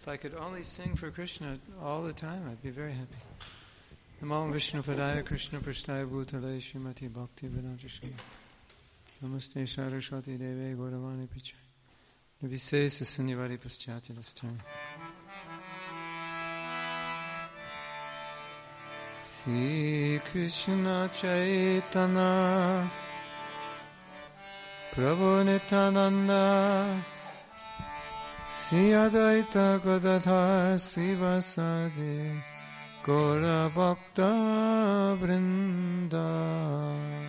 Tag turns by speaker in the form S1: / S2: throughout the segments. S1: If I could only sing for Krishna all the time, I'd be very happy. Namo Vishnu Padaya Krishna Prasthaya Bhutale Shrimati Bhakti Vedanta Shri. Namaste Saraswati Deve Gauravani Pichai. Nivise Sunivari Paschati Lastami. Sri Krishna Chaitanya Prabhu Nityananda Sri Advaita Gadadhar Sri Vasadi Gora Bhakta Vrinda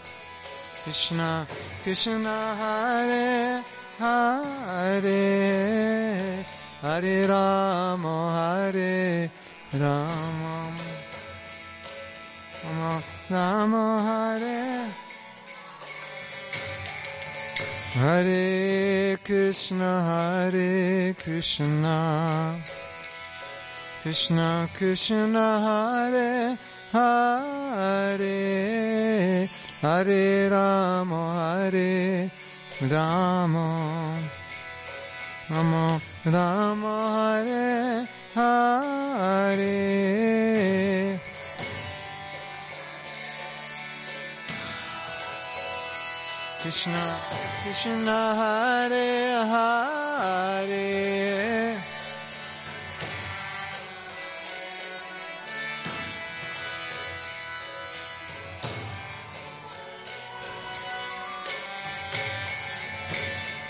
S1: Krishna, Krishna Hare Hare Hare Rama Hare Rama Rama Rama Hare Hare Krishna Hare Krishna Krishna Krishna Hare Hare Hare Rama Hare Rama Rama Rama Hare Hare Krishna Krishna Hare Hare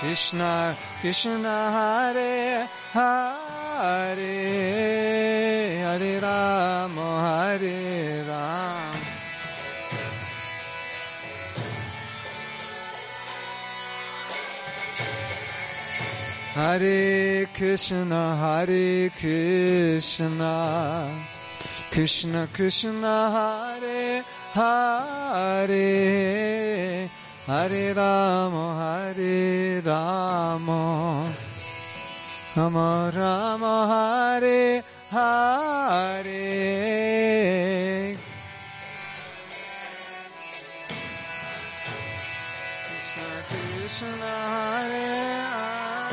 S1: Krishna, Krishna Hare Hare Hare Rama Hare Rama Hare Krishna Hare Krishna Krishna Krishna Hare Hare Hare Rama, Hare Rama, Rama Rama, Hare Hare. Krishna Krishna, Hare Hare.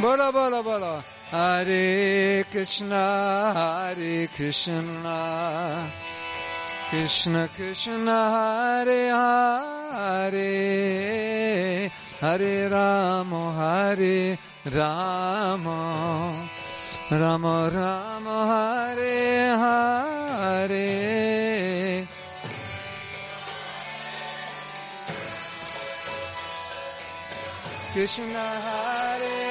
S1: Bolo bolo bolo Hare Krishna Hare Krishna Krishna Krishna Hare Hare Hare Rama Hare Rama Rama Rama Hare Hare Krishna Hare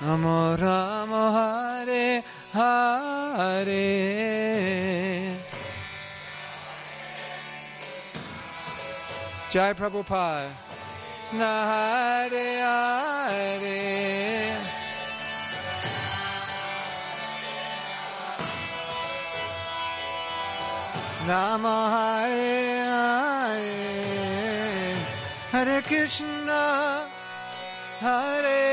S1: Namo Rama Hare Hare Jai Prabhupada Krishna Hare Hare Rama Hare Hare Hare Krishna Hare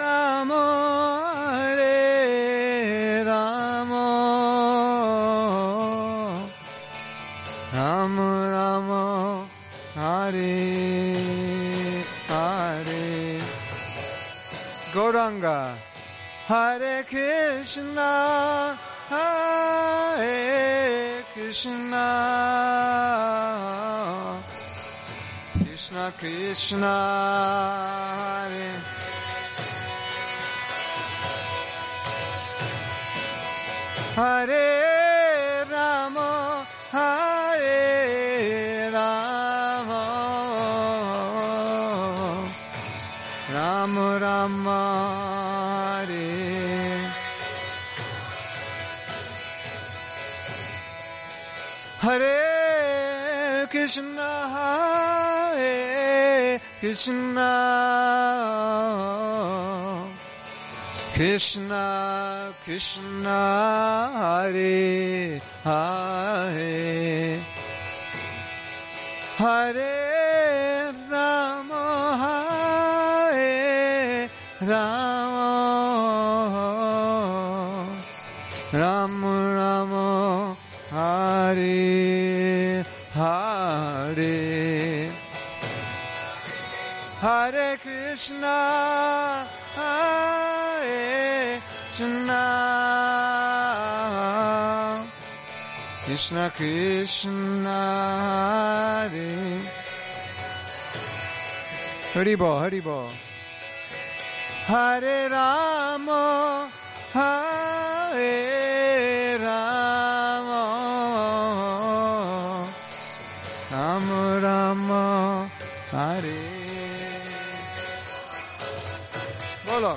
S1: Rama Hare Rama Ram Rama Hare Hare Goranga Hare Krishna Hare Krishna Krishna Krishna Hare Hare Rama Hare Rama Rama Rama Hare Hare Krishna Hare Krishna Krishna Krishna Hare Hare Hare Rama Hare Rama Ram Rama Hare Hare Hare Krishna Hare Krishna Krishna Krishna Hare Haribo Haribo Hare Rama Hare Rama Ram Rama Hare Bolo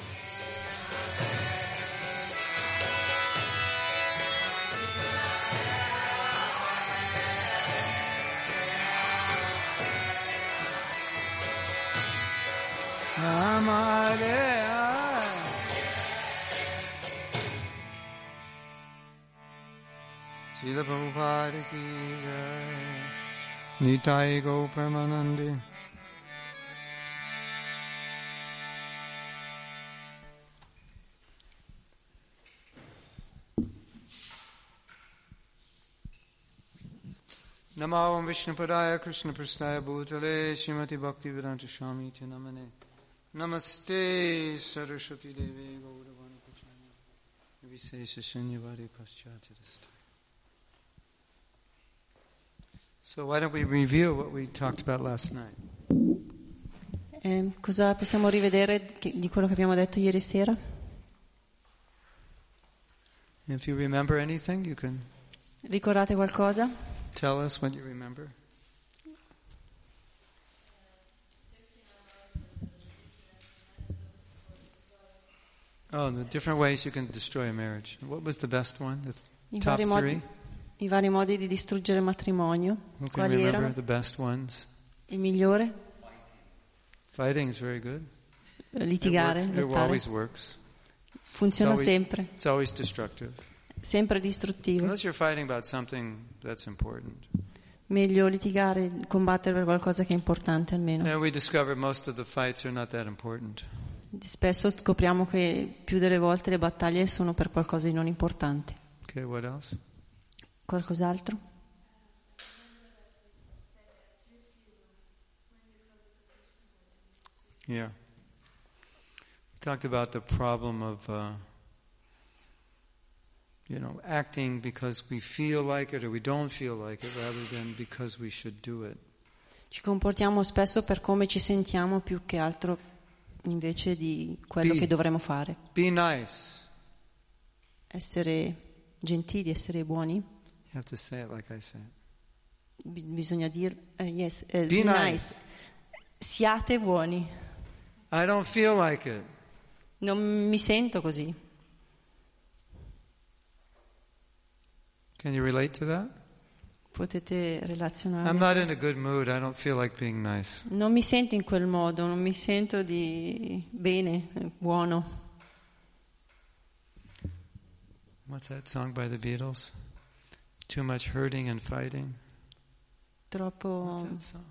S1: Rama Hare Hare Srila Prabhupada ki jai Nitai Gaur Premanande Namavam Vishnupadaya Krishna Prasthaya Bhutale Shrimati Bhakti Vedanta Swami Te Namane Namaste Saraswati Devi Gauravani Pachani Visesha Shunyavadi Paschatidastha So why don't we review what we talked about last night?
S2: Eh, cosa possiamo rivedere che- di quello che abbiamo detto ieri sera?
S1: If you remember anything, you can
S2: Ricordate qualcosa?
S1: tell us what you remember. Oh, the different ways you can destroy a marriage. What was the best one? The th-
S2: I
S1: top
S2: vari,
S1: three?
S2: modi, i vari modi di distruggere il matrimonio.
S1: Who can
S2: Quali
S1: remember
S2: erano?
S1: the best ones?
S2: Il migliore?
S1: Fighting is very good.
S2: Eh,
S1: It, work-
S2: Litigare,
S1: it
S2: lottare.
S1: always works.
S2: Funziona
S1: so we-
S2: sempre,
S1: It's always destructive.
S2: sempre distruttivo.
S1: Unless you're fighting about something that's important.
S2: meglio litigare, combattere per qualcosa che è importante almeno.
S1: And we discover most of the fights are not that important.
S2: Spesso scopriamo che più delle volte le battaglie sono per qualcosa di non importante.
S1: Okay, what else?
S2: Qualcos'altro?
S1: Yeah. We talked about the problem of, uh, you know, acting because we feel like it or we don't feel like it rather than because we should do it.
S2: Ci comportiamo spesso per come ci sentiamo più che altro invece di quello
S1: Sì.
S2: che dovremmo fare.
S1: Be nice.
S2: Essere gentili, essere buoni,
S1: You have to say it like I said.
S2: bi- bisogna dire eh, yes, eh,
S1: Be
S2: be
S1: nice.
S2: nice. Siate buoni.
S1: I don't feel like it.
S2: Non mi sento così.
S1: Can you relate to that?
S2: Potete
S1: I'm
S2: relazionarvi.
S1: not in a good mood. I don't feel like being nice.
S2: Non mi sento in quel modo, non mi sento di bene, eh, buono.
S1: What's that song by the Beatles? Too much hurting and fighting. What's
S2: Troppo.
S1: that song?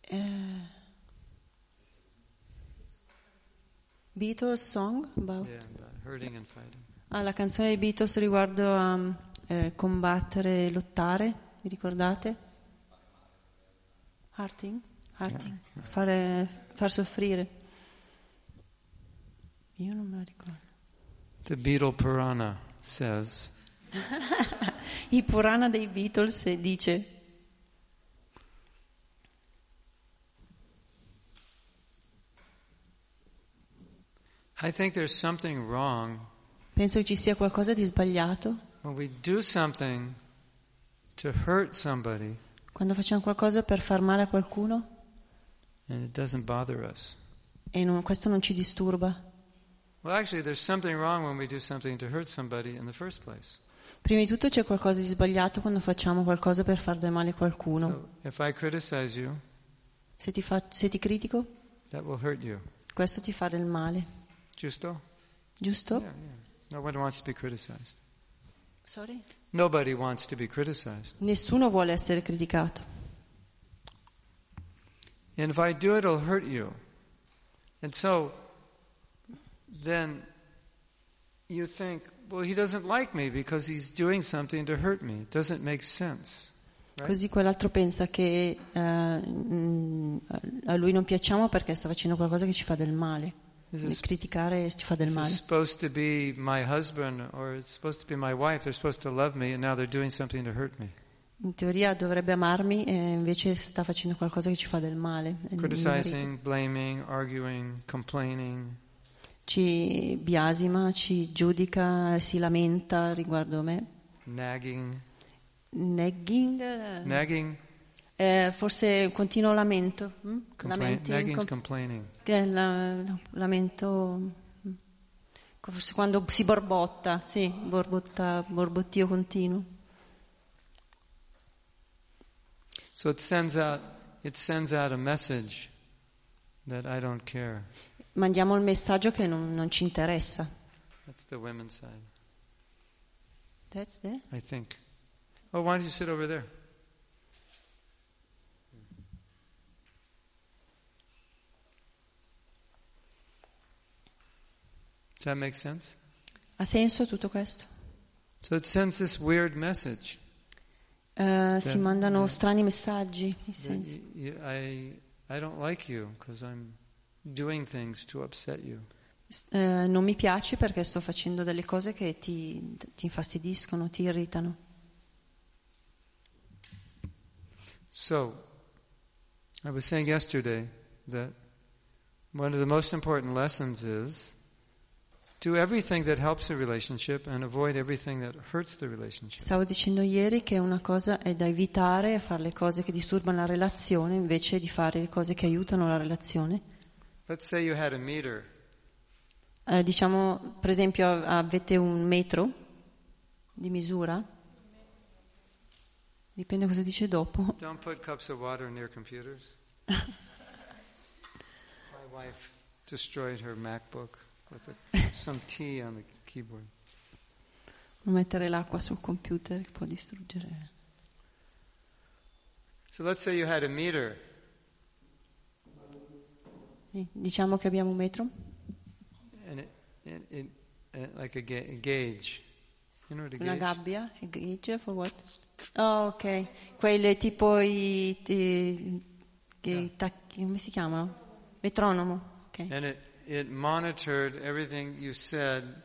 S2: eh, Beatles song? About...
S1: Yeah, about hurting and fighting.
S2: Ah, la canzone dei Beatles riguardo a mm, eh, combattere e lottare, vi ricordate? Hurting? Hurting? Fare- far soffrire. Io non me la ricordo.
S1: The Beetle Piranha says,
S2: I Purana dei Beatles eh, dice
S1: I think there's something wrong
S2: Penso che ci sia qualcosa di sbagliato
S1: when we do something to hurt somebody
S2: quando facciamo qualcosa per far male a qualcuno
S1: and it doesn't bother us.
S2: e non- questo non ci disturba.
S1: Well, actually, there's something wrong when we do something to hurt somebody in the first place.
S2: Prima di tutto c'è qualcosa di sbagliato quando facciamo qualcosa per far del male a qualcuno.
S1: So if I criticize you,
S2: Se, ti fa- se ti critico,
S1: that will hurt you.
S2: questo ti fa del male,
S1: Justo?
S2: giusto?
S1: Yeah, yeah. No one wants to be criticized.
S2: Sorry?
S1: Nobody wants to be criticized.
S2: Nessuno vuole essere criticato.
S1: And if I do it, it'll hurt you. And so then you think, well, he doesn't like me because he's doing something to hurt me. It doesn't make sense. Right.
S2: Così quell'altro pensa che eh, mm, a lui non piacciamo perché sta facendo qualcosa che ci fa del male.
S1: This is,
S2: Criticare ci fa del
S1: this is
S2: male.
S1: supposed to be my husband or it's supposed to be my wife. They're supposed to love me and now they're doing something to hurt me.
S2: In teoria dovrebbe amarmi e invece sta facendo qualcosa che ci fa del male. E mi-
S1: Criticizing, blaming, arguing, complaining.
S2: Ci biasima, ci giudica, si lamenta riguardo a me.
S1: Nagging,
S2: Nagging? eh,
S1: nagging,
S2: eh, forse continuo lamento. mm?
S1: complain,
S2: Lamenti,
S1: nagging's
S2: com-
S1: complaining.
S2: che è la- la- lamento... mm. Forse quando si borbotta, sì, borbotta, borbottio continuo.
S1: So it sends out it sends out a message that I don't care.
S2: Mandiamo il messaggio che non, non ci interessa.
S1: That's the women's side,
S2: That's it.
S1: I think. Oh, why don't you sit over there? Does that make sense?
S2: Ha senso tutto questo?
S1: So it sends this weird message.
S2: Eh,
S1: Certo,
S2: si mandano
S1: eh.
S2: strani messaggi, in
S1: that
S2: senso.
S1: y- y- I I don't like you because I'm doing things to upset you.
S2: S- eh, non mi piaci perché sto facendo delle cose che ti, ti infastidiscono, ti irritano.
S1: Certo. So, I was saying yesterday that one of the most important lessons is do everything that helps the relationship and avoid everything that hurts the relationship.
S2: Stavo dicendo ieri che una cosa è da evitare è fare le cose che disturbano la relazione invece di fare le cose che aiutano la relazione.
S1: Let's say you had a meter
S2: Eh, diciamo, per esempio, av- avete un metro di misura? Dipende cosa dice dopo.
S1: Don't put cups of water near computers. My wife destroyed her MacBook with a, some tea on the keyboard.
S2: Non mettere l'acqua sul computer che può distruggere.
S1: So let's say you had a meter.
S2: Sì, Diciamo che abbiamo un metro,
S1: and it, it, it uh, like a, ga- a gauge. You know what a
S2: una
S1: gauge?
S2: gabbia, a gauge for what? Oh, ok, quelle tipo i, i- che- tac- come si chiamano? Metronomo, ok.
S1: And it, it monitored everything you said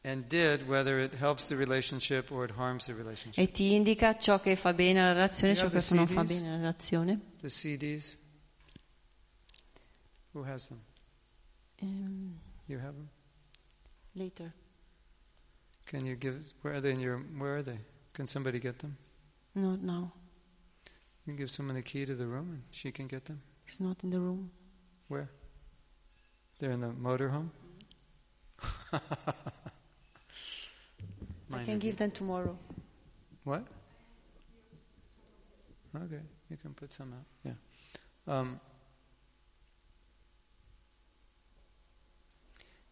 S1: and did, whether it helps the relationship or it harms the relationship.
S2: E ti indica ciò che fa bene alla relazione e ciò
S1: You have
S2: che
S1: the
S2: non fa
S1: CDs?
S2: bene alla relazione.
S1: The CDs. Who has them?
S2: Ehm,
S1: You have them.
S2: later.
S1: Can you give? Where are they in your? Where are they? Can somebody get them?
S2: No, no,
S1: You can give someone the key to the room, and she can get them.
S2: it's not in the room.
S1: Where? They're in the motorhome.
S2: I
S1: Minor
S2: can
S1: detail.
S2: give them tomorrow.
S1: What? Okay, you can put some out. Yeah. Um,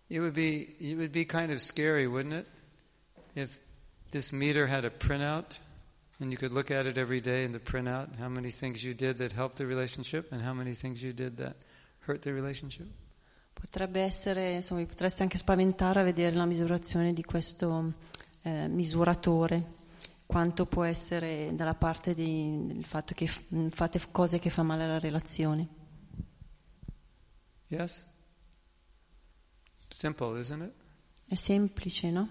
S1: it would be it would be kind of scary, wouldn't it, if this meter had a printout and you could look at it every day in the printout how many things you did that helped the relationship and how many things you did that hurt the relationship.
S2: Potrebbe essere, insomma, vi potreste anche spaventare a vedere la misurazione di questo eh, misuratore, quanto può essere dalla parte di- del fatto che f- mh, fate f- cose che fa male alla relazione.
S1: Yes. Simple, isn't it?
S2: È semplice, no?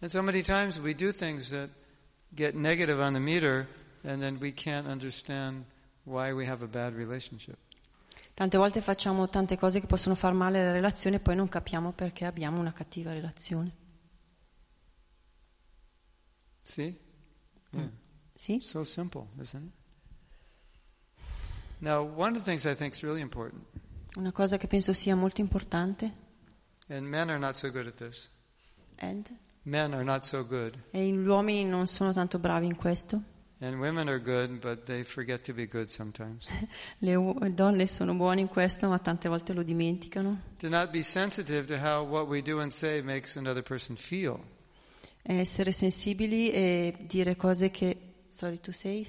S1: And so many times we do things that get negative on the meter, and then we can't understand why we have a bad relationship.
S2: Tante volte facciamo tante cose che possono far male alla relazione e poi non capiamo perché abbiamo una cattiva relazione.
S1: See? Yeah.
S2: Sì?
S1: So simple, isn't it? Now, one of the things I think is really important,
S2: Una cosa che penso sia molto importante
S1: and men are not so good at this.
S2: and,
S1: Men are not so good,
S2: e gli uomini non sono tanto bravi in questo.
S1: and women are good, but they forget to be good sometimes.
S2: Le u- le donne sono buone in questo, ma tante volte lo dimenticano.
S1: to not be sensitive to how what we do and say makes another person feel.
S2: È essere sensibili e dire cose che sorry to say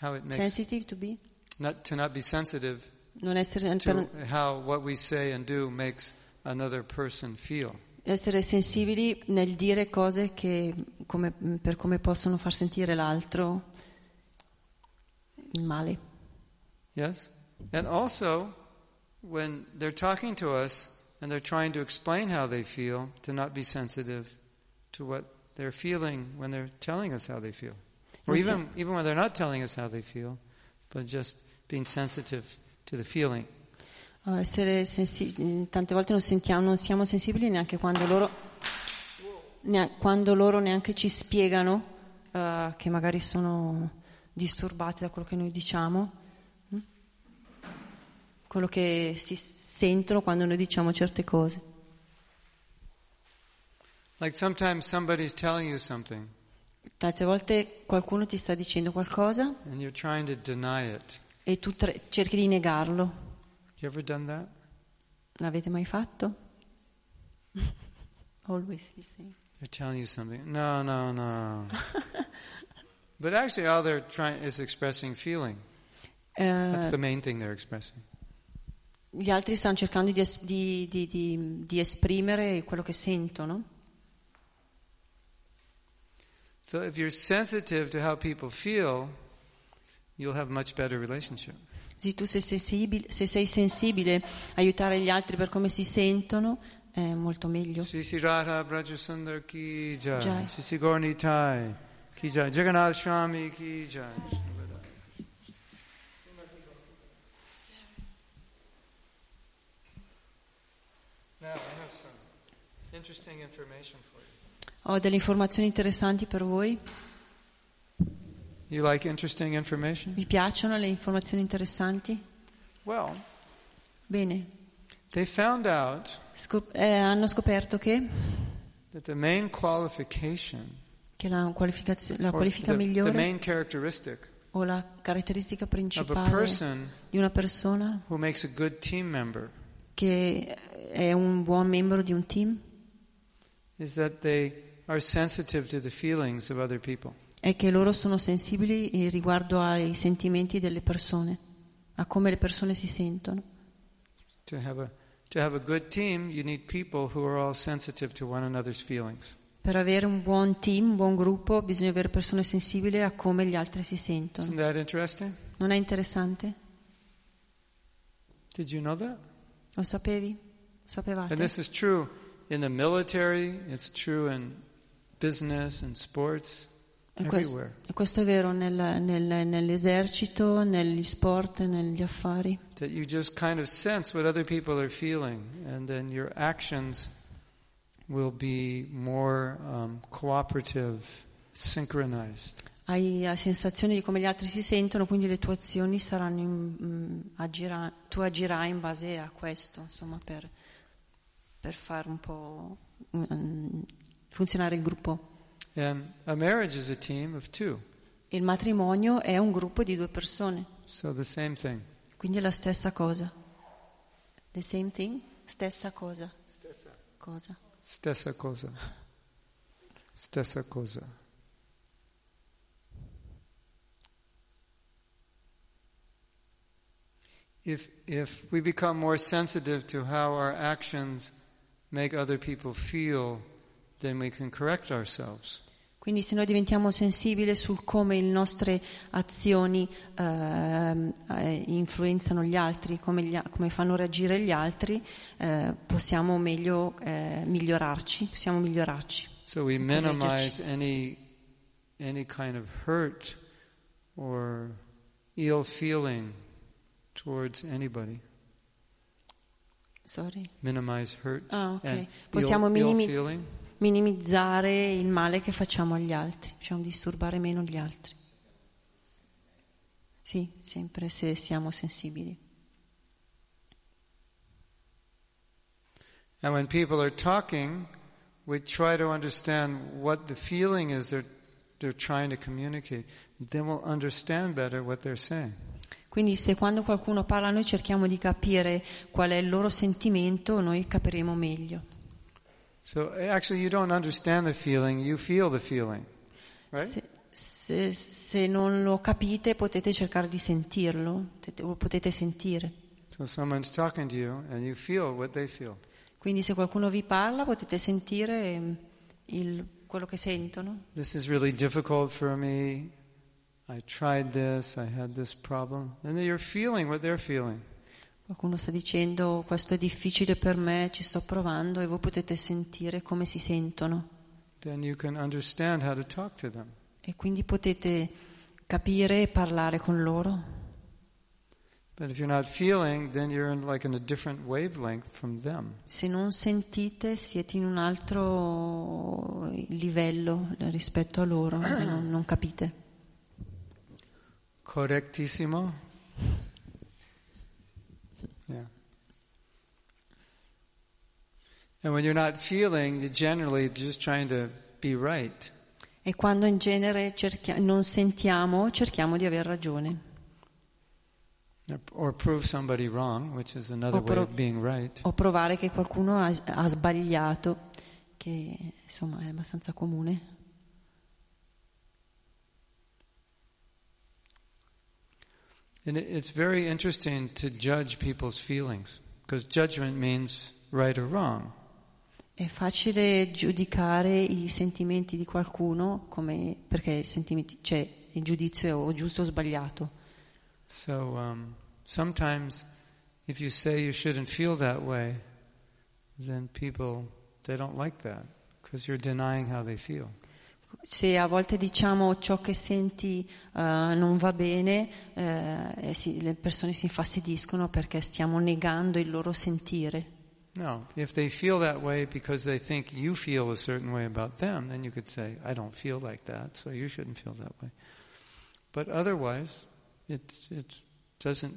S1: How it makes
S2: sensitive to be
S1: not to not be sensitive
S2: non essere,
S1: to
S2: per-
S1: how what we say and do makes another person feel.
S2: essere sensibili nel dire cose che come- per come possono far sentire l'altro il male
S1: Yes? And also, when they're talking to us and they're trying to explain how they feel, to not be sensitive to what they're feeling when they're telling us how they feel. Or
S2: Yes, sir.
S1: even, even when they're not telling us how they feel, but just being sensitive to the feeling.
S2: Ah, essere sensi- tante volte non, sentiamo, non siamo sensibili neanche quando loro, neanche, quando loro neanche ci spiegano eh, che magari sono disturbati da quello che noi diciamo, mm? quello che si sentono quando noi diciamo certe cose.
S1: Like sometimes somebody's telling you something
S2: Tante volte qualcuno ti sta dicendo qualcosa
S1: and you're trying to deny it.
S2: e tu tre- cerchi di negarlo.
S1: You ever done that?
S2: L'avete mai fatto? Always, you say.
S1: They're telling you something. No, no, no. but actually, all they're trying is expressing feeling.
S2: Eh,
S1: That's the main thing they're expressing.
S2: Gli altri stanno cercando di, es- di- di- di- di esprimere quello che sentono.
S1: So if you're sensitive to how people feel, you'll have much better relationship.
S2: Se tu sei sensibile, se sei sensibile a aiutare gli altri per come si sentono, è molto meglio.
S1: Sri Sri Radha Brajasundar ki jai.
S2: Jai.
S1: Sri Sri Gaurani Thai ki jai. Jagannath Swami ki jai. Now I have some interesting information for you.
S2: Ho delle informazioni interessanti per voi.
S1: You like interesting information?
S2: Vi piacciono le informazioni interessanti?
S1: Well,
S2: Bene.
S1: they found out
S2: Scop- eh, hanno scoperto che,
S1: that the main qualification,
S2: che la, qualificazio- la
S1: or
S2: qualifica
S1: the- the
S2: migliore
S1: main characteristic
S2: o la caratteristica
S1: of a
S2: principale
S1: person
S2: di una persona
S1: who makes a good team member
S2: che è un buon membro di un team
S1: is that they are sensitive to the feelings of other people.
S2: è che loro sono sensibili eh, riguardo ai sentimenti delle persone, a come le persone si sentono.
S1: To have a to have a good team, you need people who are all sensitive to one another's feelings.
S2: Per avere un buon team, un buon gruppo, bisogna avere persone sensibili a come gli altri si sentono.
S1: Isn't that interesting?
S2: Non è interessante?
S1: Did you know that?
S2: Lo sapevi? Lo
S1: And
S2: Sapevate?
S1: this is true in the military, it's true in business and sports,
S2: E questo,
S1: everywhere.
S2: e questo è vero nel- nel- nell'esercito, negli sport, negli affari.
S1: That you just kind of sense what other people are feeling, and then your actions will be more um, cooperative, synchronized.
S2: Hai la sensazione di come gli altri si sentono, quindi le tue azioni saranno in- mm, agira- tu agirai in base a questo, insomma, per, per far un po' mm, funzionare il gruppo.
S1: And a marriage is a team of two,
S2: Il matrimonio è un gruppo di due persone,
S1: so the same thing.
S2: quindi è la stessa cosa. The same thing? Stessa cosa. Cosa?
S1: Stessa cosa. Stessa cosa. If, if we become more sensitive to how our actions make other people feel, then we can correct ourselves.
S2: Quindi se noi diventiamo sensibili sul come le nostre azioni ehm, eh, influenzano gli altri, come, gli a- come fanno reagire gli altri, eh, possiamo meglio eh, migliorarci, possiamo migliorarci.
S1: So we
S2: correggerci.
S1: minimize any, any kind of hurt or ill feeling towards anybody.
S2: Sorry.
S1: Minimize hurt
S2: Ah, ok.
S1: and
S2: Possiamo
S1: ill, ill
S2: minimi-
S1: feeling.
S2: Minimizzare il male che facciamo agli altri, possiamo disturbare meno gli altri. Sì, sempre se siamo sensibili.
S1: And when people are talking, we try to understand what the feeling is they're, they're trying to communicate. Then we'll understand better what they're saying.
S2: Quindi se quando qualcuno parla noi cerchiamo di capire qual è il loro sentimento, noi capiremo meglio.
S1: So eh, actually, you don't understand the feeling, you feel the feeling. Right?
S2: Se, se- se non lo capite potete cercare di sentirlo, potete- lo potete sentire.
S1: So someone's talking to you and you feel what they feel.
S2: Quindi se qualcuno vi parla potete sentire ehm, il- quello che sentono.
S1: This is really difficult for me. I tried this, I had this problem. And then you're feeling what they're feeling.
S2: Qualcuno sta dicendo questo è difficile per me, ci sto provando e voi potete sentire come si sentono
S1: Then you can understand how to talk to them.
S2: e quindi potete capire e parlare con loro.
S1: But if you're not feeling, then you're in like in a different wavelength from them.
S2: Se non sentite siete in un altro livello rispetto a loro, non, non capite.
S1: Correctissimo. Yeah. And when you're not feeling, you're generally just trying to be right.
S2: E quando in genere cerchia- non sentiamo, cerchiamo di aver ragione
S1: Or prove somebody wrong, which is another way
S2: O pro-
S1: of being right.
S2: o provare che qualcuno ha, ha sbagliato, che insomma è abbastanza comune.
S1: And it- it's very interesting to judge people's feelings, because judgment means right or wrong.
S2: È facile giudicare i sentimenti di qualcuno come- perché i sentimenti- cioè, il giudizio è o giusto o sbagliato.
S1: So um, sometimes, if you say you shouldn't feel that way, then people they don't like that because you're denying how they feel.
S2: Se a volte diciamo ciò che senti eh, non va bene, eh, e si- le persone si infastidiscono perché stiamo negando il loro sentire.
S1: No, if they feel that way because they think you feel a certain way about them, then you could say, "I don't feel like that, so you shouldn't feel that way." But otherwise, it it doesn't.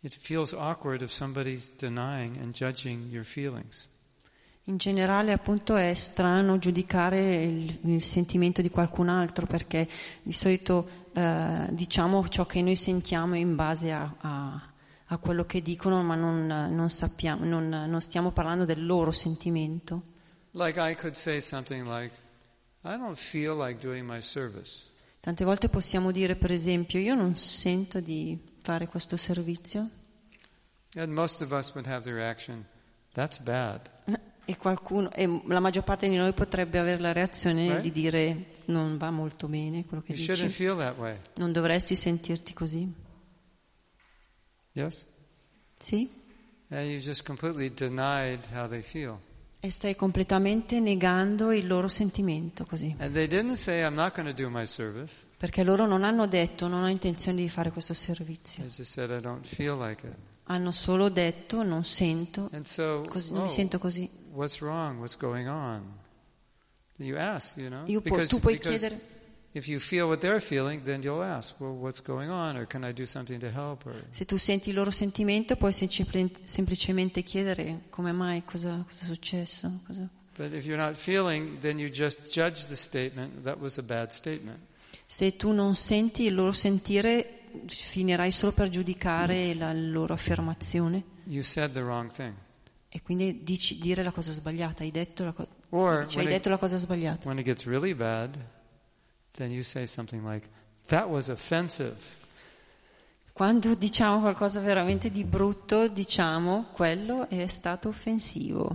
S1: It feels awkward if somebody's denying and judging your feelings.
S2: In generale appunto è strano giudicare il, il sentimento di qualcun altro perché di solito eh, diciamo ciò che noi sentiamo in base a, a- a quello che dicono ma non, non sappiamo- non- non stiamo parlando del loro sentimento.
S1: Like I could say something like, I don't feel like doing my service.
S2: Tante volte possiamo dire, per esempio, io non sento di fare questo servizio
S1: And most of us would have the reaction, that's bad.
S2: e qualcuno, e la maggior parte di noi potrebbe avere la reazione
S1: Right.
S2: di dire non va molto bene quello che
S1: You shouldn't
S2: dici,
S1: feel that way.
S2: non dovresti sentirti così.
S1: Yes?
S2: Sì?
S1: And you just completely denied how they feel.
S2: E stai completamente negando il loro sentimento così.
S1: And they didn't say, I'm not going to do my service.
S2: Perché loro non hanno detto non ho intenzione di fare questo servizio.
S1: They just said, I don't feel like it.
S2: Hanno solo detto non sento,
S1: And so,
S2: cos- non mi
S1: oh,
S2: sento così.
S1: what's wrong? What's going on? You ask, you know?
S2: Io po- tu puoi chiedere
S1: if you feel what they're feeling, then you'll ask, well, what's going on? Or can I do something to help? Or
S2: Se tu senti il loro sentimento, puoi sempli- semplicemente chiedere come mai, cosa, cosa è successo. cosa-
S1: But if you're not feeling, then you just judge the statement, that was a bad statement.
S2: Se tu non senti il loro sentire, finirai solo per giudicare la loro affermazione
S1: You said the wrong thing.
S2: e quindi dici, dire la cosa sbagliata. Hai detto la, co-
S1: Or
S2: cioè,
S1: when
S2: hai
S1: it,
S2: detto la cosa sbagliata.
S1: when it gets really bad, then you say something like, that was offensive.
S2: Quando diciamo qualcosa veramente di brutto, diciamo quello è stato offensivo.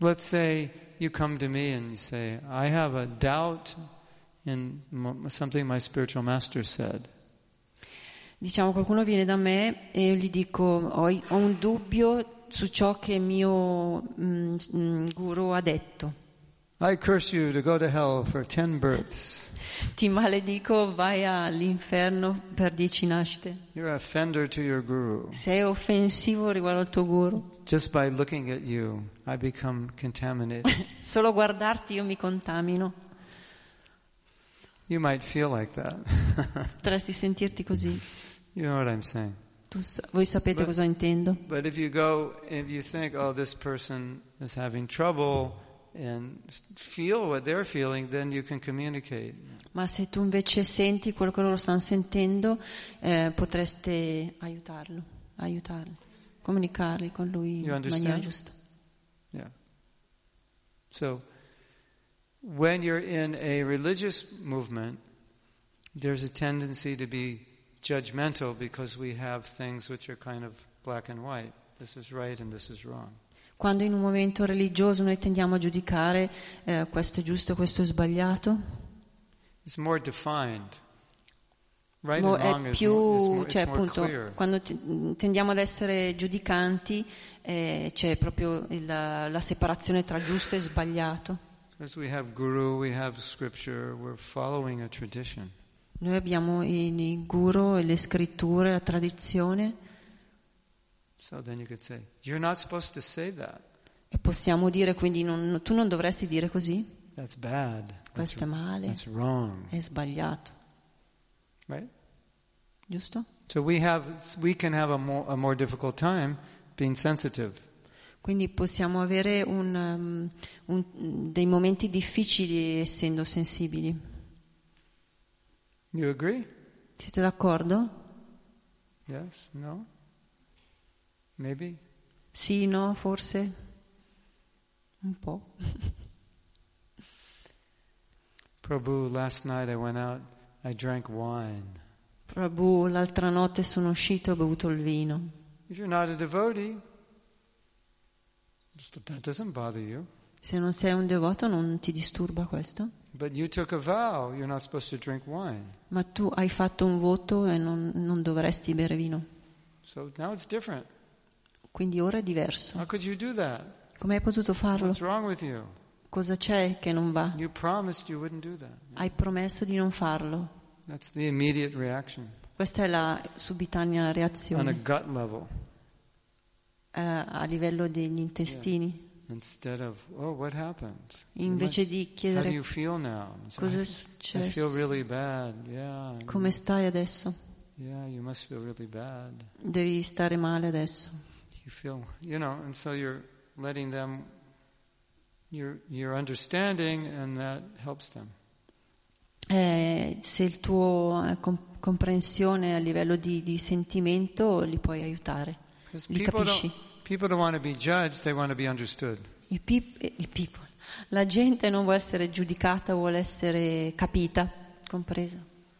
S1: Let's say you come to me and you say, I have a doubt in m- something my spiritual master said.
S2: Diciamo qualcuno viene da me e io gli dico ho, ho un dubbio su ciò che mio mm, mm, guru ha detto.
S1: I curse you to go to hell for ten births.
S2: Ti maledico, vai all'inferno per dieci nascite.
S1: You're an offender to your guru.
S2: Sei offensivo riguardo al tuo guru.
S1: Just by looking at you, I become contaminated.
S2: Solo guardarti io mi contamino.
S1: you might feel like that.
S2: Potresti sentirti così.
S1: you know what I'm saying.
S2: Tu sa- voi sapete
S1: Beh.
S2: cosa intendo.
S1: But if you go, if you think, oh, this person is having trouble and feel what they're feeling, then you can communicate.
S2: Ma se tu invece senti quello che loro stanno sentendo, eh, potreste aiutarlo, aiutarli, comunicarli con lui
S1: You
S2: in maniera
S1: understand?
S2: giusta.
S1: Yeah. So, when you're in a religious movement, there's a tendency to be judgmental because we have things which are kind of black and white. This is right and this is wrong.
S2: Quando in un momento religioso noi tendiamo a giudicare eh, questo è giusto, questo è sbagliato,
S1: It's more defined. Right
S2: mo-
S1: and wrong is
S2: è
S1: more, is
S2: più,
S1: more,
S2: cioè
S1: it's more
S2: appunto,
S1: clear.
S2: quando ti- tendiamo ad essere giudicanti eh, c'è proprio il- la, la separazione tra giusto e sbagliato.
S1: Because we have guru, we have scripture, we're following a tradition.
S2: Noi abbiamo i, i guru, e le scritture, la tradizione
S1: So then you could say, You're not supposed to say that.
S2: e possiamo dire quindi non- tu non dovresti dire così.
S1: That's bad. That's,
S2: Questo è male,
S1: that's wrong.
S2: è sbagliato,
S1: Right?
S2: giusto?
S1: So we have we can have a more a more difficult time being sensitive.
S2: Quindi possiamo avere un, um, un- dei momenti difficili essendo sensibili.
S1: You agree?
S2: Siete d'accordo?
S1: Yes? No? Maybe?
S2: Sì, no, forse? Un po'.
S1: Prabhu, last night I went out, I drank wine.
S2: Prabhu, l'altra notte sono uscito e ho bevuto il vino.
S1: If you're not a devotee, that doesn't bother you.
S2: Se non sei un devoto non ti disturba questo?
S1: But you took a vow you're not supposed to drink wine.
S2: Ma tu hai fatto un voto e non, non dovresti bere vino.
S1: So now it's different.
S2: Quindi ora è diverso.
S1: How could you do that?
S2: Come hai potuto farlo?
S1: What's wrong with you?
S2: Cosa c'è che non va?
S1: You promised you wouldn't do that.
S2: Hai promesso di non farlo.
S1: That's the immediate reaction
S2: Questa è la subitanea
S1: on a
S2: reazione
S1: gut level
S2: eh, a livello degli intestini.
S1: instead of, oh, what happened? You might-
S2: Invece di
S1: How do you
S2: chiedere
S1: feel now? And say,
S2: cosa è
S1: I, I feel
S2: successo,
S1: really bad. Yeah. you-
S2: come stai adesso,
S1: Yeah, you must feel really bad.
S2: devi stare male adesso.
S1: You feel, you know, and so you're letting them, you're, you're understanding, and that helps them.
S2: Eh, se il tuo eh, com- comprensione a livello di, di sentimento li puoi aiutare.
S1: Because
S2: Li
S1: people
S2: capisci.
S1: don't, people don't want to be judged, they want to be understood.
S2: I, peop- eh, i people. La gente non vuole essere giudicata, vuole essere capita, compresa.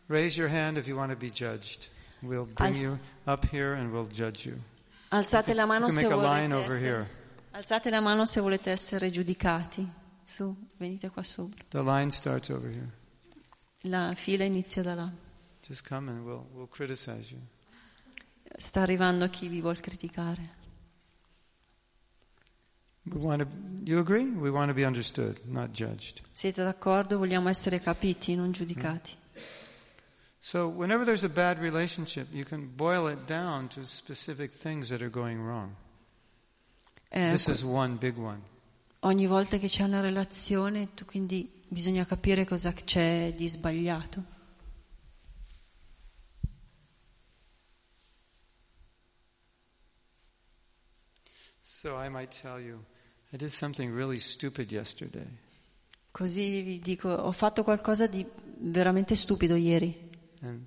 S1: Raise your hand if you want to be judged. We'll bring
S2: Alz-
S1: you up here and we'll judge you.
S2: Alzate la mano
S1: You can
S2: se
S1: make a line
S2: volete
S1: over
S2: essere,
S1: here.
S2: alzate la mano se volete essere giudicati. Su, venite qua sopra.
S1: The line starts over here.
S2: La fila inizia da là.
S1: Just come and we'll, we'll criticize you.
S2: Sta arrivando chi vi vuol criticare.
S1: We want to, you agree? We want to be understood, not judged.
S2: Siete d'accordo? Vogliamo essere capiti, non giudicati.
S1: So whenever there's a bad relationship, you can boil it down to specific things that are going wrong.
S2: Eh,
S1: This is one big one.
S2: ogni volta che c'è una relazione, tu quindi bisogna capire cosa c'è di sbagliato.
S1: So I might tell you, I did something really stupid yesterday.
S2: Così vi dico, ho fatto qualcosa di veramente stupido ieri.
S1: And,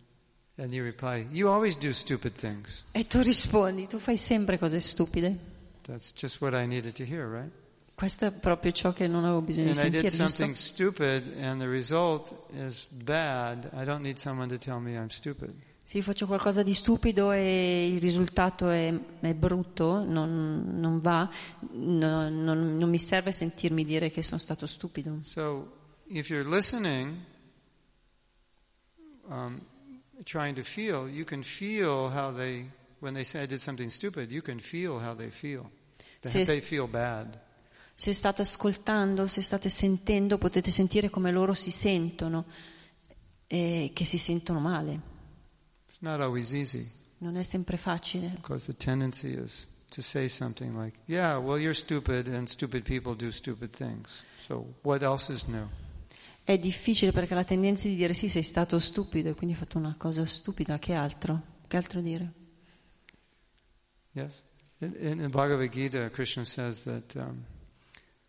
S1: and you reply, You always do stupid things.
S2: E tu rispondi, tu fai sempre cose stupide.
S1: That's just what I needed to hear, right?
S2: Questo è proprio ciò che non avevo bisogno
S1: And
S2: di
S1: I
S2: sentire.
S1: did
S2: giusto?
S1: something stupid, and the result is bad. I don't need someone to tell me I'm stupid.
S2: Sì, faccio qualcosa di stupido e il risultato è, è brutto, non, non va, no- non, non mi serve sentirmi dire che sono stato stupido.
S1: So if you're listening, um, trying to feel, you can feel how they, when they say I did something stupid, you can feel how they feel. They,
S2: Yes.
S1: they feel bad.
S2: Se state ascoltando, se state sentendo, potete sentire come loro si sentono, e che si sentono male.
S1: It's not always easy
S2: Non è sempre facile,
S1: because the tendency is to say something like, yeah, well, you're stupid and stupid people do stupid things. So what else is new?
S2: è difficile perché la tendenza di dire sì, sei stato stupido e quindi hai fatto una cosa stupida, che altro? Che altro dire?
S1: Yes? In, in, in Bhagavad Gita, Krishna says that um,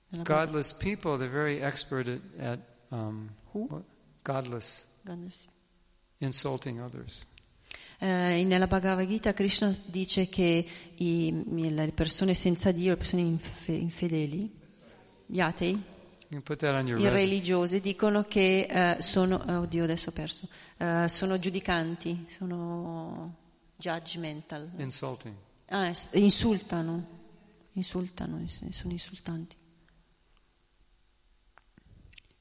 S2: Nella
S1: godless people, they're very expert at, at um,
S2: Who?
S1: what? godless.
S2: Bhagavad- sì.
S1: insulting others.
S2: Eh, nella Bhagavad Gita Krishna dice che i- le persone senza Dio, le persone infe- infedeli, gli atei,
S1: You can put that on your
S2: i
S1: resume.
S2: religiosi dicono che eh, sono, eh, oddio adesso ho perso, Eh, sono giudicanti, sono judgmental,
S1: Insulting.
S2: Ah, es- insultano, insultano, es- sono insultanti.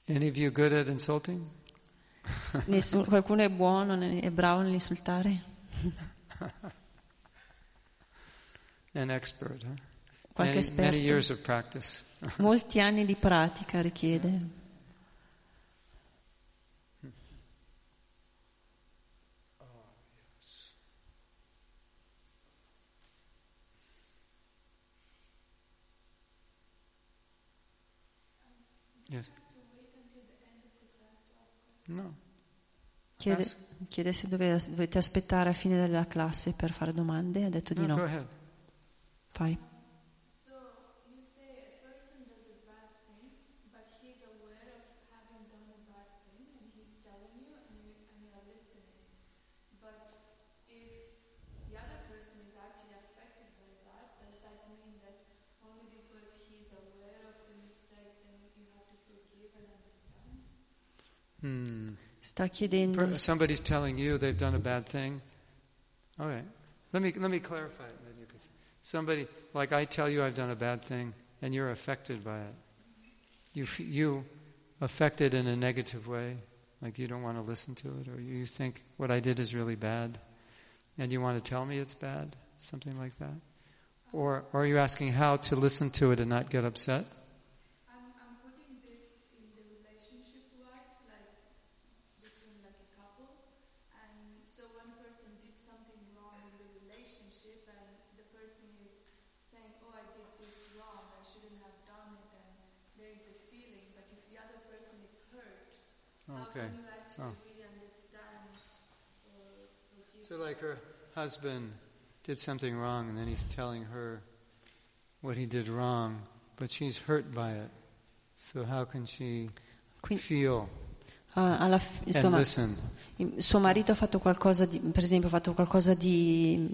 S1: Any of you good at insulting?
S2: Nessuno- qualcuno è buono, ne- è bravo nell'insultare?
S1: An expert, huh?
S2: Qualche
S1: many,
S2: esperto.
S1: many years of practice.
S2: Molti anni di pratica richiede.
S1: Yes. No.
S2: Chiede,
S1: Ask.
S2: chiede se dove- se dovete aspettare a fine della classe per fare domande, ha detto di
S1: no. Go
S2: no.
S1: ahead.
S2: Fai.
S1: Hmm.
S2: Sta chiedendo.
S1: Per- Somebody's telling you they've done a bad thing. All right. Let me let me clarify it. Then you can. Somebody like I tell you I've done a bad thing, and you're affected by it. You f- you affected in a negative way, like you don't want to listen to it, or you think what I did is really bad, and you want to tell me it's bad, something like that. Or, or are you asking how to listen to it and not get upset?
S3: I'm, I'm putting this in the relationship wise, like between like a couple. And so one person did something wrong in the relationship, and the person is saying, Oh, I did this wrong, I shouldn't have done it. And there is a feeling, but if the other person is hurt, how
S1: Okay.
S3: can you actually
S1: Oh.
S3: really understand or forgive?
S1: So, like her husband did something wrong, and then he's telling her what he did wrong, but she's hurt by it. So, how can she
S2: Quindi,
S1: feel
S2: ah, alla fi-
S1: and Eh,
S2: insomma,
S1: listen?
S2: suo marito ha fatto qualcosa di, per esempio, ha fatto qualcosa di,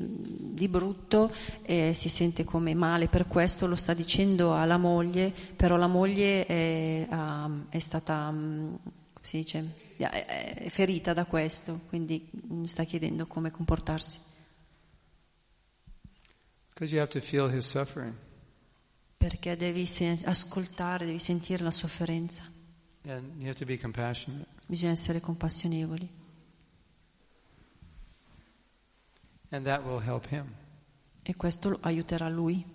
S2: di brutto e si sente come male per questo, lo sta dicendo alla moglie, però la moglie è, ha- è stata, mm, come si dice, è- è ferita da questo, quindi mm, sta chiedendo come comportarsi,
S1: Because you have to feel his suffering.
S2: perché devi se- ascoltare, devi sentire la sofferenza,
S1: And you have to be compassionate.
S2: bisogna essere compassionevoli.
S1: And that will help him.
S2: E questo lo aiuterà lui.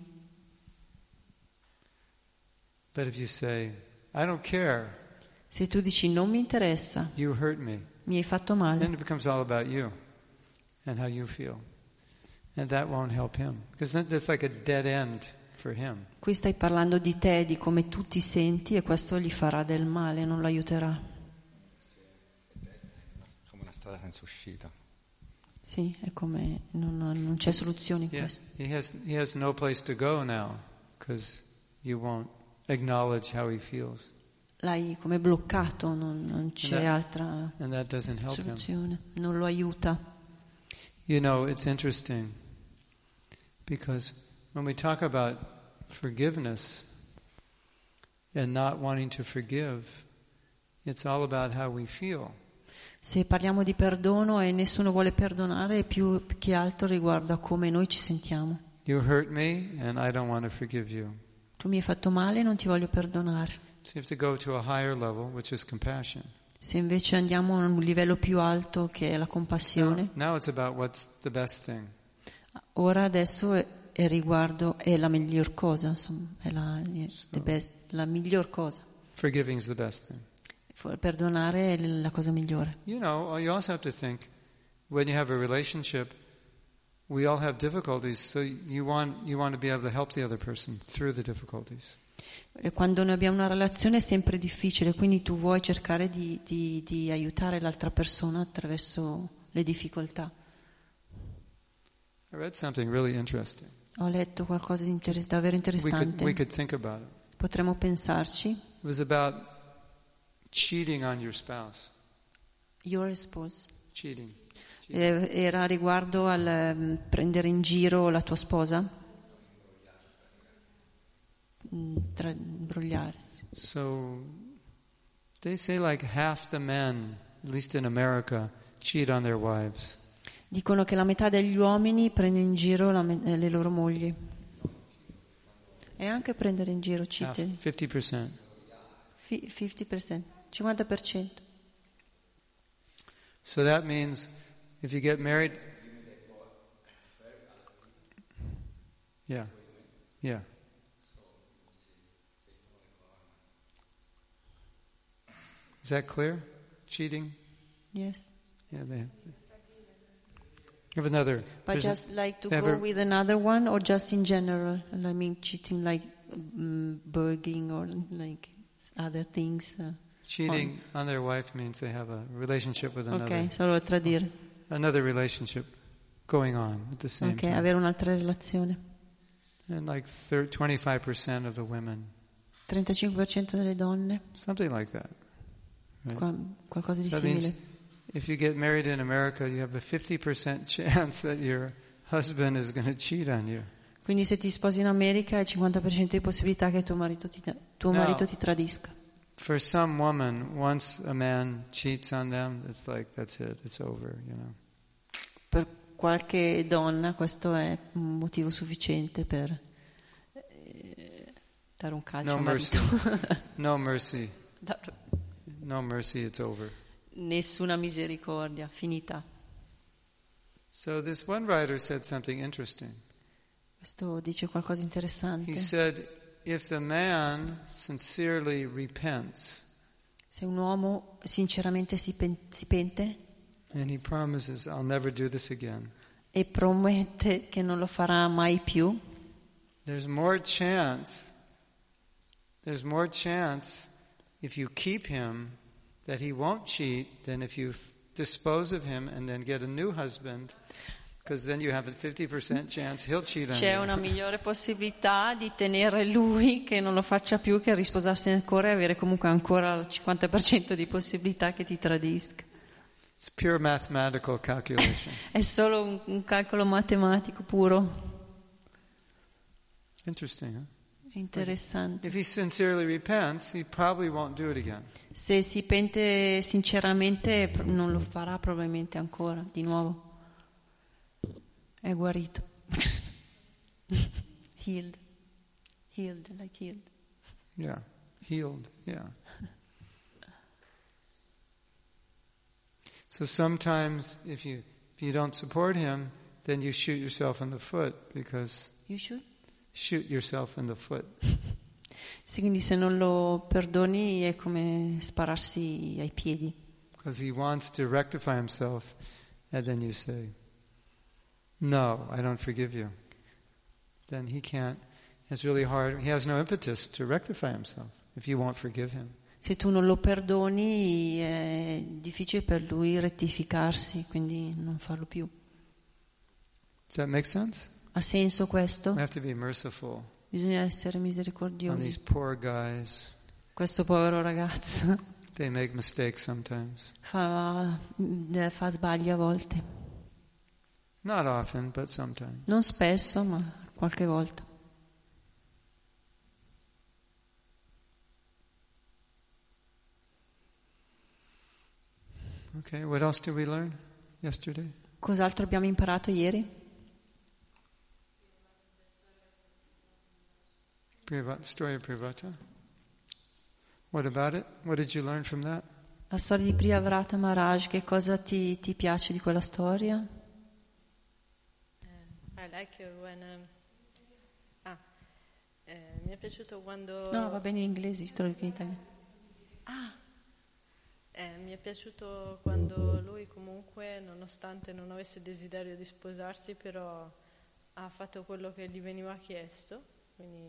S1: But if you say, I don't care,
S2: Se tu dici non mi interessa,
S1: you hurt me,
S2: mi hai fatto male,
S1: then it becomes all about you and how you feel. And that won't help him. Because then that's like a dead end for him.
S2: qui stai parlando di te, di come tu ti senti e questo gli farà del male, non lo aiuterà.
S4: come una strada senza uscita.
S2: Sì, è come non, non c'è soluzione in
S1: Yeah.
S2: questo.
S1: He has he has no place to go now because you won't acknowledge how he feels.
S2: L'hai come bloccato, non, non c'è
S1: Eh.
S2: altra
S1: And that doesn't help him.
S2: soluzione, non lo aiuta.
S1: You know, it's interesting because when we talk about forgiveness and not wanting to forgive, it's all about how we feel.
S2: Se parliamo di perdono e nessuno vuole perdonare, più che altro riguarda come noi ci sentiamo.
S1: You hurt me and I don't want to forgive you.
S2: Tu mi hai fatto male e non ti voglio perdonare.
S1: So you have to go to a higher level, which is compassion.
S2: Se invece andiamo a un livello più alto che è la compassione,
S1: Now it's about what's the best thing.
S2: ora adesso è, è riguardo, è la miglior cosa, insomma, è la, è the best- la miglior cosa.
S1: Forgiving is the best thing.
S2: For- Perdonare è la cosa migliore.
S1: You know, uh, you also have to think when you have a relationship, we all have difficulties, so you want you want to be able to help the other person through the difficulties.
S2: E Quando noi abbiamo una relazione è sempre difficile, quindi tu vuoi cercare di, di- di aiutare l'altra persona attraverso le difficoltà.
S1: I read something really interesting.
S2: Ho letto qualcosa di inter- davvero
S1: We could
S2: interessante,
S1: we could think about it.
S2: potremmo pensarci.
S1: It was about cheating on your spouse.
S2: Your response.
S1: Cheating. Cheating.
S2: Eh, Era riguardo al ehm, prendere in giro la tua sposa? Mm, Tra, imbrogliare.
S1: So they say like half the men, at least in America, cheat on their wives.
S2: Dicono che la metà degli uomini prende in giro la me- eh, le loro mogli. E anche prendere in giro, citeli.
S1: Ah, Fifty percent.
S2: Fi- 50%, 50%.
S1: So that means if you get married. Yeah. Yeah. Is that clear? Cheating?
S2: Yes.
S1: Yeah, they have. Have another.
S2: But
S1: there's a-
S2: just like to
S1: they have
S2: go
S1: a-
S2: with another one or just in general? I mean cheating like mm, bugging or like other things. uh.
S1: cheating on their wife means they have a relationship with another.
S2: Ok, solo tradire.
S1: Another relationship going on at the same
S2: Ok,
S1: time.
S2: avere un'altra relazione.
S1: And like thir- 25% of the women,
S2: 35% delle donne,
S1: something like that. Right?
S2: qua- qualcosa di
S1: That means
S2: simile.
S1: if you get married in America, you have a 50% chance that your husband is going to cheat on you.
S2: Quindi se ti sposi in America è 50% di possibilità che tuo marito ti, tuo
S1: No.
S2: marito ti tradisca.
S1: For some woman, once a man cheats on them, it's like, that's it, it's over, you know.
S2: per qualche donna questo è un motivo sufficiente per eh, dare un calcio
S1: No
S2: al marito.
S1: No mercy.
S2: Dar-
S1: No mercy, it's over.
S2: Nessuna misericordia, finita.
S1: So this one writer said something interesting.
S2: Questo dice qualcosa di interessante.
S1: He said, if the man sincerely repents
S2: Se un uomo sinceramente si, pen- si pente
S1: and he promises, I'll never do this again,
S2: e promette che non lo farà mai più,
S1: there's more chance, there's more chance if you keep him that he won't cheat than if you dispose of him and then get a new husband, because then you have a 50% chance he'll cheat on
S2: c'è
S1: you.
S2: una migliore possibilità di tenere lui che non lo faccia più che risposarsi ancora e avere comunque ancora il 50% di possibilità che ti tradisca.
S1: It's pure mathematical calculation.
S2: È solo un, un calcolo matematico puro.
S1: Interesting, huh?
S2: È interessante.
S1: If he sincerely repents, he probably won't do it again.
S2: Se si pente sinceramente pro- non lo farà probabilmente ancora, di nuovo. È guarito. healed. Healed, like healed.
S1: Yeah. Healed, yeah. So sometimes if you if you don't support him, then you shoot yourself in the foot because
S2: You should.
S1: shoot yourself in the foot.
S2: Sì, quindi se non lo perdoni è come spararsi ai piedi,
S1: Because he wants to rectify himself, and then you say, No, I don't forgive you. Then he can't, it's really hard, he has no impetus to rectify himself if you won't forgive him.
S2: Se tu non lo perdoni è difficile per lui rettificarsi, quindi non farlo più.
S1: Does that make sense?
S2: Ha senso questo?
S1: We have to be merciful
S2: Bisogna essere
S1: on these
S2: misericordiosi.
S1: poor guys.
S2: Questo povero ragazzo
S1: They make mistakes sometimes.
S2: fa, eh, fa sbagli a volte.
S1: Not often, but sometimes.
S2: Non spesso, ma qualche volta.
S1: Okay, what else did we learn yesterday?
S2: Cos'altro abbiamo imparato ieri?
S1: Privat, story of Privata. What about it? What did you learn from that?
S2: La storia di Priyavrata Maharaj, che cosa ti, ti piace di quella storia?
S5: I like you when um, ah, eh, mi è piaciuto quando
S2: No, va bene in inglese, io te lo dico in italiano.
S5: eh, mi è piaciuto quando lui comunque nonostante non avesse desiderio di sposarsi però ha fatto quello che gli veniva chiesto quindi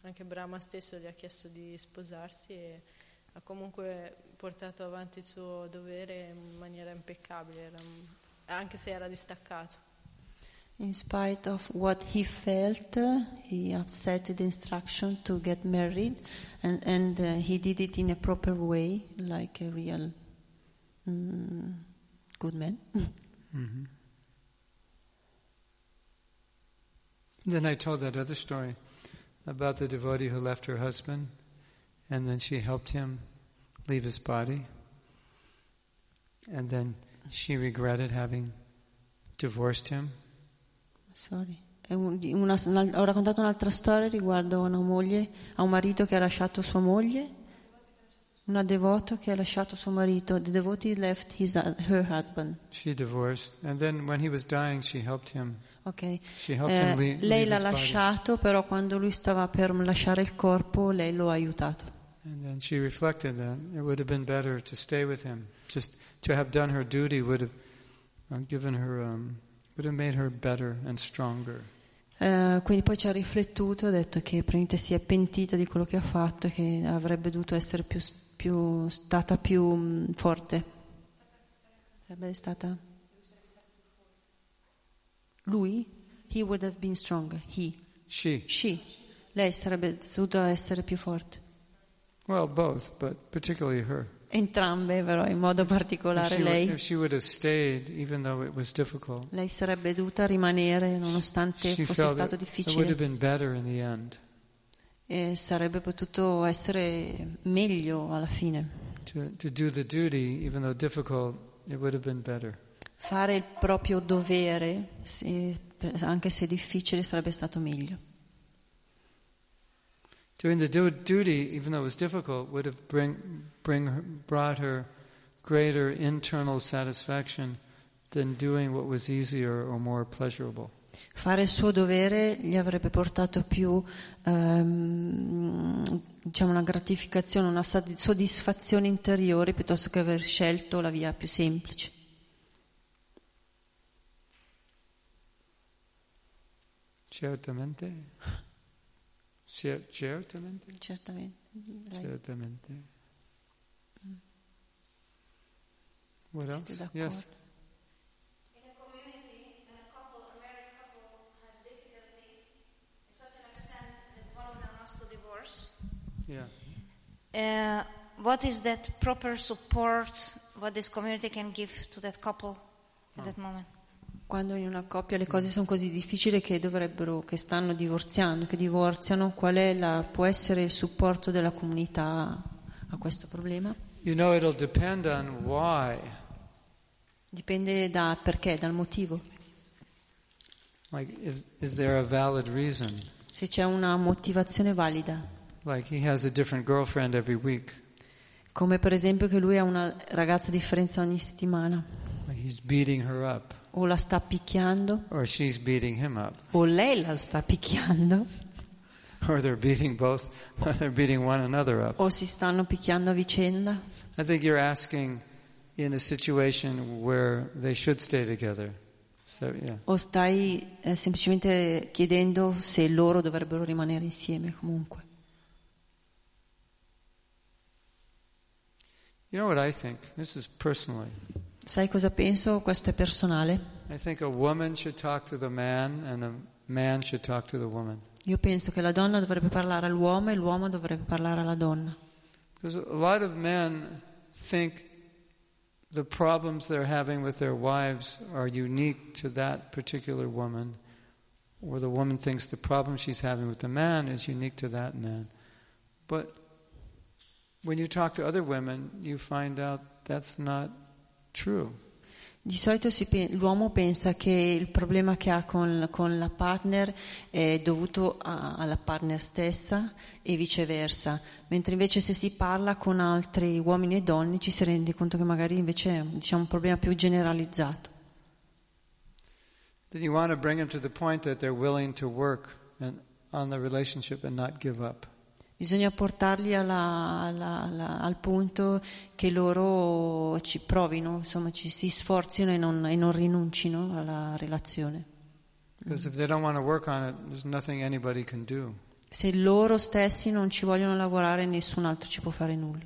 S5: anche Brahma stesso gli ha chiesto di sposarsi e ha comunque portato avanti il suo dovere in maniera impeccabile era un- anche se era distaccato
S2: In spite of what he felt, uh, he accepted the instruction to get married, and, and uh, he did it in a proper way, like a real mm, good man.
S1: Then I told that other story about the devotee who left her husband and then she helped him leave his body. And then she regretted having divorced him.
S2: Sorry. È un- di- una- un'al- ho raccontato un'altra storia riguardo a una moglie, a un marito che ha lasciato sua moglie, una devoto che ha lasciato suo marito. The devotee left his, her husband.
S1: She divorced. And then when he was dying, she helped him.
S2: Ok.
S1: She helped
S2: Eh,
S1: him lea- leave,
S2: lei l'ha
S1: his body.
S2: lasciato, però quando lui stava per lasciare il corpo, lei lo ha aiutato.
S1: And then she reflected that it would have been better to stay with him. Just to have done her duty would have uh, given her, um, would have made her better and stronger.
S2: Eh, quindi poi ci ha riflettuto e ha detto che praticamente si è pentita di quello che ha fatto e che avrebbe dovuto essere più, più- stata più mh, forte. Sarebbe stata. Lui? He would have been stronger. He.
S1: She.
S2: She. Lei sarebbe dovuta essere più forte.
S1: Well, both, but particularly her.
S2: Entrambe, però, in modo
S1: If
S2: particolare
S1: she, would,
S2: lei.
S1: if she would have stayed, even though it was difficult,
S2: Lei sarebbe dovuta rimanere nonostante
S1: she
S2: fosse
S1: felt
S2: stato
S1: that it would have
S2: difficile
S1: been better in the end
S2: e sarebbe potuto essere meglio alla fine.
S1: to to do the duty, even though difficult. It would have been better.
S2: Fare il proprio dovere, sì, anche se difficile, sarebbe stato meglio.
S1: Doing the du- duty, even though it was difficult, would have bring bring her, brought her greater internal satisfaction than doing what was easier or more pleasurable.
S2: Fare il suo dovere gli avrebbe portato più, ehm, diciamo, una gratificazione, una sat- soddisfazione interiore piuttosto che aver scelto la via più semplice.
S1: Certamente. Cer- Certamente.
S2: Certamente. Lei-
S1: Certamente. What
S2: Siete
S1: else? Certo. Yes.
S2: d'accordo?
S6: in a community when a couple, a married couple, has difficulty in such an extent that one of them has to divorce.
S1: Yeah.
S6: Uh, what is that proper support what this community can give to that couple at that moment.
S2: Quando in una coppia le cose sono così difficili che dovrebbero, che stanno divorziando, che divorziano, qual è la, può essere il supporto della comunità a questo problema?
S1: You know, it'll depend on why.
S2: Dipende da perché, dal motivo.
S1: Like, if, is there a valid reason?
S2: Se c'è una motivazione valida,
S1: Like, he has a different girlfriend every week.
S2: come per esempio che lui ha una ragazza di differenza ogni settimana,
S1: Like, he's beating her up,
S2: o la sta picchiando,
S1: or she's beating him up,
S2: o lei la sta picchiando,
S1: or they're beating both, or they're beating one another up.
S2: o si stanno picchiando a vicenda.
S1: I think you're asking in a situation where they should stay together. So, yeah.
S2: O stai eh, semplicemente chiedendo se loro dovrebbero rimanere insieme comunque.
S1: You know what I think? This is personally.
S2: Sai cosa penso? Questo è personale.
S1: I think a woman should talk to the man, and the man should talk to the woman.
S2: Io penso che la donna dovrebbe parlare all'uomo e l'uomo dovrebbe parlare alla donna.
S1: Because a lot of men think the problems they're having with their wives are unique to that particular woman, or the woman thinks the problem she's having with the man is unique to that man. But when you talk to other women, you find out that's not true.
S2: Di solito si pe- l'uomo pensa che il problema che ha con, con la partner è dovuto a- alla partner stessa e viceversa, mentre invece se si parla con altri uomini e donne ci si rende conto che magari invece è diciamo, un problema più generalizzato.
S1: Then you want to bring them to the point that they're willing to work and on the relationship and not give up.
S2: Bisogna portarli alla- alla- alla- al punto che loro ci provino, insomma ci si sforzino e non, e non rinuncino alla relazione.
S1: Because if they don't want to work on it, there's nothing anybody can do.
S2: Se loro stessi non ci vogliono lavorare nessun altro ci può fare nulla.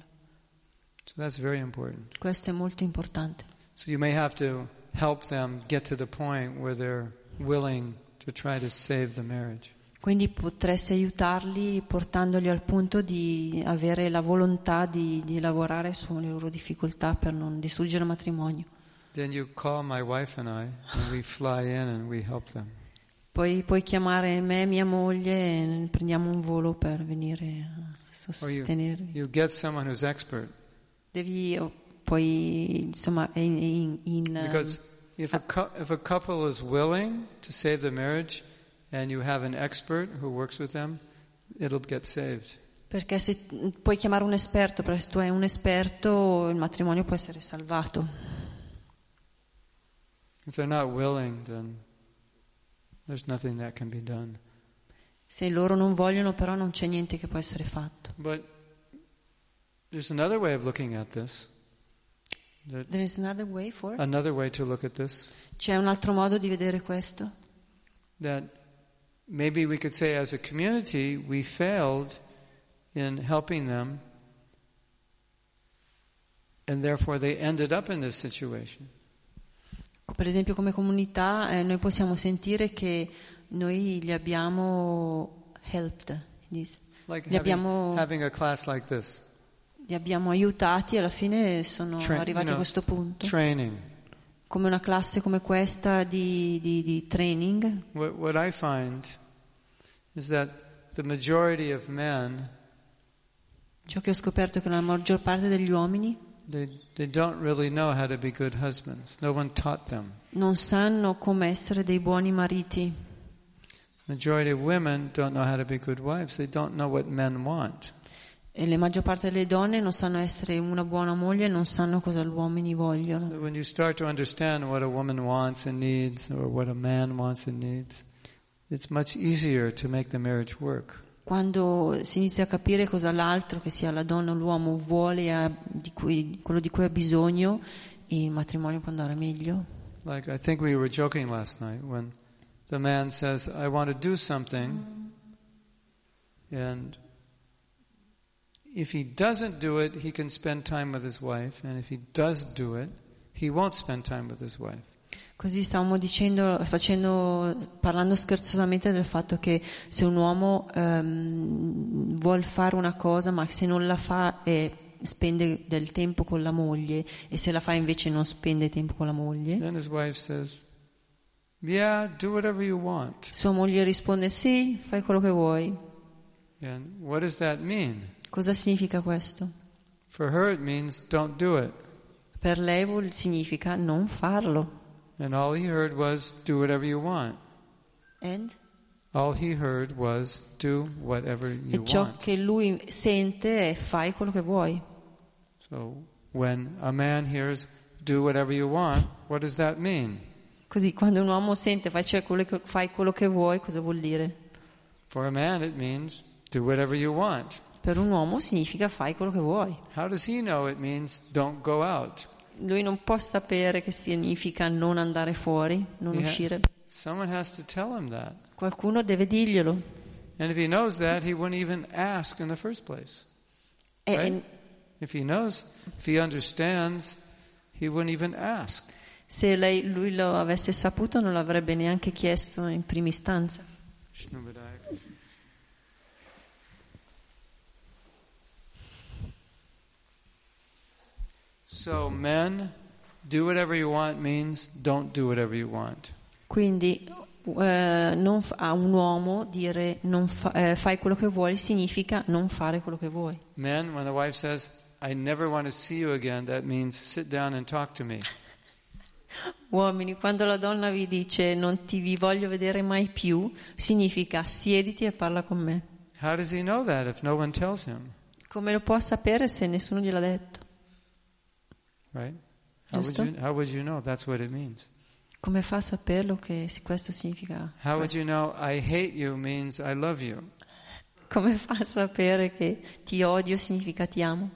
S1: So that's very important.
S2: Questo è molto importante.
S1: So you may have to help them get to the point where they're willing to try to save the marriage.
S2: Quindi potresti aiutarli portandoli al punto di avere la volontà di, di lavorare sulle loro difficoltà per non distruggere il matrimonio.
S1: Then you call my wife and I, and we fly in and we help them.
S2: Poi puoi chiamare me e mia moglie e prendiamo un volo per venire a
S1: Or you,
S2: sostenervi.
S1: you get someone who's expert.
S2: Devi o- poi, insomma, è in, in- in, um,
S1: Because if a, cou- if a couple is willing to save the marriage and you have an expert who works with them, it'll get saved.
S2: perché se puoi chiamare un esperto, perché se tu hai un esperto il matrimonio può essere salvato.
S1: If they're not willing, then there's nothing that can be done.
S2: Se loro non vogliono però non c'è niente che può essere fatto.
S1: But there's another way of looking at this. That
S2: There is another way for it.
S1: Another way to look at this
S2: C'è un altro modo di vedere questo?
S1: that maybe we could say as a community we failed in helping them and therefore they ended up in this situation.
S2: Per esempio come comunità eh, noi possiamo sentire che noi li abbiamo helped, yes.
S1: Like
S2: Li
S1: having,
S2: abbiamo-
S1: having a class like this,
S2: li abbiamo aiutati e alla fine sono
S1: Tra-
S2: arrivati
S1: no.
S2: a questo punto.
S1: training.
S2: come una classe come questa di, di- di training,
S1: What, what I find is that the majority of men,
S2: ciò che ho scoperto è che la maggior parte degli uomini
S1: they, they don't really know how to be good husbands. No one taught them.
S2: non sanno come essere dei buoni mariti.
S1: Majority of women don't know how to be good wives. They don't know what men want.
S2: E la maggior parte delle donne non sanno essere una buona moglie e non sanno cosa gli uomini vogliono.
S1: When you start to understand what a woman wants and needs, or what a man wants and needs, it's much easier to make the marriage work.
S2: Quando si inizia a capire cosa l'altro, che sia la donna o l'uomo, vuole, e ha- di cui- quello di cui ha bisogno, il matrimonio può andare meglio.
S1: Like, I think we were joking last night when the man says, I want to do something, and if he doesn't do it, he can spend time with his wife, and if he does do it, he won't spend time with his wife.
S2: Così stavamo dicendo, facendo, parlando scherzosamente del fatto che se un uomo ehm, vuol fare una cosa ma se non la fa è spende del tempo con la moglie e se la fa invece non spende tempo con la moglie,
S1: Then his wife says, Yeah, do whatever you want.
S2: sua moglie risponde sì, fai quello che vuoi.
S1: And what does that mean?
S2: Cosa significa questo?
S1: For her, it means don't do it.
S2: Per lei vuol- significa non farlo.
S1: And all he heard was, do whatever you want.
S2: And?
S1: All he heard was, do whatever you
S2: E ciò
S1: want.
S2: che lui sente è fai quello che vuoi.
S1: So when a man hears, do whatever you want, what does that mean?
S2: Così quando un uomo sente fai, cioè, quello che- fai quello che vuoi, cosa vuol dire?
S1: For a man, it means, do whatever you want.
S2: Per un uomo significa fai quello che vuoi.
S1: How does he know it means, don't go out?
S2: Lui non può sapere che significa non andare fuori, non
S1: Yeah.
S2: uscire.
S1: Someone has to tell him that.
S2: Qualcuno deve dirglielo.
S1: And if he knows that, he wouldn't even ask in the first place.
S2: E-
S1: Right?
S2: e
S1: If he knows, if he understands, he wouldn't even ask.
S2: se lei- lui lo avesse saputo non l'avrebbe neanche chiesto in prima istanza.
S1: Shnubadaya. So, men, do whatever you want means don't do whatever you want.
S2: Quindi eh, non f- a un uomo dire non fa- eh, fai quello che vuoi significa non fare quello che vuoi.
S1: Men, when the wife says, I never want to see you again, that means sit down and talk to me.
S2: Uomini, quando la donna vi dice non ti vi voglio vedere mai più, significa siediti e parla con me.
S1: How does he know that if no one tells him?
S2: Come lo può sapere se nessuno gliel'ha detto?
S1: Right? How would,
S2: Justo.
S1: you, how would you know that's what it means?
S2: Come fa a saperlo che s- questo significa?
S1: How would you know I hate you means I love you?
S2: Come fa a sapere che ti odio significa ti amo?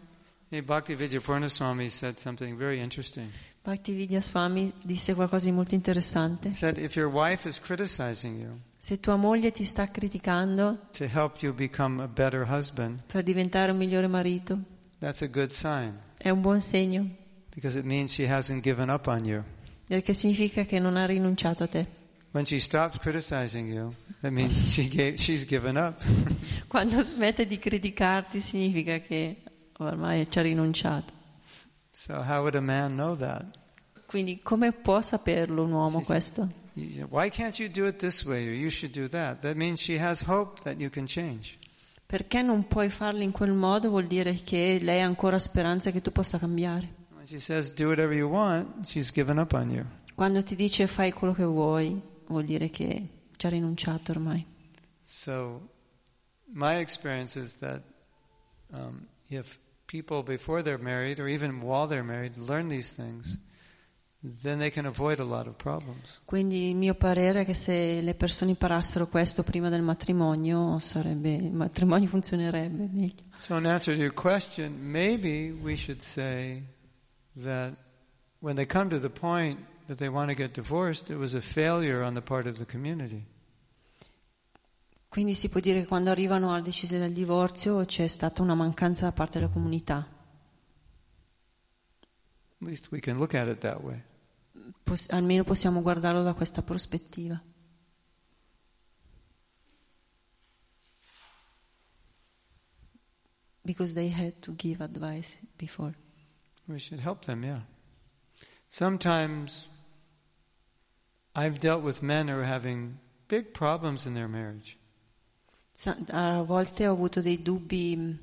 S1: Hey, Bhakti Vidyapurna Swami said something very interesting.
S2: Bhaktivedanta Swami disse qualcosa di molto interessante.
S1: He said, if your wife is criticizing you
S2: Se tua moglie ti sta criticando
S1: to help you become a better husband,
S2: per diventare un migliore marito,
S1: that's a good sign
S2: è un buon segno,
S1: because it means she hasn't given up on you.
S2: perché significa che non ha rinunciato a te.
S1: When she stops criticizing you, that means she gave, she's given up.
S2: Quando smette di criticarti significa che ormai ci ha rinunciato.
S1: so how would a man know that?
S2: Quindi come può saperlo un uomo
S1: Sì, sì.
S2: questo?
S1: You- you- Why can't you do it this way or you should do that? That means she has hope that you can change.
S2: Perché non puoi farlo in quel modo vuol dire che lei ha ancora speranza che tu possa cambiare.
S1: When she says do whatever you want, she's given up on you.
S2: Quando ti dice fai quello che vuoi, vuol dire che ci ha rinunciato ormai.
S1: So, my experience is that um, if people before they're married, or even while they're married, learn these things, then they can avoid a lot of problems.
S2: Quindi il mio parere è che se le persone imparassero questo prima del matrimonio, sarebbe, il matrimonio funzionerebbe meglio.
S1: So, in answer to your question, maybe we should say that when they come to the point that they want to get divorced, it was a failure on the part of the community.
S2: Quindi si può dire che quando arrivano alla decisione del divorzio c'è stata una mancanza da parte della comunità.
S1: At least we can look at it that way.
S2: Poss- almeno possiamo guardarlo da questa prospettiva. Because they had to give advice before.
S1: We should help them, yeah. Sometimes I've dealt with men who are having big problems in their marriage.
S2: Sa- A volte ho avuto dei dubbi, mh,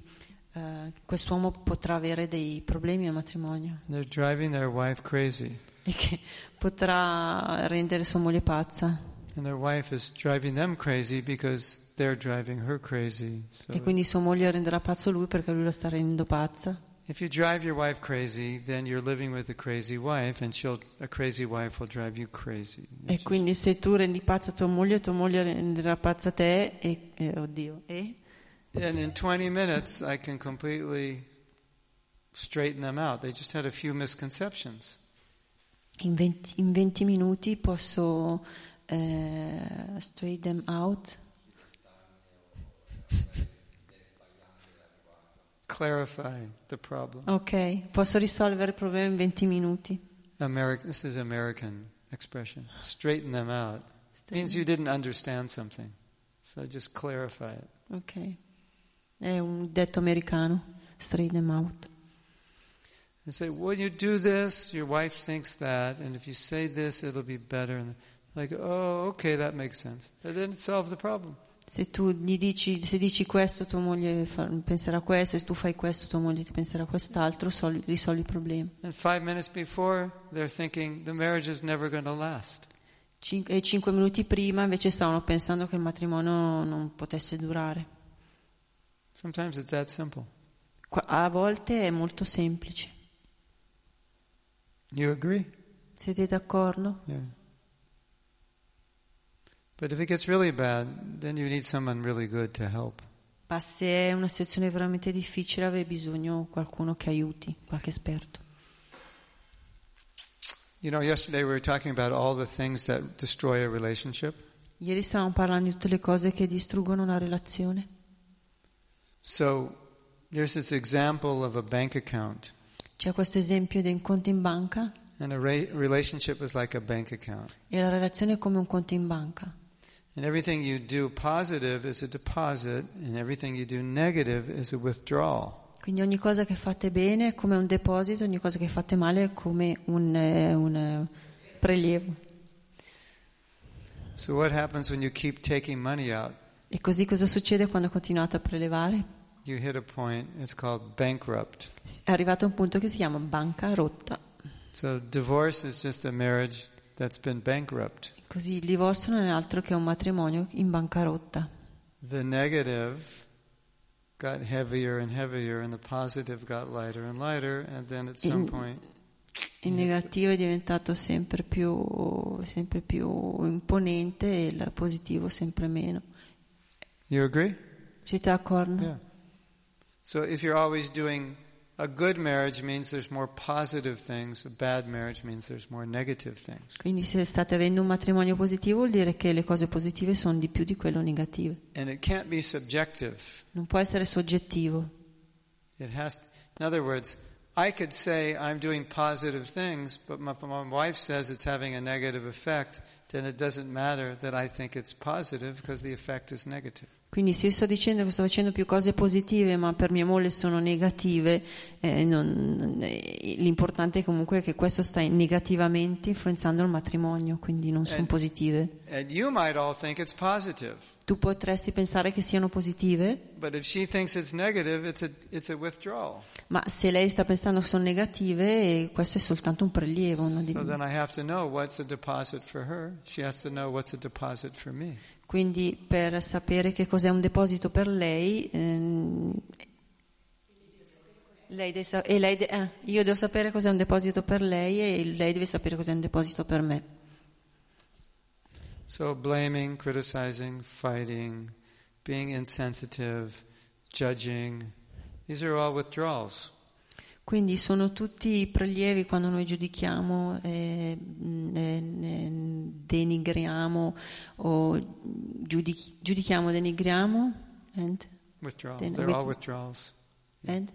S2: eh, quest'uomo potrà avere dei problemi al matrimonio
S1: They're driving their wife crazy,
S2: e che potrà rendere sua moglie pazza
S1: and their wife is driving them crazy because they're driving her crazy.
S2: e
S1: So
S2: quindi sua moglie renderà pazzo lui perché lui lo sta rendendo pazza.
S1: if you drive your wife crazy, then you're living with a crazy wife, and she'll a crazy wife will drive you crazy.
S2: E
S1: It's just-
S2: quindi se tu rendi pazza tua moglie, tua moglie renderà pazza te e, eh, oddio, e?
S1: and in 20 minutes, I can completely straighten them out. They just had a few misconceptions.
S2: In 20, in 20 minuti posso eh, straight them out,
S1: Clarify the problem.
S2: ok, posso risolvere il problema in 20 minuti.
S1: American, this is American expression. Straighten them out. Means you didn't understand something. So just clarify it.
S2: Ok, è un detto americano, straight them out.
S1: and say, "When you do this, your wife thinks that, and if you say this, it'll be better." And like, "Oh, okay, that makes sense." And then solve the problem.
S2: Se tu gli dici, se dici questo, tua moglie fa- penserà questo, se tu fai questo, tua moglie ti penserà quest'altro, sol- risolvi il problema.
S1: And five minutes before, they're thinking the marriage is never going to last.
S2: Cin- e cinque minuti prima invece stavano pensando che il matrimonio non potesse durare.
S1: Sometimes it's that simple.
S2: Qua- A volte è molto semplice.
S1: You agree?
S2: Siete d'accordo?
S1: Yeah. But if it gets really bad, then you need someone really good to help.
S2: Ma se è una situazione veramente difficile avevi bisogno di qualcuno che aiuti, qualche esperto.
S1: You know, yesterday we were talking about all the things that destroy a relationship.
S2: Ieri stavamo parlando di tutte le cose che distruggono una relazione.
S1: So there's this example of a bank account,
S2: C'è questo esempio di un conto in banca
S1: and a re- relationship is like a bank account.
S2: e la relazione è come un conto in banca.
S1: And everything you do positive is a deposit, and everything you do negative is a withdrawal.
S2: Quindi ogni cosa che fate bene è come un deposito, ogni cosa che fate male è come un, eh, un, eh, prelievo.
S1: So what happens when you keep taking money out?
S2: E così cosa succede quando continuate a prelevare?
S1: You hit a point, it's called bankrupt.
S2: È arrivato a un punto che si chiama banca rotta.
S1: So divorce is just a marriage that's been bankrupt.
S2: Così il divorzio non è altro che un matrimonio in bancarotta.
S1: The negative got heavier and heavier, and the positive got lighter and lighter, and then at some
S2: Mm.
S1: point,
S2: Il negativo è diventato sempre più, sempre più imponente e il positivo sempre meno.
S1: you agree?
S2: Siete d'accordo?
S1: Yeah. So if you're always doing a good marriage means there's more positive things, a bad marriage means there's more negative things.
S2: Quindi se state avendo un matrimonio positivo vuol dire che le cose positive sono di più di quelle negative.
S1: And it can't be subjective.
S2: Non può essere soggettivo.
S1: It has to, in other words, I could say I'm doing positive things, but my, if my wife says it's having a negative effect, then it doesn't matter that I think it's positive because the effect is negative.
S2: Quindi se io sto dicendo che sto facendo più cose positive ma per mia moglie sono negative, eh, non- non- eh, l'importante comunque è che questo sta negativamente influenzando il matrimonio, quindi non sono
S1: Eh.
S2: positive.
S1: And you might all think it's positive,
S2: Tu potresti pensare che siano positive,
S1: but if she thinks it's negative, it's a, it's a withdrawal.
S2: ma se lei sta pensando che sono negative, eh, questo è soltanto un prelievo. una di-
S1: So then I have to know what's a deposit for her. She has to know what's a deposit for me.
S2: Quindi per sapere che cos'è un deposito per lei, ehm, lei deve sa- e lei de- eh, io devo sapere cos'è un deposito per lei e lei deve sapere cos'è un deposito per me.
S1: So blaming, criticizing, fighting, being insensitive, judging, these are all withdrawals.
S2: Quindi sono tutti i prelievi quando noi giudichiamo, eh, ne- ne- denigriamo o giudichi- giudichiamo, denigriamo and,
S1: Withdrawal.
S2: Then
S1: They're
S2: with-
S1: all withdrawals.
S2: and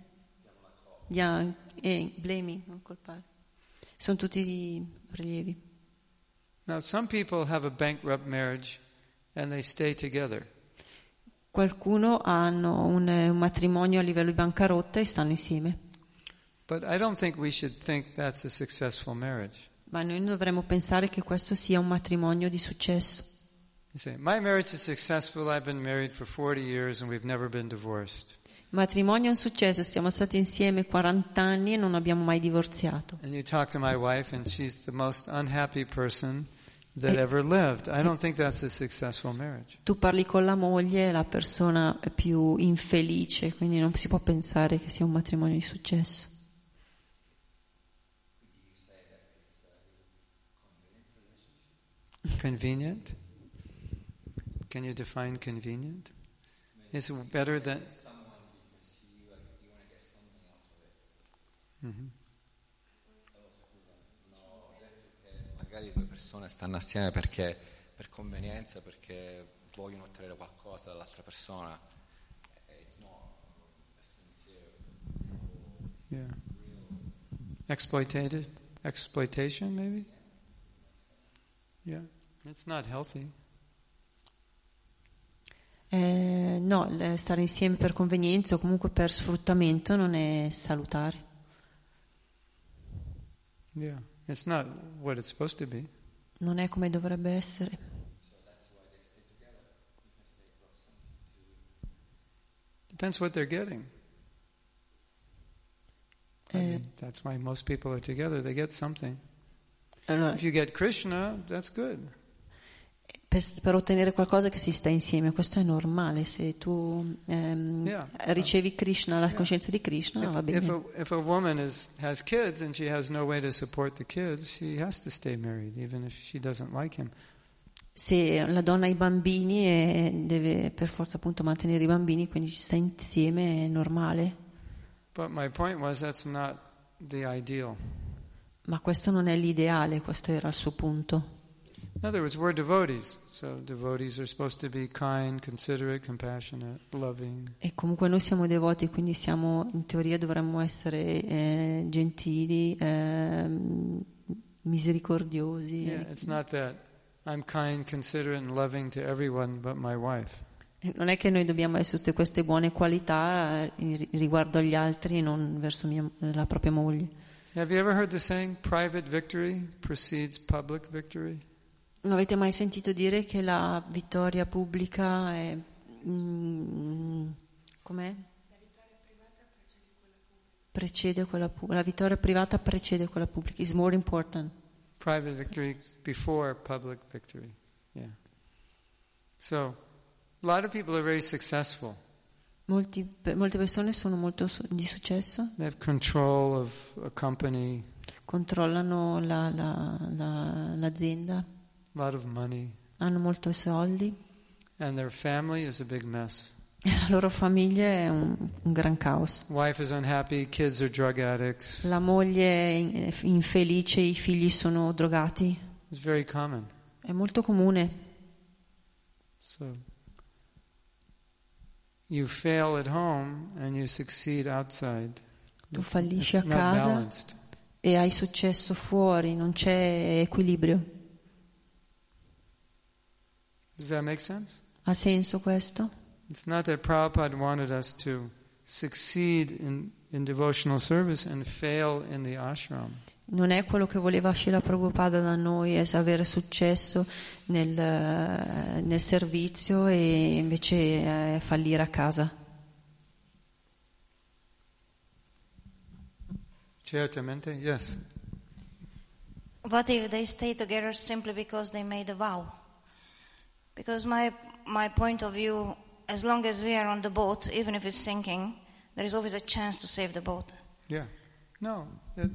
S2: yeah, eh, blaming, non colpare. Sono tutti i prelievi.
S1: Now, some people have a bankrupt marriage and they stay together.
S2: Qualcuno hanno un, eh, un matrimonio a livello di bancarotta e stanno insieme,
S1: But I don't think we should think that's a successful marriage.
S2: ma noi dovremmo pensare che questo sia un matrimonio di successo.
S1: You say, My marriage is successful. I've been married for 40 years and we've never been divorced.
S2: Matrimonio è un successo, siamo stati insieme 40 anni e non abbiamo mai divorziato.
S1: And you talk to my wife, and she's the most unhappy person that ever lived. I don't think that's a successful marriage.
S2: Tu parli con la moglie, è la persona più infelice, quindi non si può pensare che sia un matrimonio di successo.
S1: Convenient? Can you define convenient? It's better than.
S4: Magari due persone stanno assieme perché per convenienza, perché vogliono ottenere qualcosa dall'altra persona.
S7: Eh,
S1: Yeah. Exploitated? Exploitation, maybe? Yeah. It's not healthy.
S2: Eh, no, l- stare insieme per convenienza o comunque per sfruttamento non è salutare.
S1: Yeah. It's not what it's supposed to be.
S2: non è come dovrebbe essere.
S1: Depends what they're getting. I
S2: Eh.
S1: mean, that's why most people are together. They get something.
S2: Allora,
S1: If you get Krishna, that's good.
S2: per, per ottenere qualcosa che si sta insieme, questo è normale. Se tu ehm,
S1: Yeah.
S2: ricevi Krishna, la coscienza di Krishna, va
S1: If,
S2: bene.
S1: if, a, if a woman is, has kids and she has no way to support the kids, she has to stay married, even if she doesn't like him.
S2: Se la donna ha i bambini e deve per forza appunto mantenere i bambini, quindi si sta insieme, è normale.
S1: But my point was that's not the ideal.
S2: Ma questo non è l'ideale, questo era il suo punto.
S1: In other words, we're devotees. So devotees are supposed to be kind, considerate, compassionate, loving.
S2: E comunque noi siamo devoti, quindi siamo, in teoria dovremmo essere eh, gentili, ehm, misericordiosi.
S1: Yeah, it's not that I'm kind, considerate, and loving to everyone but my wife.
S2: E Eh, Non è che noi dobbiamo avere tutte queste buone qualità eh, in- riguardo agli altri e non verso mia- eh, la propria moglie.
S1: Have you ever heard the saying, private victory precedes public victory?
S2: Non avete mai sentito dire che la vittoria pubblica è... mm, com'è? Precede quella pubblica. La vittoria privata precede quella pubblica. Is more important.
S1: Private victory before public victory. Yeah. So, a lot of people are very successful.
S2: Molti- per- molte persone sono molto su- di successo,
S1: They have control of a company,
S2: controllano la- la- la- l'azienda,
S1: a lot of money,
S2: hanno molti soldi.
S1: and their family is a big mess.
S2: La loro famiglia è un, un gran caos.
S1: Wife is unhappy, kids are drug addicts.
S2: La moglie è in- è infelice, i figli sono drogati.
S1: It's very common.
S2: È molto comune.
S1: So, you fail at home and you succeed outside.
S2: Tu
S1: It's-
S2: fallisci
S1: it's
S2: a
S1: not
S2: casa.
S1: balanced.
S2: e hai successo fuori, non c'è equilibrio.
S1: Does that make sense?
S2: Ha senso questo?
S1: It's not that Prabhupada wanted us to succeed in, in devotional service and fail in the ashram.
S2: Non è quello che voleva Srila Prabhupada da noi, è avere successo nel, eh, nel servizio e invece eh, fallire a casa.
S1: Certamente, yes.
S6: What if they stay together simply because they made a vow? Because my my point of view, as long as we are on the boat, even if it's sinking, there is always a chance to save the boat.
S1: Yeah. No. it-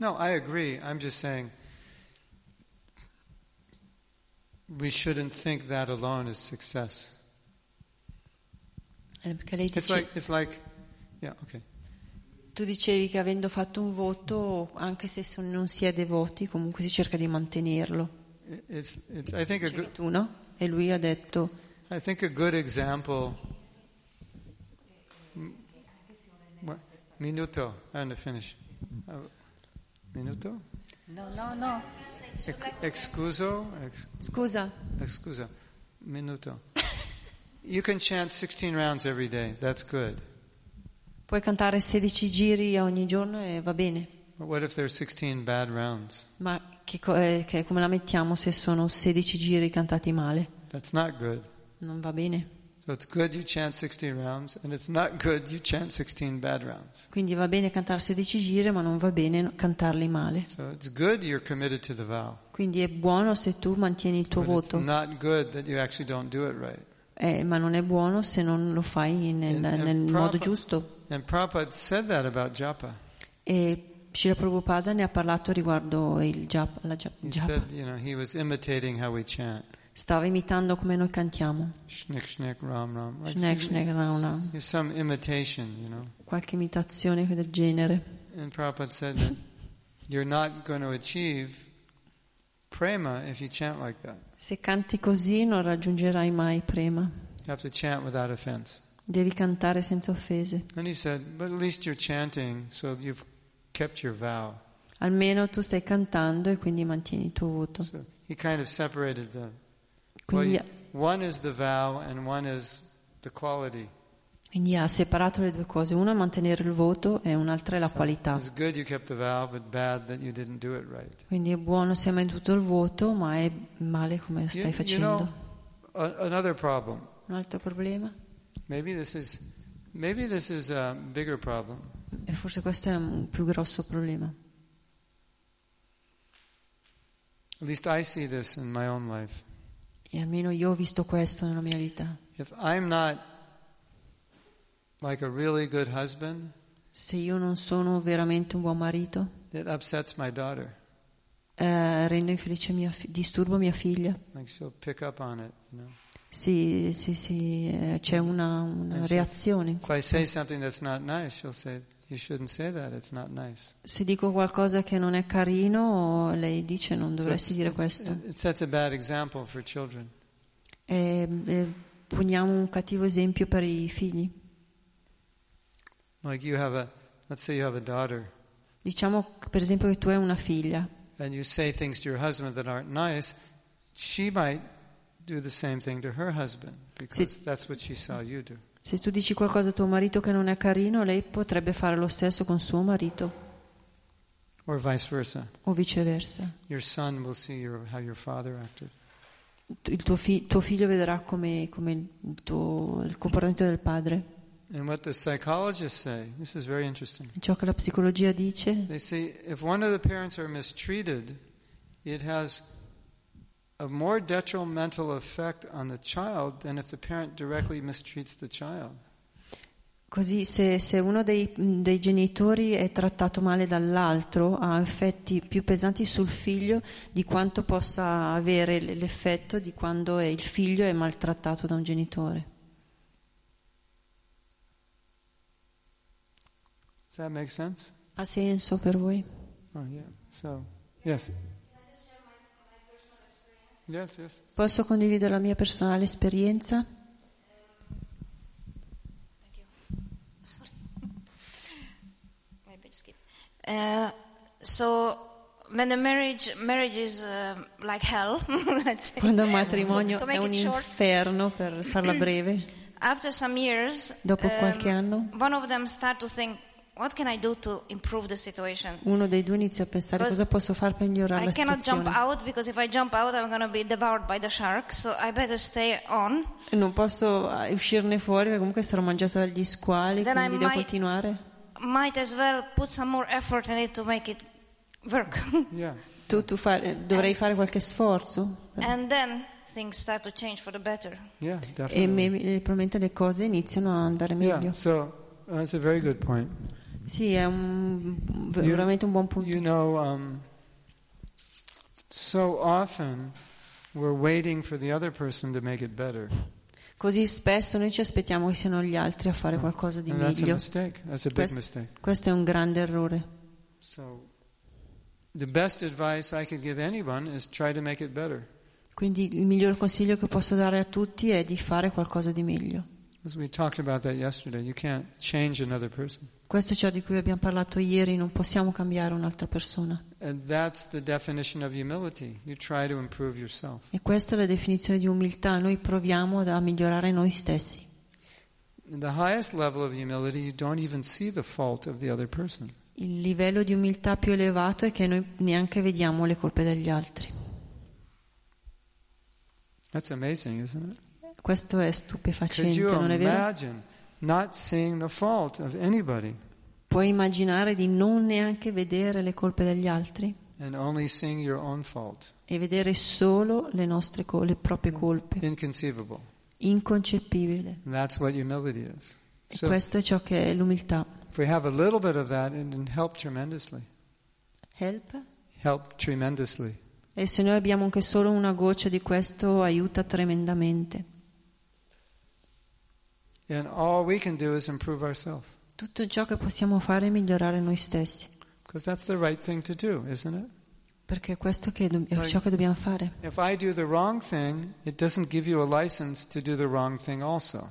S1: no, I agree. I'm just saying we shouldn't think that alone is success.
S2: Eh, Perché lei
S1: It's
S2: dice,
S1: like it's like yeah, okay.
S2: tu dicevi che avendo fatto un voto, anche se so- non si è devoti, comunque si cerca di mantenerlo.
S1: It- It's, it's I think a good
S2: Dicevi tu, no? E lui ha detto,
S1: I think a good example. M- what? Minuto. I'm going to finish. Uh, Minuto?
S2: no, no, no,
S1: Ex- Excuso? Ex-
S2: scusa,
S1: Excusa. Minuto. You can chant 16 rounds every day. That's good.
S2: puoi cantare 16 giri ogni giorno e va bene.
S1: But what if there's 16 bad rounds?
S2: Ma che co- eh, che- come la mettiamo se sono 16 giri cantati male?
S1: That's not good.
S2: Non va bene.
S1: So it's good you chant 16 rounds, and it's not good you chant 16 bad rounds.
S2: Quindi va bene cantare 16 giri, ma non va bene no- cantarli male.
S1: So it's good you're committed to the vow.
S2: Quindi è buono se tu mantieni il tuo
S1: But it's
S2: voto,
S1: not good that you actually don't do it right.
S2: eh, ma non è buono se non lo fai nel,
S1: And- and
S2: nel modo
S1: Prabhupada-
S2: giusto.
S1: And Prabhupada said that about japa.
S2: E Srila Prabhupada ne ha parlato riguardo il japa, la ja-
S1: He
S2: japa.
S1: said, you know, he was imitating how we chant.
S2: Stava imitando come noi cantiamo.
S1: Schnick, schnick, ram, ram. Like
S2: Snack,
S1: he-
S2: snack, round, round.
S1: There's some imitation, you know.
S2: Qualche imitazione del genere.
S1: And Prabhupada said that you're not going to achieve prema if you chant like that.
S2: Se canti così non raggiungerai mai prema.
S1: You have to chant without offense.
S2: Devi cantare senza offese.
S1: And he said, but at least you're chanting, so you've kept your vow.
S2: Almeno tu stai cantando e quindi mantieni il tuo voto.
S1: So he kind of separated the. Well,
S2: Quindi
S1: you- one is the vow and one is the quality.
S2: Quindi ha separato le due cose, una è mantenere il voto e un'altra è la qualità.
S1: It's good you kept the vow, but bad that you didn't do it right.
S2: Quindi è buono se hai mantenuto il voto, ma è male come lo
S1: You-
S2: stai
S1: you know,
S2: facendo.
S1: a- another problem.
S2: Un altro problema?
S1: Maybe this is, maybe this is a bigger problem.
S2: E forse questo è un più grosso problema.
S1: At least I see this in my own life.
S2: E almeno io ho visto questo nella mia vita.
S1: If I'm not like a really good husband,
S2: Se io non sono veramente un buon marito,
S1: it upsets my daughter.
S2: eh, rendo infelice mia fi- disturbo mia figlia.
S1: Like she'll pick up on it. You know?
S2: Sì, sì, sì, eh, c'è una, una
S1: Eh, sì.
S2: reazione.
S1: If I say something that's not nice, she'll say, "You shouldn't say that. It's not nice."
S2: Se dico qualcosa che non è carino, lei dice non
S1: So
S2: dovresti dire
S1: it's-
S2: questo.
S1: it, it sets a bad example for children.
S2: E, e poniamo un cattivo esempio per i figli.
S1: Like you have a, let's say you have a daughter,
S2: Diciamo per esempio che tu hai una figlia
S1: and you say things to your husband that aren't nice. She might do the same thing to her husband because that's what she saw you do.
S2: Se tu dici qualcosa a tuo marito che non è carino, lei potrebbe fare lo stesso con suo marito
S1: Or vice versa.
S2: o viceversa.
S1: Your son will see your, how your father acted.
S2: Tu- Il tuo, fi- tuo figlio vedrà come, come il, tuo, il comportamento del padre.
S1: And what the psychologists say, this is very interesting.
S2: Ciò che la psicologia dice,
S1: They say if one of the parents are mistreated, it has a more detrimental effect on the child than if the parent directly mistreats the child.
S2: così se, se uno dei, dei genitori è trattato male dall'altro, ha effetti più pesanti sul figlio di quanto possa avere l- l'effetto di quando è- il figlio è maltrattato da un genitore.
S1: Does that make sense?
S2: Ha senso per voi?
S1: Oh, yeah. So, yes. Yes, yes.
S2: Posso condividere la mia personale esperienza?
S6: Maybe skip. Uh, so when the marriage marriage is um like hell, let's say.
S2: Quando il matrimonio
S6: to, to
S2: è
S6: make
S2: un
S6: it short.
S2: inferno, per farla breve,
S6: After some years, um,
S2: Dopo qualche anno.
S6: one of them start to think, what can I do to improve the situation?
S2: uno dei due inizia a pensare
S6: Because
S2: cosa posso fare per migliorare
S6: I
S2: la
S6: cannot jump
S2: situazione.
S6: out because if I jump out, I'm going to be devoured by the shark. So I better stay on.
S2: Non posso eh, uscirne fuori perché comunque sarò mangiato dagli squali,
S6: Then
S2: quindi
S6: I
S2: devo
S6: might-
S2: continuare.
S6: Might as well put some more effort in it to make it work.
S1: Yeah.
S2: Tu, tu fa- eh, dovrei fare qualche sforzo
S1: Eh.
S6: and then things start to change for the better.
S1: Yeah,
S2: e me-
S1: definitely.
S2: eh, probabilmente le cose iniziano a andare
S1: Yeah,
S2: meglio.
S1: so uh, that's a very good point.
S2: Sì, è un- veramente un buon punto.
S1: You know, um, so often we're waiting for the other person to make it better.
S2: Così spesso noi ci aspettiamo che siano gli altri a fare qualcosa di
S1: And that's a
S2: meglio.
S1: mistake. That's a big
S2: Quest-
S1: mistake.
S2: Questo è un grande errore.
S1: So, the best advice I could give anyone is try to make it better.
S2: Quindi il miglior consiglio che posso dare a tutti è di fare qualcosa di meglio.
S1: As we talked about that yesterday, you can't change another person.
S2: Questo è ciò di cui abbiamo parlato ieri, non possiamo cambiare un'altra persona.
S1: And that's the definition of humility. You try to improve yourself.
S2: E questa è la definizione di umiltà, noi proviamo ad- a migliorare noi stessi.
S1: In the highest level of humility, you don't even see the fault of the other person.
S2: Il livello di umiltà più elevato è che noi neanche vediamo le colpe degli altri.
S1: That's amazing, isn't it?
S2: Questo è
S1: Could
S2: stupefacente,
S1: you
S2: non è vero?
S1: imagine not seeing the fault of anybody
S2: Puoi immaginare di non neanche vedere le colpe degli altri
S1: and only seeing your own fault?
S2: e vedere solo le nostre col- le proprie colpe?
S1: Inconceivable.
S2: Inconcepibile.
S1: And that's what humility is.
S2: E
S1: So
S2: questo è ciò che è l'umiltà.
S1: if we have a little bit of that, it can help tremendously.
S2: Help?
S1: Help tremendously.
S2: E se noi abbiamo anche solo una goccia di questo aiuta tremendamente.
S1: And all we can do is improve ourselves.
S2: Tutto ciò che possiamo fare è migliorare noi stessi,
S1: Because that's the right thing to do, isn't it?
S2: perché questo che do- è
S1: Right.
S2: ciò che dobbiamo fare.
S1: If I do the wrong thing, it doesn't give you a license to do the wrong thing also.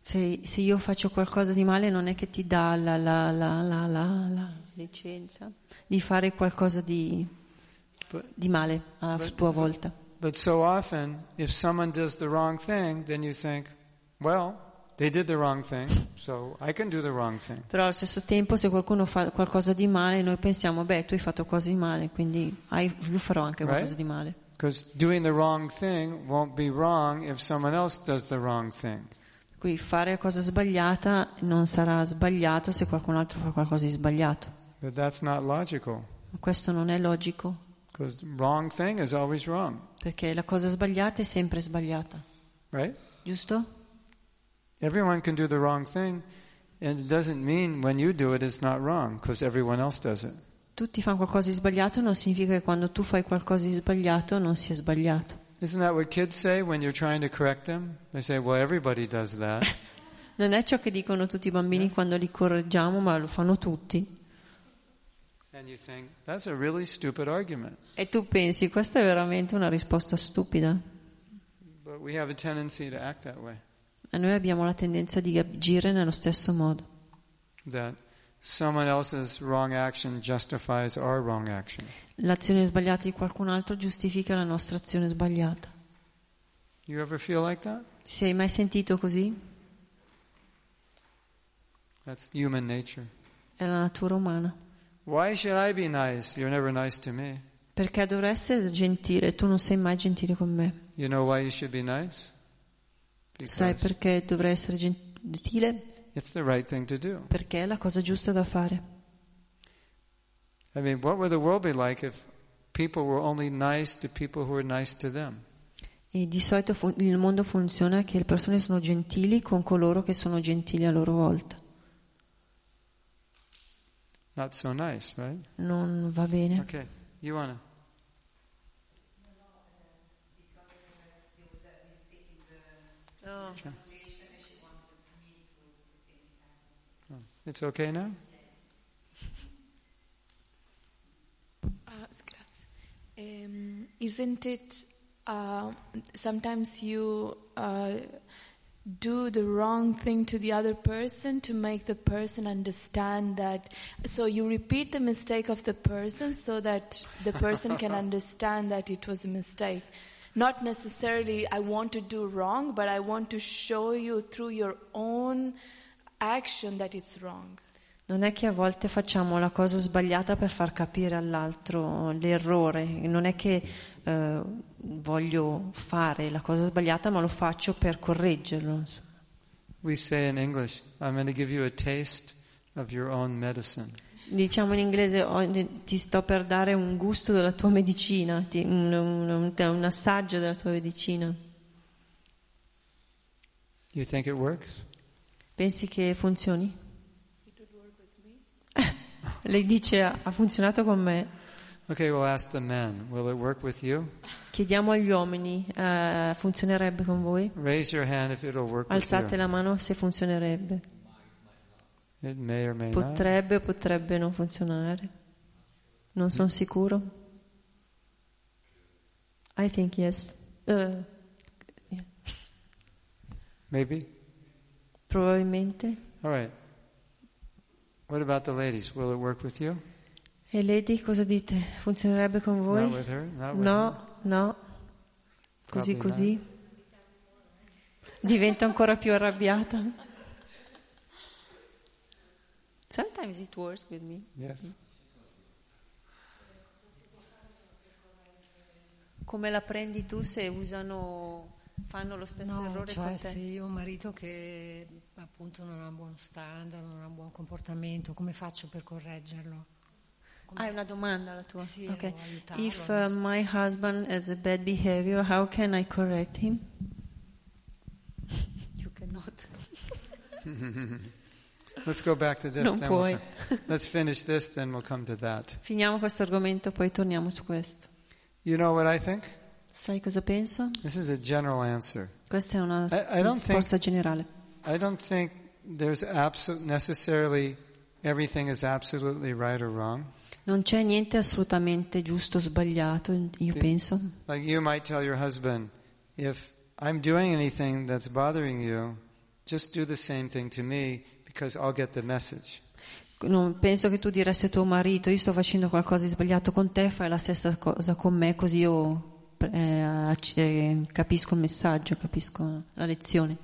S2: Se, se io faccio qualcosa di male non è che ti dà la, la- la- la- la- la licenza di fare qualcosa di,
S1: But-
S2: di male a
S1: but-
S2: tua volta.
S1: But so often, if someone does the wrong thing, then you think, well, they did the wrong thing, so I can do the wrong thing.
S2: Però allo stesso tempo se qualcuno fa qualcosa di male noi pensiamo, beh, tu hai fatto qualcosa di male, quindi ah, io farò anche qualcosa
S1: Right.
S2: di male.
S1: Because doing the wrong thing won't be wrong if someone else does the wrong thing.
S2: Qui fare la cosa sbagliata non sarà sbagliato se qualcun altro fa qualcosa di sbagliato.
S1: But that's not logical,
S2: Ma questo non è logico,
S1: because wrong thing is always wrong,
S2: perché la cosa sbagliata è sempre sbagliata,
S1: right?
S2: giusto?
S1: Everyone can do the wrong thing, and it doesn't mean when you do it, it's not wrong, because everyone else does it.
S2: Tutti fanno qualcosa di sbagliato, non significa che quando tu fai qualcosa di sbagliato non sia sbagliato.
S1: Isn't that what kids say when you're trying to correct them? They say, well, everybody does that.
S2: Non è ciò che dicono tutti i bambini quando li correggiamo, ma lo fanno tutti.
S1: And you think, that's a really stupid argument.
S2: E tu pensi, questa è veramente una risposta stupida.
S1: But we have a tendency to act that way.
S2: E noi abbiamo la tendenza di agire nello stesso modo.
S1: That someone else's wrong action justifies our wrong action.
S2: L'azione sbagliata di qualcun altro giustifica la nostra azione sbagliata.
S1: You ever feel like that?
S2: Ti sei mai sentito così?
S1: That's human nature.
S2: È la natura umana.
S1: Why should I be nice? You're never nice to me.
S2: Perché dovrei essere gentile, tu non sei mai gentile con me.
S1: You know why you should be nice?
S2: Sai
S1: Because
S2: perché dovrei essere gentile?
S1: it's the right thing to do.
S2: Perché è la cosa giusta da fare.
S1: I mean, what would the world be like if people were only nice to people who are nice to them?
S2: E di solito fun- il mondo funziona che le persone sono gentili con coloro che sono gentili a loro volta.
S1: Not so nice, right?
S2: Non va bene.
S1: Okay. You want to?
S2: Oh.
S5: No,
S1: Oh, It's okay now?
S8: Uh, grazie. Um, isn't it uh, sometimes you uh, do the wrong thing to the other person to make the person understand that? So you repeat the mistake of the person so that the person can understand that it was a mistake. Not necessarily I want to do wrong, but I want to show you through your own action that it's wrong.
S2: Non è che a volte facciamo la cosa sbagliata per far capire all'altro l'errore, non è che eh, voglio fare la cosa sbagliata ma lo faccio per correggerlo. insomma.
S1: We say in English, I'm going to give you a taste of your own medicine.
S2: Diciamo in inglese "Oh, ti sto per dare un gusto della tua medicina, ti- un, un- un assaggio della tua medicina.
S1: You think it works?
S2: Pensi che funzioni? Lei dice ha ha funzionato con me.
S1: Okay, we'll ask the men. Will it work with you?
S2: Chiediamo agli uomini, eh, funzionerebbe con voi?
S1: Raise your hand if it'll work with
S2: Alzate
S1: you.
S2: la mano se funzionerebbe.
S1: It may or
S2: Eh.
S1: may not.
S2: Potrebbe o potrebbe non funzionare. Non sono sicuro. I think yes. Eh, yeah.
S1: Maybe.
S2: probabilmente.
S1: All right. What about the ladies? Will it work with you?
S2: E Lady, cosa dite? Funzionerebbe con
S1: Not
S2: voi?
S1: with her. Not with her.
S2: No, no. Così,
S1: Probably not.
S2: così. Divento ancora più arrabbiata. Sometimes it works with me.
S1: Yes.
S2: Come la prendi tu se usano, fanno lo stesso
S9: No,
S2: errore
S9: cioè
S2: con te?
S9: se io ho un marito che appunto non ha buono standard, non ha un buon comportamento, come faccio per correggerlo?
S2: Ah, è una domanda la tua.
S9: Sì,
S2: Ok.
S9: o aiutarlo,
S2: If
S9: non
S2: uh, my husband has a bad behavior, how can I correct him? You cannot.
S1: Let's go back to this.
S2: Non
S1: then we'll
S2: puoi.
S1: come- Let's finish this, then we'll come to that.
S2: Finiamo questo argomento, poi torniamo su questo.
S1: You know what I think?
S2: Sai cosa penso?
S1: This is a general answer.
S2: Questa è una
S1: I- I don't
S2: risposta generale.
S1: I don't think there's absol- necessarily everything is absolutely right or wrong.
S2: Non c'è niente assolutamente giusto o sbagliato, io
S1: Sì.
S2: penso.
S1: Like you might tell your husband, if I'm doing anything that's bothering you, just do the same thing to me because I'll get the message.
S2: Non penso che tu diresti a tuo marito, io sto facendo qualcosa di sbagliato con te, fai la stessa cosa con me, così io eh, ac- eh, capisco il messaggio, capisco la lezione.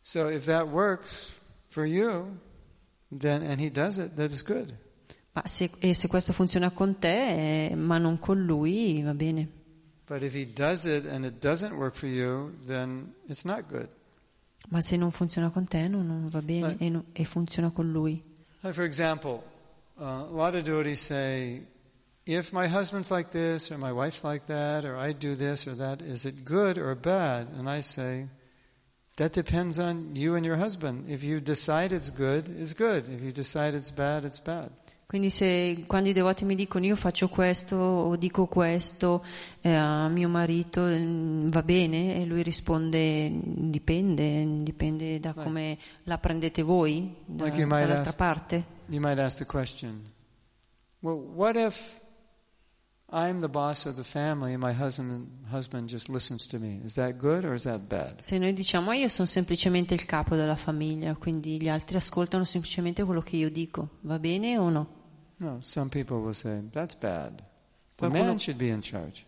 S1: So if that works for you, then and he does it, that is good.
S2: Ma se, e se questo funziona con te, eh, ma non con lui, va bene.
S1: But if he does it and it doesn't work for you, then it's not good.
S2: Ma se non funziona con te, non, non va bene
S1: Eh.
S2: e, non- e funziona con lui.
S1: Like for example, uh, a lot of devotees say, if my husband's like this, or my wife's like that, or I do this or that, is it good or bad? And I say, that depends on you and your husband. If you decide it's good, it's good. If you decide it's bad, it's bad.
S2: Quindi se quando i devoti mi dicono io faccio questo o dico questo eh, a mio marito mm, va bene e lui risponde dipende, dipende da
S1: Right.
S2: come la prendete voi da-
S1: Like you might
S2: dall'altra
S1: ask-
S2: parte.
S1: You might ask the question, well, what if I'm the boss of the family and my husband, husband just listens to me? Is that good or is that bad?
S2: Se noi diciamo "Ah, io sono semplicemente il capo della famiglia, quindi gli altri ascoltano semplicemente quello che io dico, va bene o no?
S1: No, some people will say, that's bad. The
S2: Qualcuno-
S1: man should be in charge.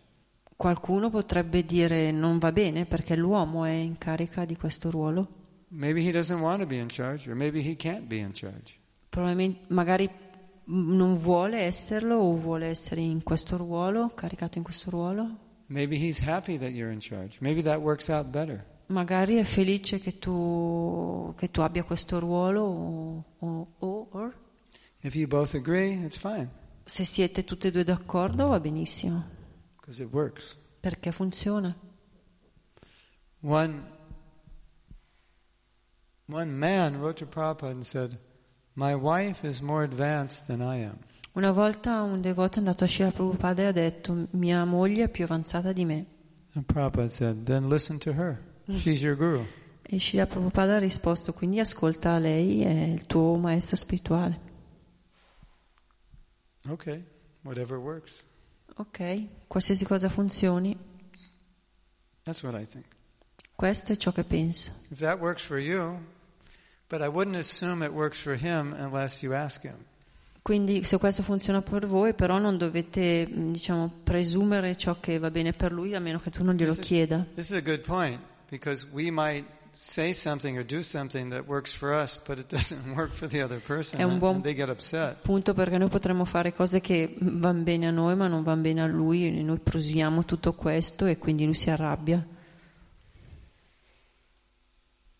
S2: Qualcuno potrebbe dire non va bene perché l'uomo è in carica di questo ruolo.
S1: Maybe he doesn't want to be in charge, or maybe he can't be in charge.
S2: Probabilmente, magari mh, non vuole esserlo o vuole essere in questo ruolo, caricato in questo ruolo.
S1: Maybe he's happy that you're in charge. Maybe that works out better.
S2: Magari è felice che tu, che tu abbia questo ruolo o, o- o- or.
S1: If you both agree, it's fine,
S2: se siete tutte e due d'accordo va benissimo,
S1: because it works.
S2: perché funziona.
S1: One, one man wrote to Prabhupada and said, My wife is more advanced than I am.
S2: Una volta un devoto è andato a Srila Prabhupada e ha detto mia moglie è più avanzata di me.
S1: And Prabhupada said, Then listen to her. She's your guru.
S2: E Srila Prabhupada ha risposto quindi ascolta lei, è il tuo maestro spirituale.
S1: Okay, whatever works.
S2: Ok, qualsiasi cosa funzioni,
S1: That's what I think.
S2: questo è ciò che penso.
S1: If that works for you, but I wouldn't assume it works for him unless you ask him.
S2: Quindi se questo funziona per voi, però non dovete, mh, diciamo, presumere ciò che va bene per lui a meno che tu non glielo
S1: This is-
S2: chieda.
S1: This is a good point because we might say something or do something that works for us, but it doesn't work for the other person,
S2: È un
S1: and-
S2: buon-
S1: and they get upset.
S2: Appunto perché noi potremmo fare cose che mh, vanno bene a noi ma non vanno bene a lui e noi presumiamo tutto questo e quindi lui si arrabbia.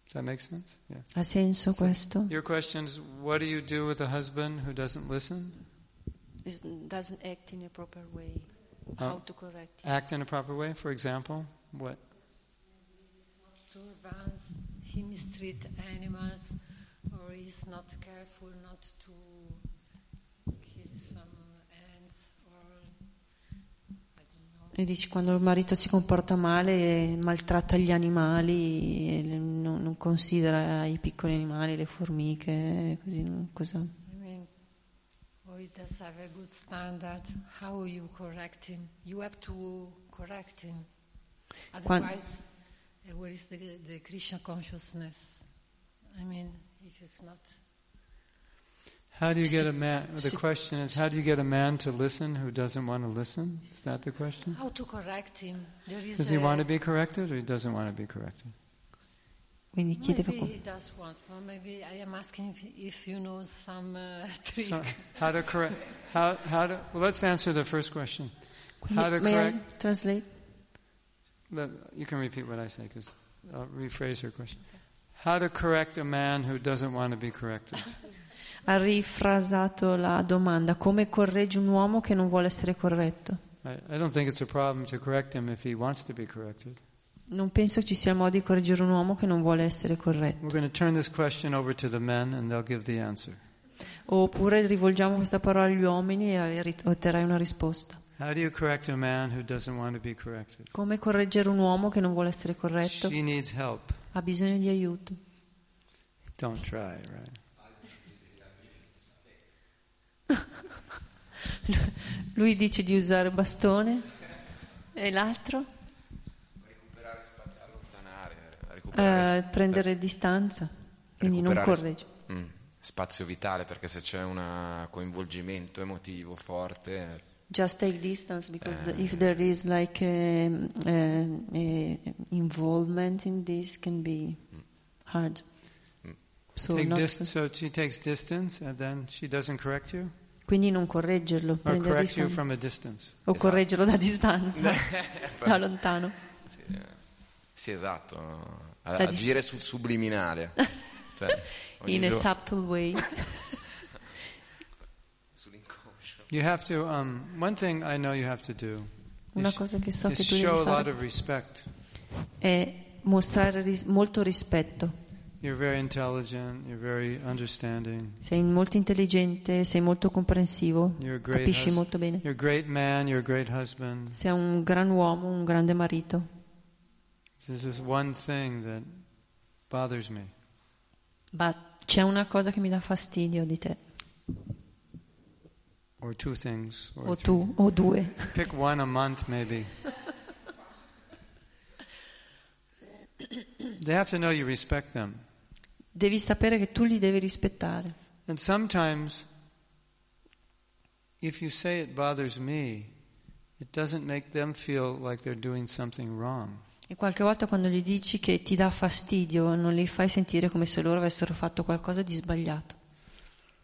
S1: Does that make sense? Yeah.
S2: Ha senso questo?
S1: Your question is, what do you do with a husband who doesn't listen?
S2: doesn't act in a proper way.
S1: How
S2: to correct
S1: Act in a proper way, for example. What?
S9: To advance, he mistreat animals, or he's not careful not to kill some ants, or I don't know.
S2: E dici quando il marito si comporta male, eh, maltratta gli animali, eh, non, non considera i piccoli animali, le formiche, eh, così, no? cosa?
S9: I mean, oh, he does have a good standard. How you correct him? You have to correct him.
S2: Quan-
S9: Otherwise, uh, where is the, the Krishna consciousness? I mean, if it's not.
S1: How do you get a man? The question is, how do you get a man to listen who doesn't want to listen? Is that the question?
S9: How to correct him? There is
S1: Does he
S9: a,
S1: want to be corrected or he doesn't want to be corrected?
S2: Quindi chiede
S9: Maybe
S2: come-
S9: he does want, or maybe I am asking if, if you know some uh, trick.
S1: So, how to correct? How, how to? Well, let's answer the first question. How to
S2: quindi, may I
S1: correct?
S2: translate?
S1: Let- You can repeat what I say because I'll rephrase her question. How to correct a man who doesn't want to be corrected?
S2: Ha rifrasato la domanda, come correggi un uomo che non vuole essere corretto?
S1: I, I don't think it's a problem to correct him if he wants to be corrected.
S2: Non penso ci sia modo di correggere un uomo che non vuole essere corretto.
S1: We're going to turn this question over to the men and they'll give the answer.
S2: Oppure rivolgiamo questa parola agli uomini e ri- otterrai una risposta.
S1: How do you correct a man who doesn't want to be corrected?
S2: Come correggere un uomo che non vuole essere corretto?
S1: She needs help.
S2: Ha bisogno di aiuto.
S1: Don't try, right?
S2: Lui dice di usare bastone e l'altro
S4: Recuperare spazio, allontanare,
S2: eh,
S4: recuperare sp-
S2: prendere distanza, quindi non
S7: recuperare
S2: corregge.
S7: Mm. Spazio vitale perché se c'è un coinvolgimento emotivo forte, eh,
S2: Just take distance because the-
S4: Eh.
S2: if there is eh, like um, um, eh, involvement in this can be hard.
S4: Mm.
S2: So
S1: Take
S2: not-
S1: dis- so she takes distance and then she doesn't correct you?
S2: quindi non correggerlo,
S1: Or
S2: prendere
S1: corrects you
S2: distanza.
S1: from a distance?
S2: o
S4: Esatto.
S2: correggerlo da distanza, da lontano.
S7: Sì, eh. Sì, esatto. no? A-
S2: La dis-
S7: Agire sul subliminale. Cioè, ogni
S2: Cioè, in a
S7: giorno-
S2: subtle way.
S7: sull'inconscio.
S1: You have to, um, one thing I know you have to do
S2: Una
S1: is,
S2: cosa che so
S1: is
S2: che tu devi
S1: show a lot
S2: fare.
S1: of respect.
S2: E mostrare ris- molto rispetto.
S1: You're very intelligent, you're very understanding.
S2: Sei molto intelligente, sei molto comprensivo,
S1: You're a great
S2: capisci
S1: hus-
S2: molto bene.
S1: You're a great man, you're a great husband.
S2: Sei un gran uomo, un grande marito.
S1: This is one thing that bothers me.
S2: Ma c'è una cosa che mi dà fastidio di te,
S1: Or two things. Or
S2: o
S1: three.
S2: tu, o due.
S1: Pick one a month, maybe. they have to know you respect them.
S2: Devi sapere che tu li devi rispettare.
S1: And sometimes, if you say it bothers me, it doesn't make them feel like they're doing something wrong.
S2: E qualche volta quando gli dici che ti dà fastidio, non li fai sentire come se loro avessero fatto qualcosa di sbagliato.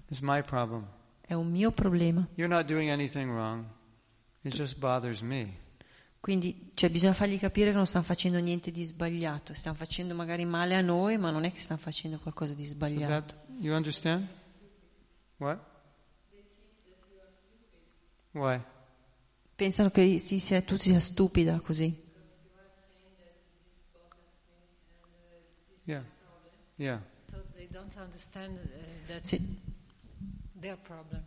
S1: It's my problem.
S2: È un mio problema.
S1: You're not doing anything wrong. It just bothers me.
S2: Quindi cioè, bisogna fargli capire che non stanno facendo niente di sbagliato, stanno facendo magari male a noi, ma non è che stanno facendo qualcosa di
S1: So
S2: sbagliato.
S1: that, you understand? What? Why?
S2: Pensano che sì, sia- tu sia stupida così.
S1: Yeah. Yeah.
S9: So they don't understand uh, that's
S2: Sì.
S9: their problem.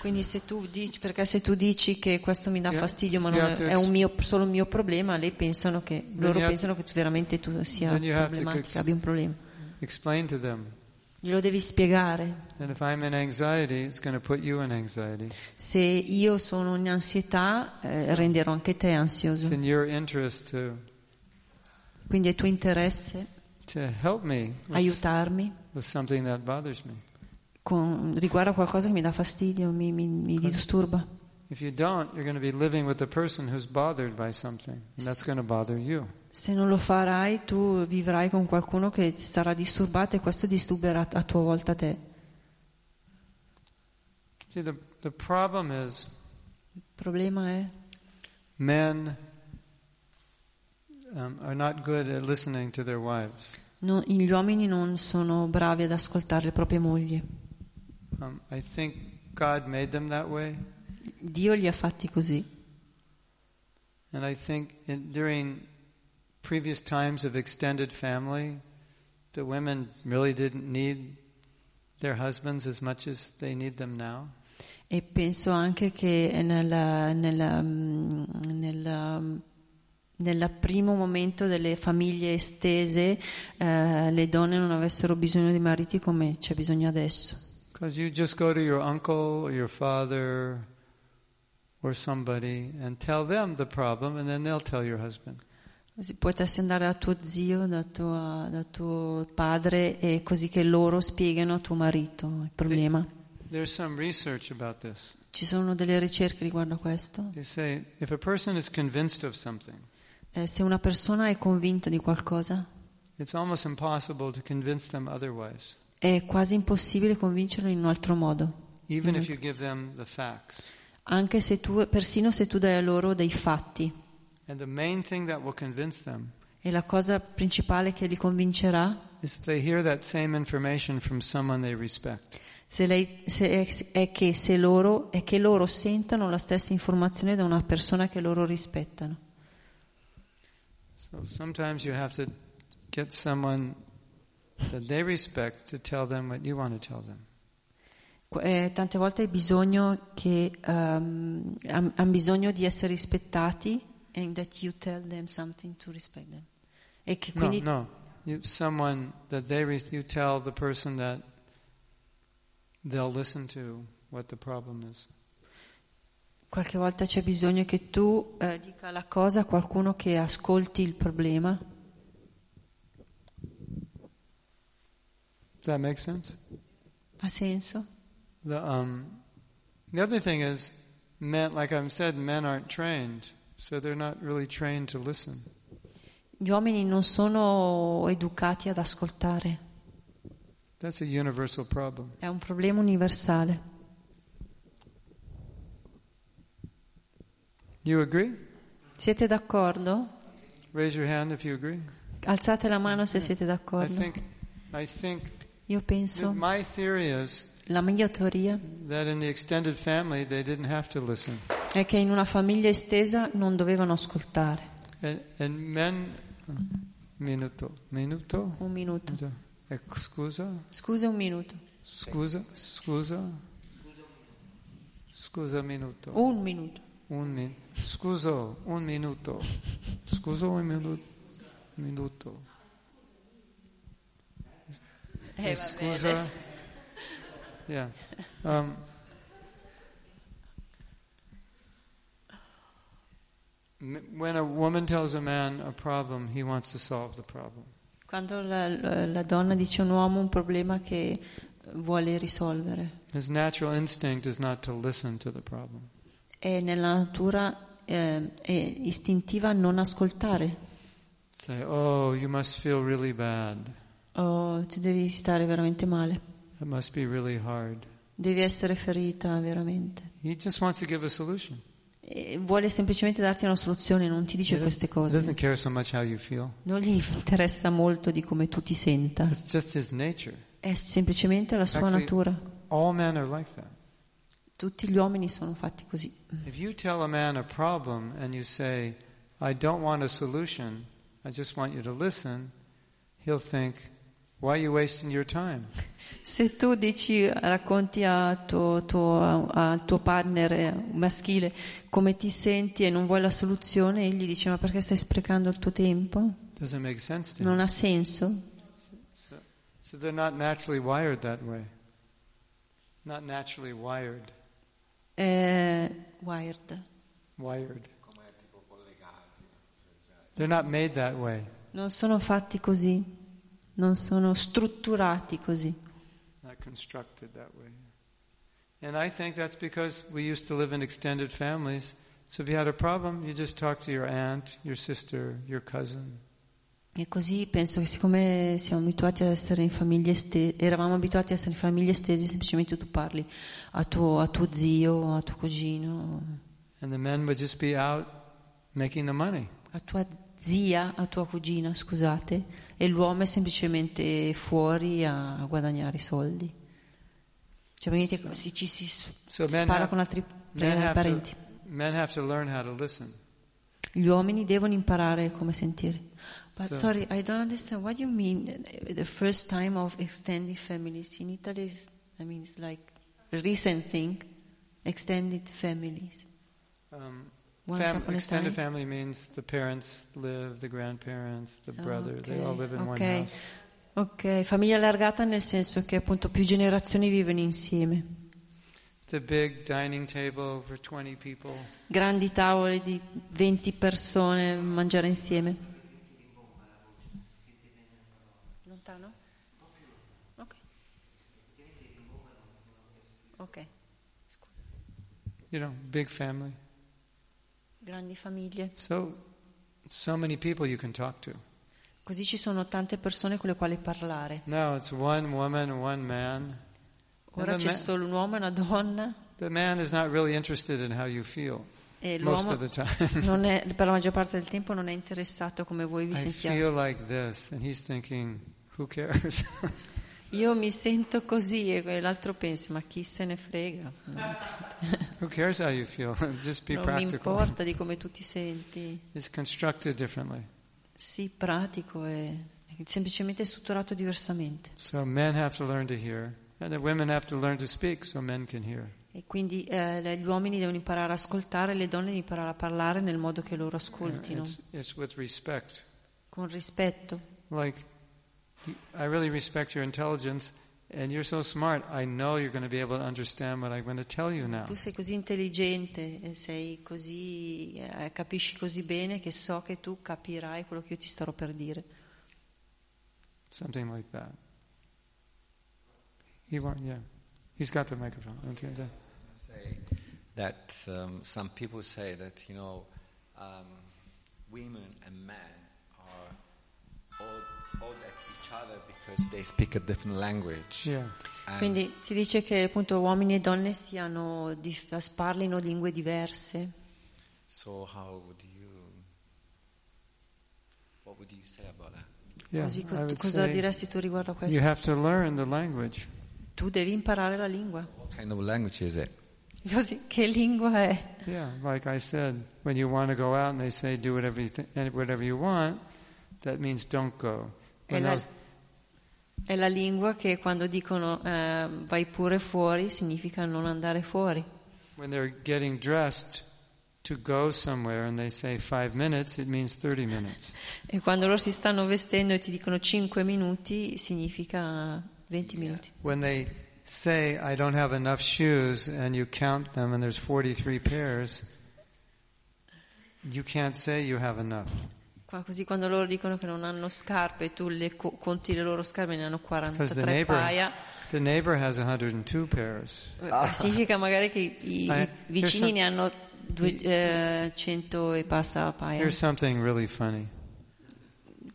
S2: Quindi se tu dici, perché se tu dici che questo mi dà
S1: Yeah.
S2: fastidio, ma
S1: You
S2: non
S1: have
S2: è,
S1: to
S2: è
S1: ex-
S2: un mio- solo un mio problema, lei pensano che, loro
S1: you have
S2: pensano che tu- veramente tu sia
S1: then you have to ex-
S2: problematica, abbia un problema.
S1: Explain to them.
S2: Glielo devi spiegare.
S1: And if I'm in anxiety, it's going to put you in anxiety.
S2: Se io sono in ansietà, eh, renderò anche te
S1: It's
S2: ansioso.
S1: in your interest to
S2: Quindi è tuo interesse
S1: to help me with,
S2: aiutarmi
S1: with something that bothers me.
S2: con, riguardo a qualcosa che mi dà fastidio, mi, mi- mi disturba.
S1: If you don't, you're going to be living with a person who's bothered by something, and that's going to bother you.
S2: Se non lo farai, tu vivrai con qualcuno che sarà disturbato e questo disturberà a tua volta te.
S1: See, the the problem is
S2: Il problema è
S1: men um, are not good at listening to their wives.
S2: no, gli uomini non sono bravi ad ascoltare le proprie mogli.
S1: Um, I think God made them that way,
S2: Dio li ha fatti così.
S1: and I think in, during previous times of extended family, the women really didn't need their husbands as much as they need them now.
S2: E penso anche che nella, nella, mm, nella, nel primo momento delle famiglie estese eh, le donne non avessero bisogno di mariti come c'è bisogno adesso.
S1: Because you just go to your uncle or your father or somebody and tell them the problem, and then they'll tell your husband.
S2: Così potresti andare da tuo zio, da, tua- da tuo padre e così che loro spiegano a tuo marito il problema.
S1: There's some research about this.
S2: Ci sono delle ricerche riguardo a questo.
S1: They say if a person is convinced of something,
S2: Eh, se una persona è convinta di qualcosa,
S1: it's almost impossible to convince them otherwise,
S2: è quasi impossibile convincerlo in un altro modo.
S1: even if you give them the facts.
S2: Anche se tu, persino se tu dai a loro dei fatti.
S1: And the main thing that will convince them
S2: E la cosa principale che li convincerà
S1: is if they hear that same information from someone they respect.
S2: se lei- se- è, è che se loro, è che loro sentano la stessa informazione da una persona che loro rispettano.
S1: So sometimes you have to get someone that they respect to tell them what you want to tell them.
S2: Qu- eh, tante volte hai bisogno che ehm, han- han bisogno di essere rispettati and that you tell them something to respect them. E che
S1: No,
S2: quindi
S1: no. You, someone that they re- you tell the person that they'll listen to what the problem is.
S2: qualche volta c'è bisogno che tu eh, dica la cosa a qualcuno che ascolti il problema.
S1: Does that make sense?
S2: Ha senso?
S1: The um, the other thing is, men like I said, men aren't trained, so they're not really trained to listen.
S2: Gli uomini non sono educati ad ascoltare.
S1: That's a universal problem.
S2: È un problema universale.
S1: You agree?
S2: Siete d'accordo?
S1: Raise your hand if you agree.
S2: Alzate la mano se siete
S1: Mm. I
S2: d'accordo.
S1: think, I think
S2: Io
S1: that
S2: penso,
S1: my theory is
S2: la mia teoria
S1: that in the extended family they didn't have to listen,
S2: è che in una famiglia estesa non dovevano ascoltare.
S1: and, and men minuto minuto
S2: Un minuto.
S1: Eh, scusa
S2: Scusa un minuto.
S1: scusa scusa scusa minuto
S2: Un minuto.
S1: Un min- scuso, un minuto. Scuso un minu- minuto.
S2: Eh, vabbè,
S1: scusa.
S2: adesso-
S1: Yeah. Um, m- when a woman tells a man a problem, he wants to solve the problem.
S2: Quando la, la- la donna dice a un uomo un problema che vuole risolvere,
S1: His natural instinct is not to listen to the problem.
S2: è nella natura eh, è istintiva non ascoltare.
S1: Say, oh, you must feel really bad.
S2: Oh, ti devi stare veramente male.
S1: It must be really hard.
S2: Devi essere ferita veramente.
S1: He just wants to give a solution.
S2: E vuole semplicemente darti una soluzione, non ti dice queste
S1: He doesn't
S2: cose.
S1: care so much how you feel.
S2: Non gli interessa molto di come tu ti senta.
S1: It's just his nature.
S2: È semplicemente la sua
S1: Actually-
S2: natura.
S1: All men are like that.
S2: Tutti gli uomini sono fatti così.
S1: If you tell a man a problem and you say, I don't want a solution, I just want you to listen, he'll think, why are you wasting your time?
S2: Se tu dici, racconti a tuo- tuo- al tuo partner eh, maschile come ti senti e non vuoi la soluzione, egli dice ma perché stai sprecando il tuo tempo?
S1: Doesn't make sense to him.
S2: Non ha senso.
S1: So they're not naturally wired that way. Not naturally wired.
S2: Eh, wired.
S1: Wired. They're not made that way.
S2: Non sono fatti così, non sono strutturati così.
S1: not constructed that way. And I think that's because we used to live in extended families. So if you had a problem, you just talked to your aunt, your sister, your cousin.
S2: E così penso che siccome siamo abituati ad essere in famiglie estese, eravamo abituati ad essere in famiglie estese, semplicemente tu parli a tuo, a tuo zio, a tuo cugino,
S1: And the men would just be out making the money.
S2: a tua zia, a tua cugina, scusate, e l'uomo è semplicemente fuori a guadagnare i soldi. Cioè venite, si, ci si s-
S1: So men
S2: spara
S1: have,
S2: con altri
S1: men,
S2: pre-
S1: have to,
S2: parenti.
S1: men have to learn how to listen.
S2: Gli uomini devono imparare come sentire. But
S1: So-
S2: sorry, I don't understand what you mean eh, the first time of extended families in Italy is, I mean it's like a recent thing, extended families.
S1: Um,
S2: Once
S1: fam-
S2: upon a
S1: extended
S2: time.
S1: family means the parents live, the grandparents, the
S2: Ah,
S1: brother, they
S2: ok,
S1: all live in one
S2: ok.
S1: house.
S2: Ok, famiglia allargata nel senso che appunto più generazioni vivono insieme.
S1: It's a big dining table for 20 people.
S2: grandi tavole di 20 persone mangiare insieme. Lontano? Ok. Ok,
S1: You know, big family.
S2: grandi famiglie.
S1: So, so many people you can talk to.
S2: Così ci sono tante persone con le quali parlare.
S1: No, it's one woman, one man.
S2: Ora
S1: And the,
S2: c'è
S1: ma-
S2: solo un uomo e una donna
S1: the man is not really interested in how you feel
S2: e
S1: most
S2: l'uomo
S1: of the time.
S2: non è, per la maggior parte del tempo non è interessato come voi vi
S1: I
S2: sentiate.
S1: feel like this, and he's thinking, who cares?
S2: Io mi sento così e l'altro pensa, ma chi se ne frega?
S1: who cares how you feel? Just be
S2: Non mi
S1: practical.
S2: importa di come tu ti senti.
S1: It's constructed differently.
S2: Sì, pratico e è semplicemente strutturato diversamente.
S1: So men have to learn to hear, and the women have to learn to speak so men can hear.
S2: E quindi eh, le- gli uomini devono imparare ad ascoltare, le donne devono imparare a parlare nel modo che loro ascoltino,
S1: It's, it's with respect.
S2: con rispetto.
S1: Like, I really respect your intelligence, and you're so smart. I know you're going to be able to understand what I'm going to tell you now.
S2: Tu sei così intelligente, e sei così, eh, capisci così bene che so che tu capirai quello che io ti starò per dire.
S1: Something like that. He won't, yeah. He's got the microphone. Okay, yeah.
S4: say that um, some people say that you know um, women and men are because they speak a different language.
S1: Yeah.
S4: And
S2: Quindi si dice che appunto uomini e donne siano, dif- parlino lingue diverse.
S4: so how would you what would you say about that?
S1: Yeah,
S2: Così
S1: I
S2: cos-
S1: would
S2: cosa
S1: say
S2: diresti tu riguardo a questo?
S1: you have to learn the language.
S2: Tu devi imparare la lingua.
S4: What kind of language is it?
S2: Così, che lingua è?
S1: Yeah, like I said, when you want to go out and they say do whatever you, th- and whatever you want, that means don't go.
S2: È
S1: When
S2: la,
S1: those-
S2: è la lingua che quando dicono eh, vai pure fuori significa non andare fuori.
S1: When they're getting dressed to go somewhere and they say five minutes, it means 30 minutes.
S2: E quando loro si stanno vestendo e ti dicono 5 minuti significa 20 minuti.
S1: When they say, I don't have enough shoes, and you count them and there's 43 pairs, you can't say you have enough.
S2: Qua- Così quando loro dicono che non hanno scarpe e tu le co- conti le loro scarpe e ne hanno
S1: Because the
S2: 43
S1: neighbor,
S2: paia,
S1: the neighbor has 102 pairs.
S2: eh, significa magari che i, i
S1: Ah. Eh,
S2: vicini
S1: there's
S2: ne hanno due- eh, 100 e passa paia.
S1: Here's something really funny.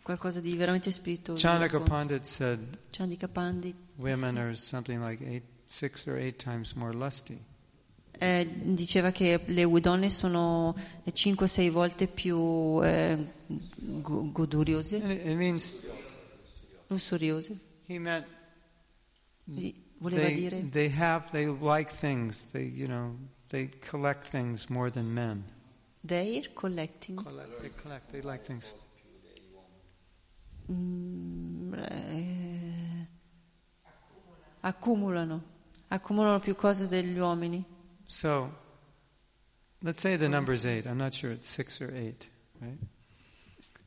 S2: Qualcosa di veramente spirituoso.
S1: Chandaka Pandit said
S2: Chandika Pandit.
S1: women are something like eight, six or eight times more lusty.
S2: Eh, diceva che le donne sono 5-6 volte più eh, go- goduriose,
S1: And it, it means
S2: lussuriose.
S1: he meant
S2: Quindi Voleva
S1: they,
S2: dire
S1: they have they like things they you know they collect things more than men.
S2: they are collecting.
S1: Collect, they collect they like things.
S2: Mm, eh, accumulano, accumulano più cose degli uomini.
S1: So let's say the number is eight. I'm not sure it's six or eight, right?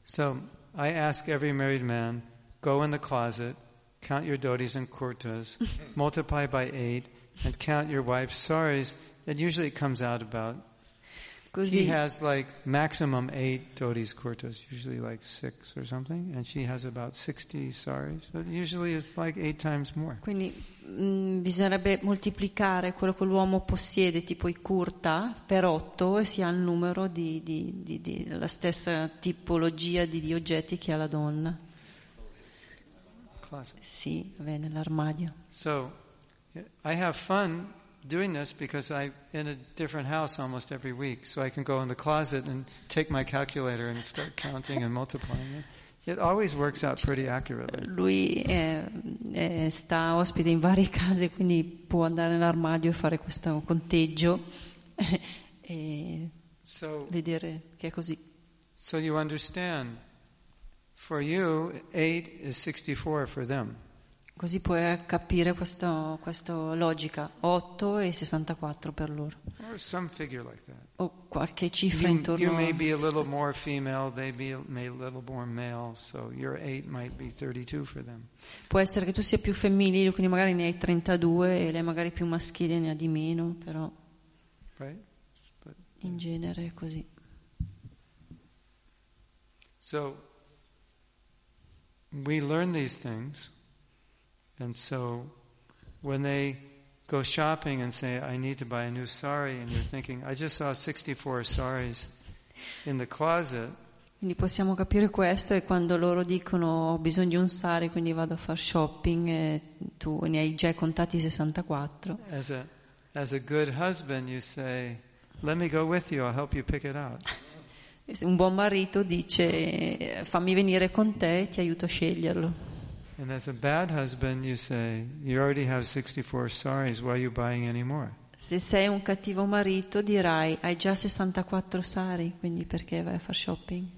S1: So I ask every married man, go in the closet, count your dotis and kurtas, multiply by eight, and count your wife's saris. And usually it comes out about, he
S2: Così
S1: has like maximum eight dotis kurtas, usually like six or something, and she has about 60 saris. But usually it's like eight times more.
S2: Quindi mm, bisognerebbe moltiplicare quello che l'uomo possiede, tipo i curta, per 8 e si ha il numero di, di- di- di- la stessa tipologia di, di oggetti che ha la donna.
S1: Closet.
S2: Sì, vabbè, nell'armadio.
S1: So I have fun doing this because I'm in a different house almost every week. So I can go in the closet and take my calculator and start counting and multiplying it. It always works out pretty accurately.
S2: Lui eh, eh, sta ospite in varie case, quindi può andare nell'armadio e fare questo conteggio e
S1: So,
S2: vedere che è così.
S1: so you understand. For you, eight is 64 for them.
S2: Così puoi capire questo- questa logica, 8 e 64 per loro.
S1: Or some figure like that.
S2: o qualche cifra
S1: You,
S2: intorno
S1: you
S2: a-
S1: may be a little more female, they be may a little more male, so your eight might be 32 for them.
S2: può essere che tu sia più femminile quindi magari ne hai 32 e lei magari più maschile ne ha di meno però
S1: Right?
S2: in genere è così
S1: So we learn these things, and so when they go shopping and say, "I need to buy a new sari," and you're thinking, "I just saw 64 saris in the closet,"
S2: quindi possiamo capire questo e quando loro dicono ho bisogno di un sari quindi vado a far shopping e tu ne hai già contati 64
S1: as a as a good husband, you say, "Let me go with you. I'll help you pick it out."
S2: E se un buon marito dice eh, fammi venire con te e ti aiuto a sceglierlo
S1: And as a bad husband, you say, "You already have 64 saris. Why are you buying any more?"
S2: se sei un cattivo marito dirai hai già 64 sari quindi perché vai a far shopping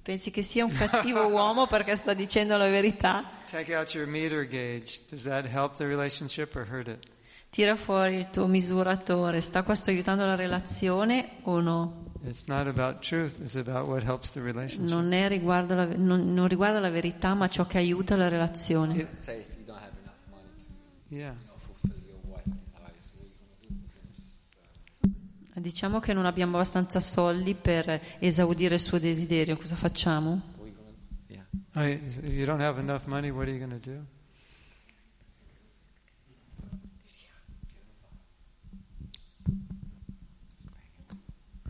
S2: pensi che sia un cattivo uomo perché sta dicendo la verità
S1: Take out your meter gauge. Does that help the relationship or hurt it?
S2: tira fuori il tuo misuratore sta questo aiutando la relazione o no
S1: It's not about truth, it's about what helps the relationship.
S2: non, è riguardo la, non, non riguarda la verità ma ciò che aiuta la relazione
S4: Let's say if you don't have enough money to you
S1: Yeah.
S4: know, fulfill your wife's desires, what are you gonna do? You're gonna just uh,
S2: diciamo che non abbiamo abbastanza soldi per esaudire il suo desiderio cosa facciamo?
S4: what are you gonna Yeah.
S1: I, if you don't have enough money, what are you going to do?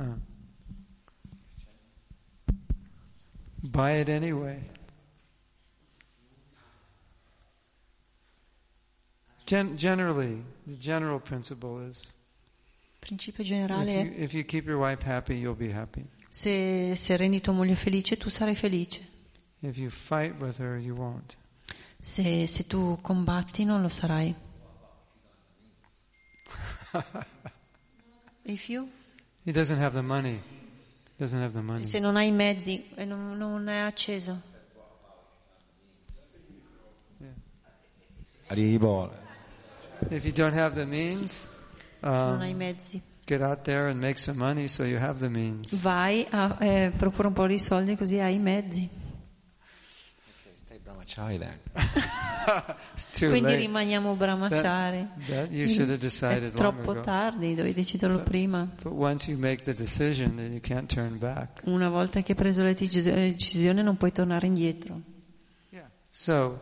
S1: Uh. Buy it anyway. Gen- generally, the general principle is
S2: Il principio
S1: if
S2: generale
S1: you,
S2: è
S1: if you keep your wife happy, you'll be happy.
S2: se, se rendi tua moglie felice tu sarai felice,
S1: If you fight with her, you won't.
S2: se, se tu combatti non lo sarai. If you?
S1: He doesn't have the money. Doesn't have the money.
S2: Se non hai i mezzi e non, non è acceso.
S4: Arrivo.
S1: If you don't have the means,
S2: se non
S1: um,
S2: hai i mezzi.
S1: get out there and make some money so you have the means.
S2: Vai, a, eh, procura un po' di soldi così hai i mezzi.
S4: Ok, stai bracciai then.
S1: It's too
S2: Quindi
S1: late.
S2: rimaniamo brahmachari.
S1: That you should have
S2: È
S1: decided long
S2: troppo
S1: ago.
S2: tardi, dovevi deciderlo prima.
S1: But once you make the decision, then you can't turn back.
S2: Una volta che hai preso la tige- eh, decisione non puoi tornare indietro.
S1: So,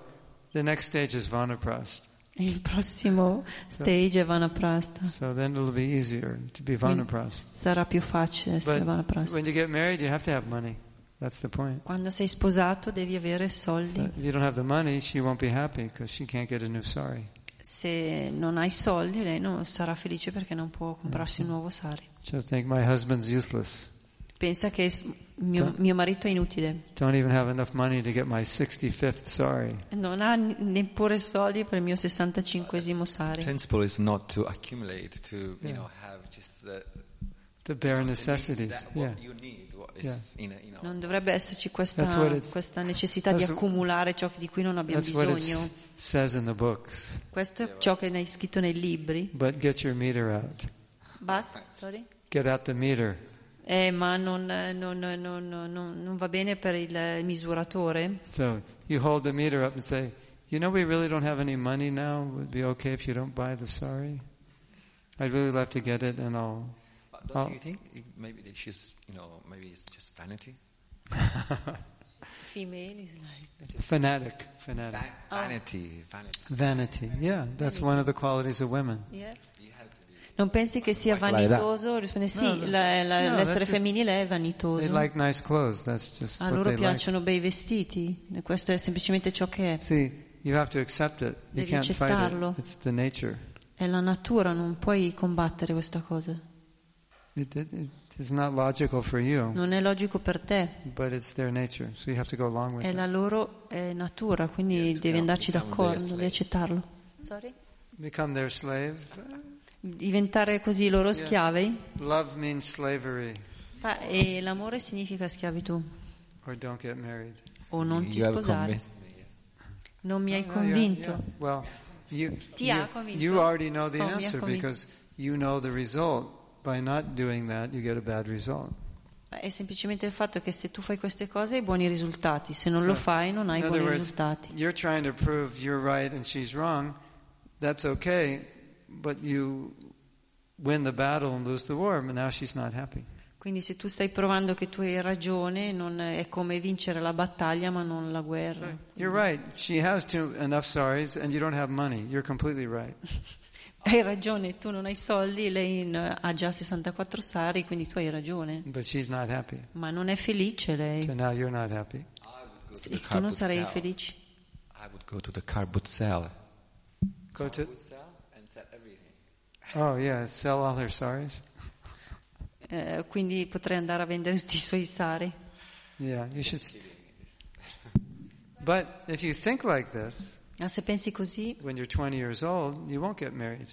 S1: the next stage is vanaprast.
S2: E Il prossimo stage è Vanaprastha.
S1: So then it'll be easier to be vanaprast.
S2: Sarà più facile essere
S1: But
S2: Vanaprastha.
S1: when you get married, you have to have money. That's the point.
S2: Quando sei sposato devi avere soldi.
S1: If you don't have the money, she won't be happy because she can't get a new sari.
S2: Se non hai soldi lei non sarà felice perché non può
S1: Eh,
S2: comprarsi un nuovo sari.
S1: She'll think my husband's useless.
S2: Pensa che s- mio,
S1: Cioè?
S2: mio marito è inutile.
S1: Don't even have enough money to get my 65th sari.
S2: Non ha n- neppure soldi per il mio 65esimo
S4: The
S2: sari.
S4: principle is not to accumulate, to you
S1: Yeah.
S4: know, have just the,
S1: The bare necessities.
S4: that,
S1: Yeah.
S4: what you need, what is in a, you know.
S2: Non dovrebbe esserci questa,
S1: That's what it's-
S2: questa necessità di
S1: that's-
S2: accumulare ciò di cui non abbiamo
S1: That's what it
S2: bisogno.
S1: says in the books.
S2: Questo è ciò che è scritto nei libri.
S1: But get your meter out.
S2: But, sorry.
S1: Get out the meter.
S2: Eh, ma non, non- non- non- non- non va bene per il misuratore?
S1: So you hold the meter up and say, you know, we really don't have any money now. Would it be okay if you don't buy the sari. I'd really love to get it, and I'll.
S4: But don't
S1: Oh.
S4: you think it, maybe that she's, you know, maybe it's just vanity?
S2: Female is like-
S1: Fanatic, fanatic,
S4: Va- vanity, vanity.
S1: vanity. Yeah, that's one of the qualities of women.
S2: yes.
S4: You have to be.
S2: Non pensi che sia
S4: Like that.
S2: vanitoso? Risponde
S1: No,
S2: sì,
S1: no.
S2: la- la-
S1: No,
S2: l'essere
S1: that's just-
S2: femminile è
S1: They
S2: vanitoso.
S1: like nice clothes. That's just
S2: A
S1: what
S2: Ah, loro
S1: they like.
S2: piacciono bei vestiti, e questo è semplicemente ciò che è.
S1: See, you have to accept it. You
S2: Devi
S1: can't fight it.
S2: accettarlo.
S1: It's the nature.
S2: È la natura, non puoi combattere questa cosa.
S1: It, it, it is not logical for you,
S2: Non è logico per te,
S1: but it's their nature. So you have to go along with
S2: è
S1: it.
S2: la loro eh, natura, quindi
S4: Yeah,
S2: devi
S4: become-
S2: andarci
S4: become their
S2: d'accordo,
S4: slave.
S2: devi accettarlo. Sorry?
S1: Become their slave.
S2: Diventare così loro schiavi?
S1: Love means slavery,
S2: Ah, e l'amore significa schiavitù
S1: or don't get married.
S2: o non ti
S4: you have
S2: sposare.
S4: convinced me.
S2: Non mi hai
S1: No, you're-
S2: convinto.
S1: yeah. Well, you,
S2: Ti
S1: you,
S2: ha convinto?
S1: you already know the
S2: Oh, mi ha
S1: answer
S2: convinto.
S1: because you know the result. By not doing that, you get a bad result.
S2: È semplicemente il fatto che se tu fai queste cose hai buoni risultati, se non
S1: So,
S2: lo fai non hai
S1: in
S2: buoni
S1: other words,
S2: risultati.
S1: you're trying to prove you're right and she's wrong. That's okay, but you win the battle and lose the war, and now she's not happy.
S2: Quindi se tu stai provando che tu hai ragione, non è come vincere la battaglia ma non la guerra.
S1: You're right. She has two, enough saris, and you don't have money. You're completely right.
S2: Hai ragione, tu non hai soldi, lei in- ha già 64 sari, quindi tu hai ragione.
S1: But she's not happy.
S2: Ma non è felice lei.
S1: So now you're not happy.
S4: I would go to
S2: Sì,
S4: the
S2: tu
S4: car
S2: non
S4: boot
S2: sarei
S4: sale.
S2: felice.
S4: I would go to the car boot sale.
S1: Go to.
S4: Boot sale and sell everything.
S1: Oh yeah, sell all her saris.
S2: Eh, quindi potrei andare a vendere tutti i suoi sari.
S1: Yeah, you should. But if you think like this
S2: Ma se pensi così,
S1: when you're 20 years old, you won't get married.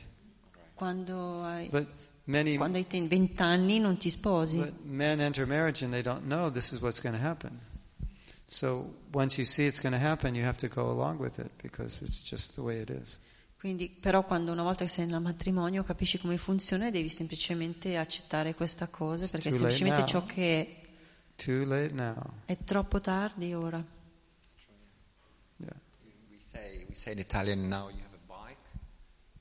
S2: quando hai,
S1: But many
S2: quando hai ten- 20 anni non ti sposi.
S1: but men enter marriage and they don't know this is what's going to happen. So once you see it's going to happen, you have to go along with it because it's just the way it is.
S2: Quindi, però quando una volta che sei nel matrimonio capisci come funziona e devi semplicemente accettare questa cosa perché è
S1: too late
S2: semplicemente
S1: now.
S2: ciò che
S1: Too late now.
S2: è, è troppo tardi ora.
S1: Oh, Yeah.
S4: We say we say in Italian now you have a bike,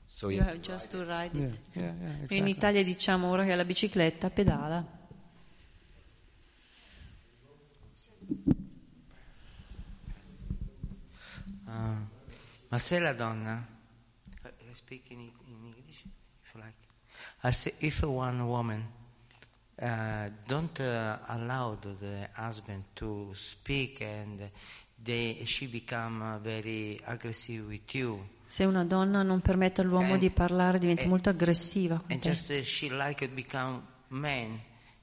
S4: so you,
S2: You
S4: have
S2: have
S4: to ride
S2: just
S4: it.
S2: to ride
S1: Yeah,
S2: it.
S1: yeah, yeah,
S2: In
S1: exactly.
S2: Italia diciamo ora che hai la bicicletta pedala.
S10: Ah, ma se la donna I speak in, in English if you like I say if one woman uh, uh, don't uh, allow the- the husband to speak and they, she become uh, very aggressive with you.
S2: Se una donna non permette all'uomo
S1: Eh,
S10: And-
S2: di parlare diventa
S10: and-
S2: molto aggressiva. con
S10: And
S2: te.
S10: just uh, she like to become man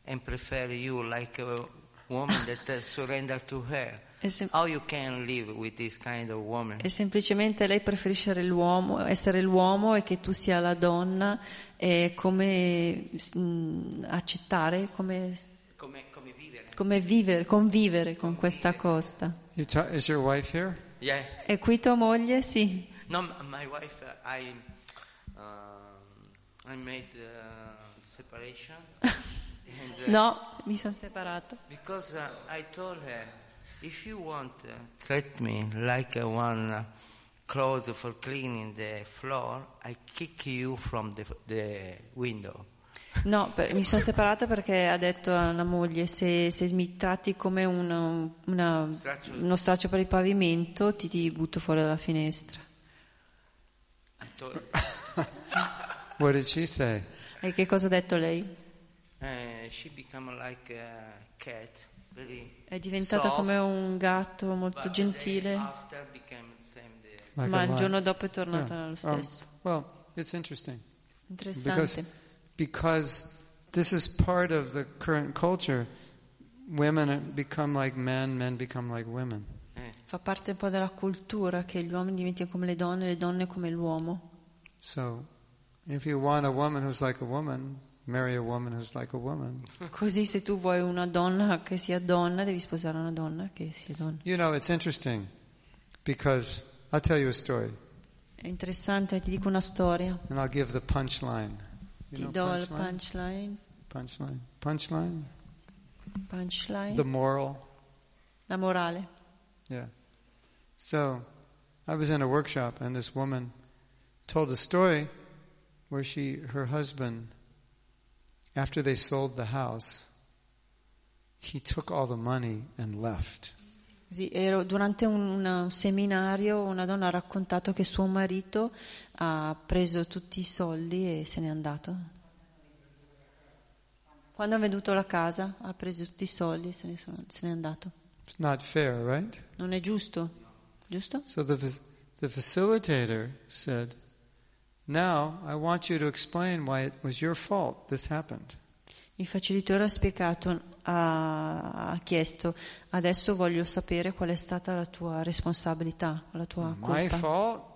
S10: and prefer you like a woman that uh, surrender to her.
S2: E se-
S10: How you can live with this kind of woman?
S2: E semplicemente lei preferisce l'uomo- essere l'uomo e che tu sia la donna, e come mm, accettare, come,
S10: Come, come vivere?
S2: come vivere, convivere con questa costa.
S1: You ta- is your wife here?
S10: Yeah.
S2: E qui tua moglie? Sì.
S10: No, m- my wife, uh, I, um, I made uh, separation. and, uh,
S2: No, mi sono separata.
S10: Because uh, I told her, if you want, uh, treat me like uh, one uh, clothes for cleaning the floor, I kick you from the, the window.
S2: No, per- mi sono separata perché ha detto alla moglie se, se mi tratti come una- una-
S10: Straccio.
S2: uno straccio per il pavimento ti, ti butto fuori dalla finestra.
S10: I told
S1: What did she say?
S2: E che cosa ha detto lei?
S10: uh, she become like a cat, very
S2: È diventata
S10: soft, eh,
S2: come
S10: ah.
S2: un gatto molto
S10: but
S2: gentile,
S10: then After became the same day.
S1: Like
S2: ma
S1: a
S2: il
S1: lie.
S2: giorno dopo è tornata
S1: Yeah.
S2: lo
S1: Um,
S2: stesso.
S1: well, it's interesting because
S2: Interessante.
S1: because this is part of the current culture. Women become like men, men become like women.
S2: Fa parte un po' della cultura che gli uomini diventino come le donne, le donne come l'uomo.
S1: So, if you want a woman who's like a woman, marry a woman who's like a woman.
S10: Eh.
S2: Così se tu vuoi una donna che sia donna, devi sposare una donna che sia donna.
S1: You know, it's interesting because I'll tell you a story
S2: È interessante, ti dico una storia.
S1: and I'll give the punchline.
S2: Ti
S1: You know
S2: do il
S1: punchline?
S2: punchline,
S1: Punchline. Punchline.
S2: punchline,
S1: The moral.
S2: la morale.
S1: Yeah. So I was in a workshop and this woman told a story where she her husband after they sold the house he took all the money and left.
S2: Sì, ero- durante un, una- un seminario una donna ha raccontato che suo marito ha preso tutti i soldi e se n'è andato. Quando ha venduto la casa ha preso tutti i soldi e se, ne sono- se n'è andato.
S1: It's not fair, right?
S2: Non è giusto, giusto?
S1: So the fac- the facilitator said, "Now I want you to explain why it was your fault this happened."
S2: Il facilitatore ha spiegato, ha, ha chiesto, adesso voglio sapere qual è stata la tua responsabilità, la tua
S1: My
S2: colpa.
S1: fault?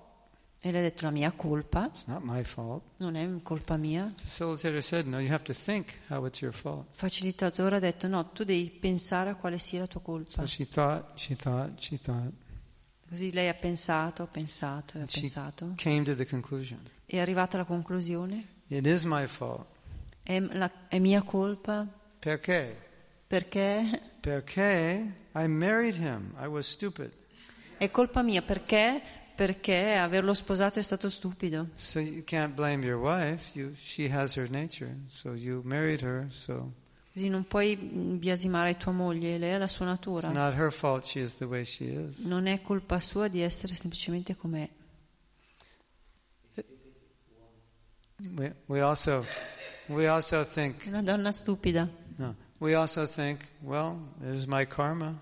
S2: E le ha detto la mia colpa,
S1: It's not my fault.
S2: non è colpa mia.
S1: Facilitator said, "No, you have to think how it's your fault."
S2: Il facilitatore ha detto no, tu devi pensare a quale sia la tua colpa.
S1: So she thought, she thought, she thought.
S2: Così lei ha pensato, ha pensato e ha
S1: She
S2: pensato.
S1: came to the conclusion
S2: È arrivata alla conclusione,
S1: it is my fault
S2: è, la- è mia colpa
S1: perché
S2: perché...
S1: perché i married him i was stupid
S2: È colpa mia perché? Perché averlo sposato è stato stupido.
S1: so you can't blame your wife you she has her nature so you married her so
S2: Così non puoi mm, biasimare tua moglie, lei ha la sua
S1: it's
S2: natura.
S1: not her fault she is the way she is
S2: Non è colpa sua di essere semplicemente com'è.
S1: we, we also we also
S2: È
S1: think
S2: Una donna stupida.
S1: no we also think well it is my karma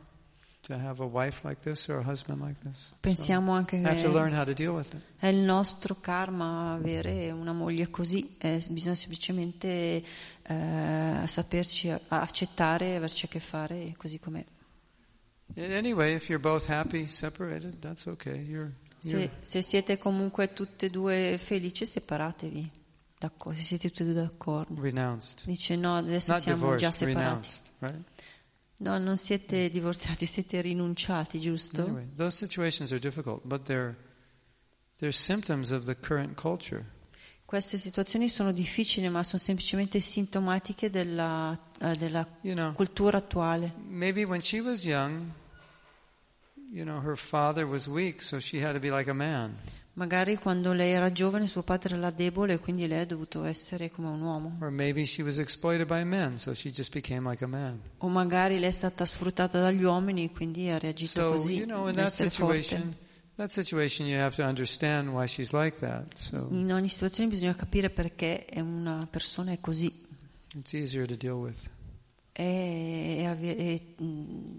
S1: to have a wife like this or a husband like this
S2: Pensiamo anche
S1: i have to
S2: che
S1: learn how to deal with it
S2: è il nostro karma avere una moglie così, eh, bisogna semplicemente eh, saperci a- accettare e averci a che fare così com'è.
S1: anyway if you're both happy separated that's okay you're you're-
S2: Se, se siete comunque tutte e due felici, separatevi. D'accordo, se siete tutte e due d'accordo.
S1: renounced.
S2: Dice no, adesso
S1: Not
S2: siamo
S1: divorced,
S2: già
S1: Mm.
S2: separati.
S1: renounced, right?
S2: No, non siete divorziati, siete rinunciati, giusto?
S1: Anyway, those situations are difficult, but they're they're symptoms of the current culture.
S2: Queste situazioni sono difficili, ma sono semplicemente sintomatiche della, eh, della
S1: You know,
S2: cultura attuale.
S1: maybe when she was young, you know, her father was weak, so she had to be like a man,
S2: Magari quando lei era giovane suo padre era debole, quindi lei ha dovuto essere come un uomo.
S1: or maybe she was exploited by men, so she just became like a man.
S2: O magari lei è stata sfruttata dagli uomini, quindi ha reagito
S1: So
S2: così.
S1: you know, in
S2: da
S1: that
S2: essere
S1: situation,
S2: forte.
S1: that situation, you have to understand why she's like that. So
S2: Mm. In ogni situazione bisogna capire perché è una persona è così.
S1: It's easier to deal with.
S2: e, e avvi- e, mm,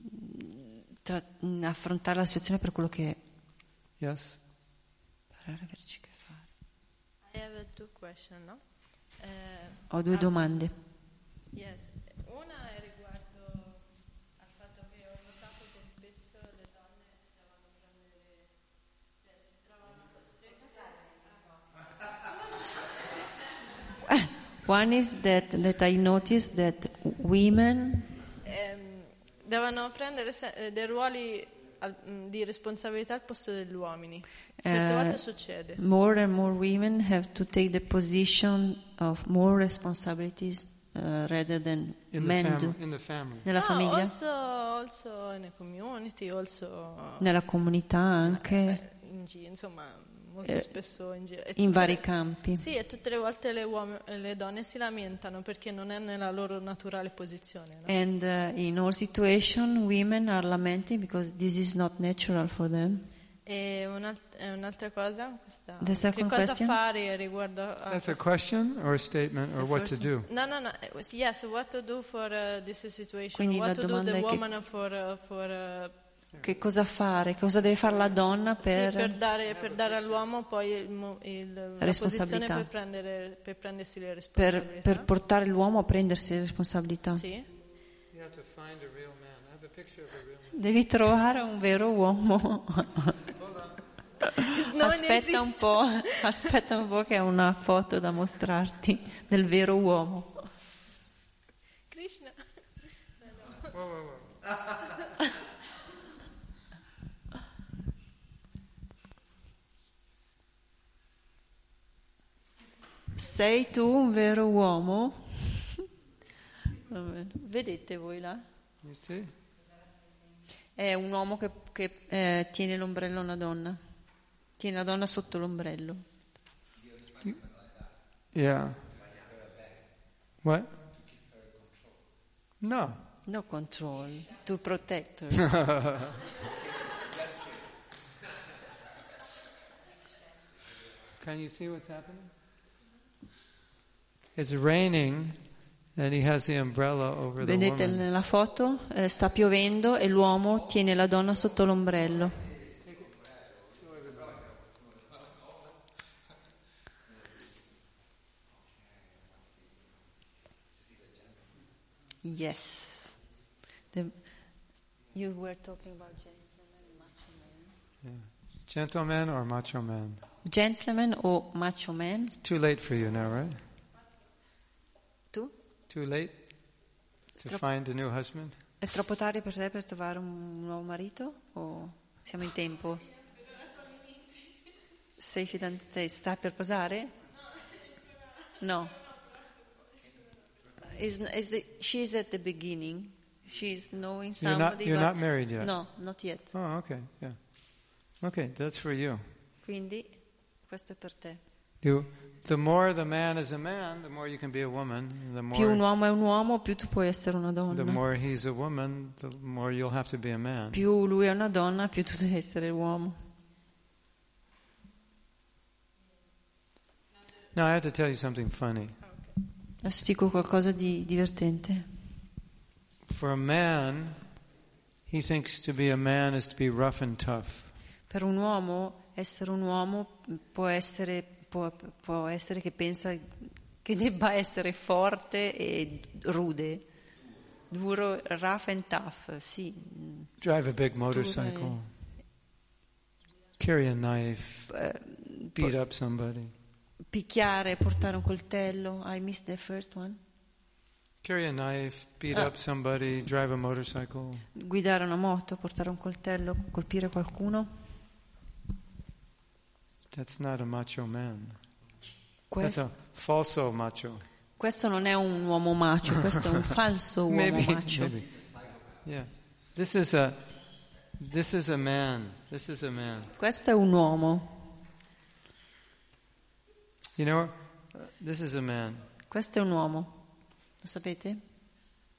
S2: tra- mm, affrontare la situazione per quello che è.
S1: Yes?
S5: I have a two question, no? Eh,
S2: Ho due
S5: ah,
S2: domande.
S5: Yes. Una è riguardo al fatto che ho notato che spesso le donne devono prendere, cioè si trovano costrette a...
S2: One is that, that I noticed that women
S5: Ehm, devono prendere se- eh, dei ruoli al- mm, di responsabilità al posto degli uomini. Certe
S2: uh,
S5: volte succede.
S2: more and more women have to take the position of more responsibilities uh, rather than
S1: In the
S2: men
S1: fam-
S2: do.
S1: in the family.
S2: Nella
S5: No,
S2: famiglia,
S5: Ah, Oh, Also, also in a community, also
S2: nella comunità anche.
S5: in gi- insomma, molto
S2: Eh,
S5: spesso in giro. E
S2: in
S5: tutte
S2: vari
S5: le-
S2: campi.
S5: Sì, e tutte le volte le, uom- le donne si lamentano perché non è nella loro naturale posizione. no?
S2: And uh, in all situation, women are lamenting because this is not natural for them.
S5: E un'alt- eh, un'altra cosa, questa,
S2: The
S5: che
S2: second
S5: cosa
S2: question?
S5: fare riguardo a
S1: That's a
S5: questo-
S1: question or a statement or
S2: The
S1: what
S2: first
S1: to
S2: one.
S1: do.
S5: No, no, no. it was- Yes, what to do for uh, this situation?
S2: Quindi la
S5: what to do
S2: domanda
S5: the
S2: è che-
S5: woman for, uh, for, uh,
S2: Che cosa fare? Cosa deve fare la donna
S5: sì,
S2: per...
S5: per dare, per dare all'uomo poi il mo- il- la posizione
S2: Responsabilità.
S5: per, prendere, per prendersi le
S2: per, Ah.
S5: responsabilità.
S2: per portare l'uomo a prendersi le responsabilità?
S5: Sì.
S1: You have to find a real man. I have a picture of a real man.
S2: Devi trovare un vero uomo.
S5: non
S2: aspetta un po', aspetta un po' che ho una foto da mostrarti del vero uomo.
S5: Krishna.
S2: Sei tu un vero uomo? Va bene. Vedete voi là?
S1: You see?
S2: È un uomo che, che, eh, tiene l'ombrello a una donna. Tiene la donna sotto l'ombrello.
S1: Yeah. What? No.
S2: No control, to protect her.
S1: Can you see what's happening? It's raining, and he has the umbrella over the
S2: Vedete
S1: woman.
S2: nella foto? Eh, sta piovendo e l'uomo tiene la donna sotto l'ombrello. Yes. The- you were talking about
S1: Yeah. Gentleman or macho man?
S2: gentleman o macho man?
S1: Too late for you now, right?
S2: Tu?
S1: Too late to
S2: Troppo-
S1: find a new husband?
S2: È troppo tardi per te per trovare un nuovo marito? O siamo in tempo? Sei fidanzata? Sta per posare? No. Is, is the, she's at the beginning. She's knowing
S1: You're not-
S2: somebody.
S1: you're
S2: but-
S1: not married yet.
S2: No, not yet.
S1: Oh, okay, yeah. Okay, that's for you.
S2: Quindi questo è per te.
S1: you. The more the man is a man, the more you can be a woman. The
S2: Più un
S1: more,
S2: uomo è un uomo, più tu puoi essere una
S1: the
S2: donna.
S1: more he's a woman, the more you'll have to be a man.
S2: Più lui è una donna, più tu devi essere uomo.
S1: Now, I have to tell you something funny.
S2: Adesso ti dico qualcosa di divertente.
S1: For a man, he thinks to be a man is to be rough and tough.
S2: Per un uomo, essere un uomo può essere, può- può essere che pensa che debba essere forte e rude, duro, rough and tough, sì.
S1: Drive a big motorcycle, carry a knife,
S2: uh,
S1: beat up somebody,
S2: Picchiare, portare un coltello. I missed the first one.
S1: carry a knife, beat
S2: Ah.
S1: up somebody, drive a motorcycle.
S2: Guidare una moto, portare un coltello, colpire qualcuno.
S1: That's not a macho man. That's
S2: Quest-
S1: a falso macho.
S2: Questo non è un uomo macio, questo è un falso uomo
S1: Maybe-
S2: macho.
S1: maybe. Yeah. This is a this is a man. This is a man.
S2: Questo è un uomo,
S1: You know, uh, this is a man.
S2: questo è un uomo. Lo sapete?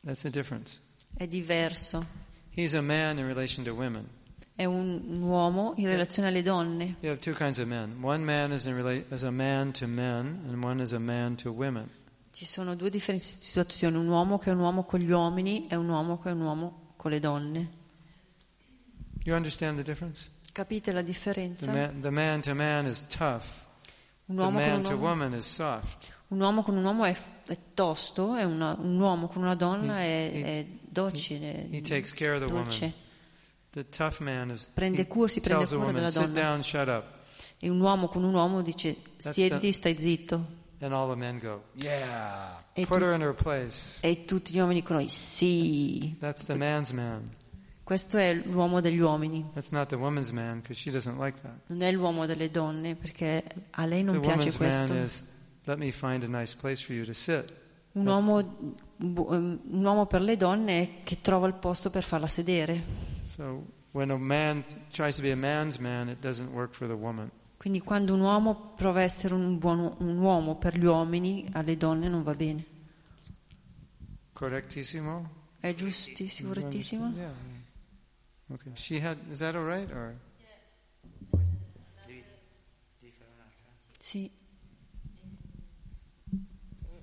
S1: That's the difference.
S2: È diverso.
S1: He's a man in relation to women.
S2: È un uomo in relazione alle donne.
S1: You have two kinds of men. One man is, in rela- is a man to men, and one is a man to women.
S2: Ci sono due differenti situazioni, un uomo che è un uomo con gli uomini e un uomo che è un uomo con le donne.
S1: You understand the difference?
S2: Capite la
S1: The
S2: differenza?
S1: man, the man to man is tough.
S2: Un
S1: the
S2: uomo con
S1: man
S2: un
S1: to
S2: uomo,
S1: woman is soft.
S2: un uomo con un uomo è, è tosto, e una- un uomo con una donna è, è docile,
S1: He takes care of the woman.
S2: Mm. dolce.
S1: The tough man is
S2: Prende
S1: he
S2: cura- si prende
S1: tells a
S2: cura
S1: woman,
S2: della
S1: sit
S2: donna."
S1: down, shut up,
S2: E un uomo con un uomo dice
S1: That's
S2: siedi,
S1: the-
S2: stai zitto.
S1: and all the men go, yeah,
S2: E,
S1: put
S2: tu-
S1: her in her place.
S2: e tutti gli uomini dicono sì.
S1: That's the man's man.
S2: Questo è l'uomo degli uomini,
S1: That's not the woman's man because she doesn't like that.
S2: non è l'uomo delle donne perché a lei
S1: the
S2: non piace
S1: woman's man
S2: questo.
S1: is, let me find a nice place for you to sit.
S2: Un
S1: That's-
S2: uomo, bu- um, un uomo per le donne è che trova il posto per farla sedere.
S1: So when a man tries to be a man's man, it doesn't work for the woman.
S2: Quindi quando un uomo prova a essere un, buon, u- un uomo per gli uomini, alle donne non va bene.
S1: Correctissimo?
S2: È giustissimo, correttissimo?
S1: Yeah. Okay. She had. Is that all right? Or
S2: Sì.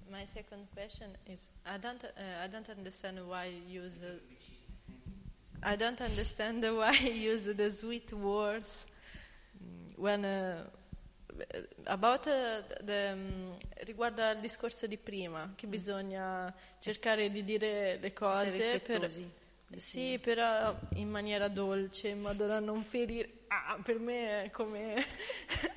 S5: My second question is I don't uh, I don't understand why you use uh, I don't understand why you use the sweet words mm, when uh, about uh, the, um, riguardo al discorso di prima
S11: Mm.
S5: che bisogna cercare di dire le cose
S11: Essere
S5: per,
S11: rispettosi.
S5: sì però in maniera dolce in modo da non ferire ah, per me è come è come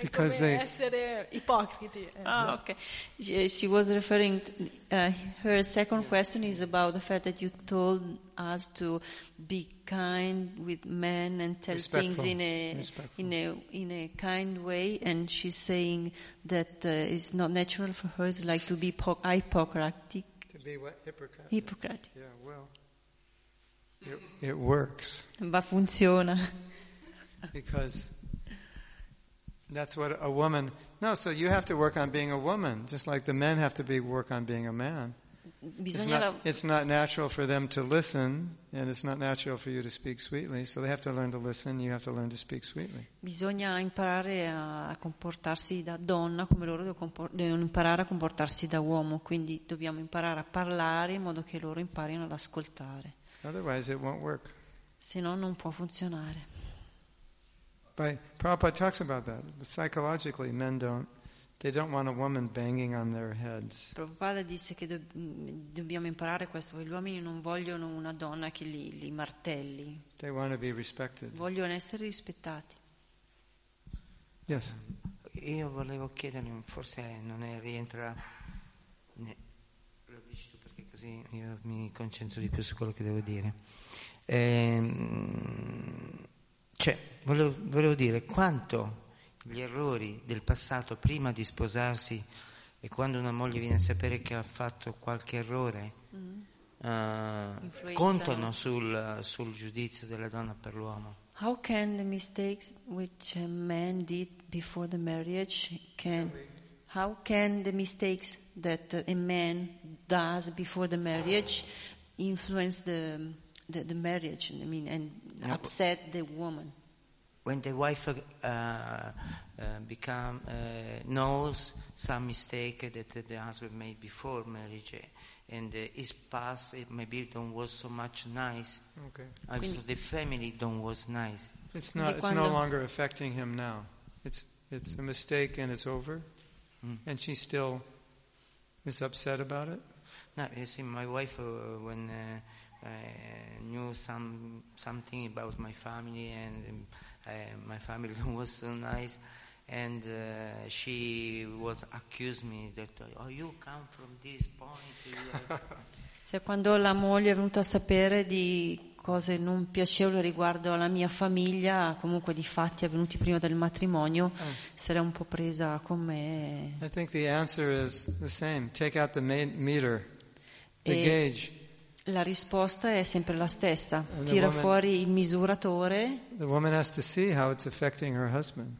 S1: Because they-
S5: essere ipocriti eh.
S2: Ah, ok. She, she was referring, uh, her second question is about the fact that you told us to be kind with men and tell
S1: Respectful.
S2: things in a,
S1: Respectful.
S2: in a in a kind way, and she's saying that uh, it's not natural for her. It's like to be po- hypocritic.
S1: to be what hypocrite?
S2: Hypocrite.
S1: Yeah. Well, it, it works
S2: Ma funziona.
S1: because that's what a woman. No, so you have to work on being a woman, just like the men have to be work on being a man. It's
S2: Bisogna
S1: not,
S2: lav-
S1: it's not natural for them to listen, and it's not natural for you to speak sweetly. So they have to learn to listen. You have to learn to speak sweetly.
S2: Bisogna imparare a comportarsi da donna come loro devo compor- devono imparare a comportarsi da uomo, quindi dobbiamo imparare a parlare in modo che loro imparino ad ascoltare,
S1: Otherwise, it won't work.
S2: se no non può funzionare.
S1: By, Prabhupada talks about that. Psychologically, men don't. They don't want a woman banging on their heads.
S2: Prabhupada disse che do- mh, dobbiamo imparare questo, che gli uomini non vogliono una donna che li, li martelli,
S1: They want to be respected.
S2: vogliono essere rispettati.
S1: Yes.
S10: Io volevo chiedere, forse non è, rientra. ne- lo dici tu perché così io mi concentro di più su quello che devo dire. Ehm, cioè, volevo, volevo dire quanto gli errori del passato prima di sposarsi e quando una moglie viene a sapere che ha fatto qualche errore eh,
S2: Influenzano.
S10: contano sul, sul giudizio della donna per l'uomo.
S2: How can the mistakes which a man did before the marriage can how can the mistakes that uh, a man does before the marriage influence the the, the marriage I mean and upset the woman
S10: when the wife uh, uh, become uh, knows some mistake that the husband made before marriage eh, and uh, his past it maybe don't was so much nice
S1: Okay.
S10: also
S2: Quindi-
S10: the family don't was nice
S1: It's
S2: Quindi
S1: not. It's no
S2: quando-
S1: longer affecting him now. It's it's a mistake and it's over.
S10: Mm.
S1: And she still is upset about it.
S10: no you see my wife uh, when uh, I knew some something about my family and um, I- my family don't was so nice and uh, she was accused me that oh you come from this point you are
S2: cioè quando la moglie è venuta a sapere di cose non piacevoli riguardo alla mia famiglia comunque di fatti avvenuti prima del matrimonio sarei un po' presa con me
S1: I think the answer is the same. Take out the ma- meter, the
S2: Eh,
S1: gauge.
S2: La risposta è sempre la stessa,
S1: the
S2: tira
S1: woman-
S2: fuori il misuratore
S1: The woman has to see how it's affecting her husband,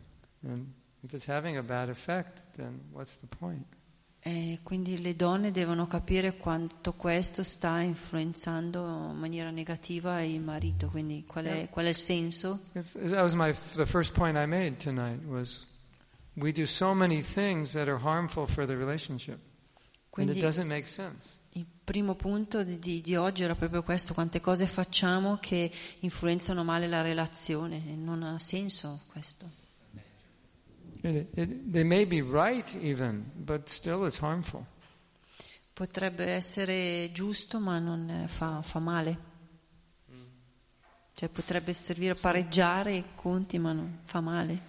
S1: and if it's having a bad effect, then what's the point?
S2: e quindi le donne devono capire quanto questo sta influenzando in maniera negativa il marito, quindi qual è, qual è il senso?
S1: It's, that was my the first point I made tonight was we do so many things that are harmful for the relationship. And
S2: Quindi
S1: it doesn't make sense.
S2: il primo punto di- di, di oggi era proprio questo, quante cose facciamo che influenzano male la relazione e non ha senso questo.
S1: It, it, they may be right even, but still it's harmful.
S2: Potrebbe essere giusto ma non eh, fa, fa male. Cioè potrebbe servire a pareggiare i conti ma non fa male.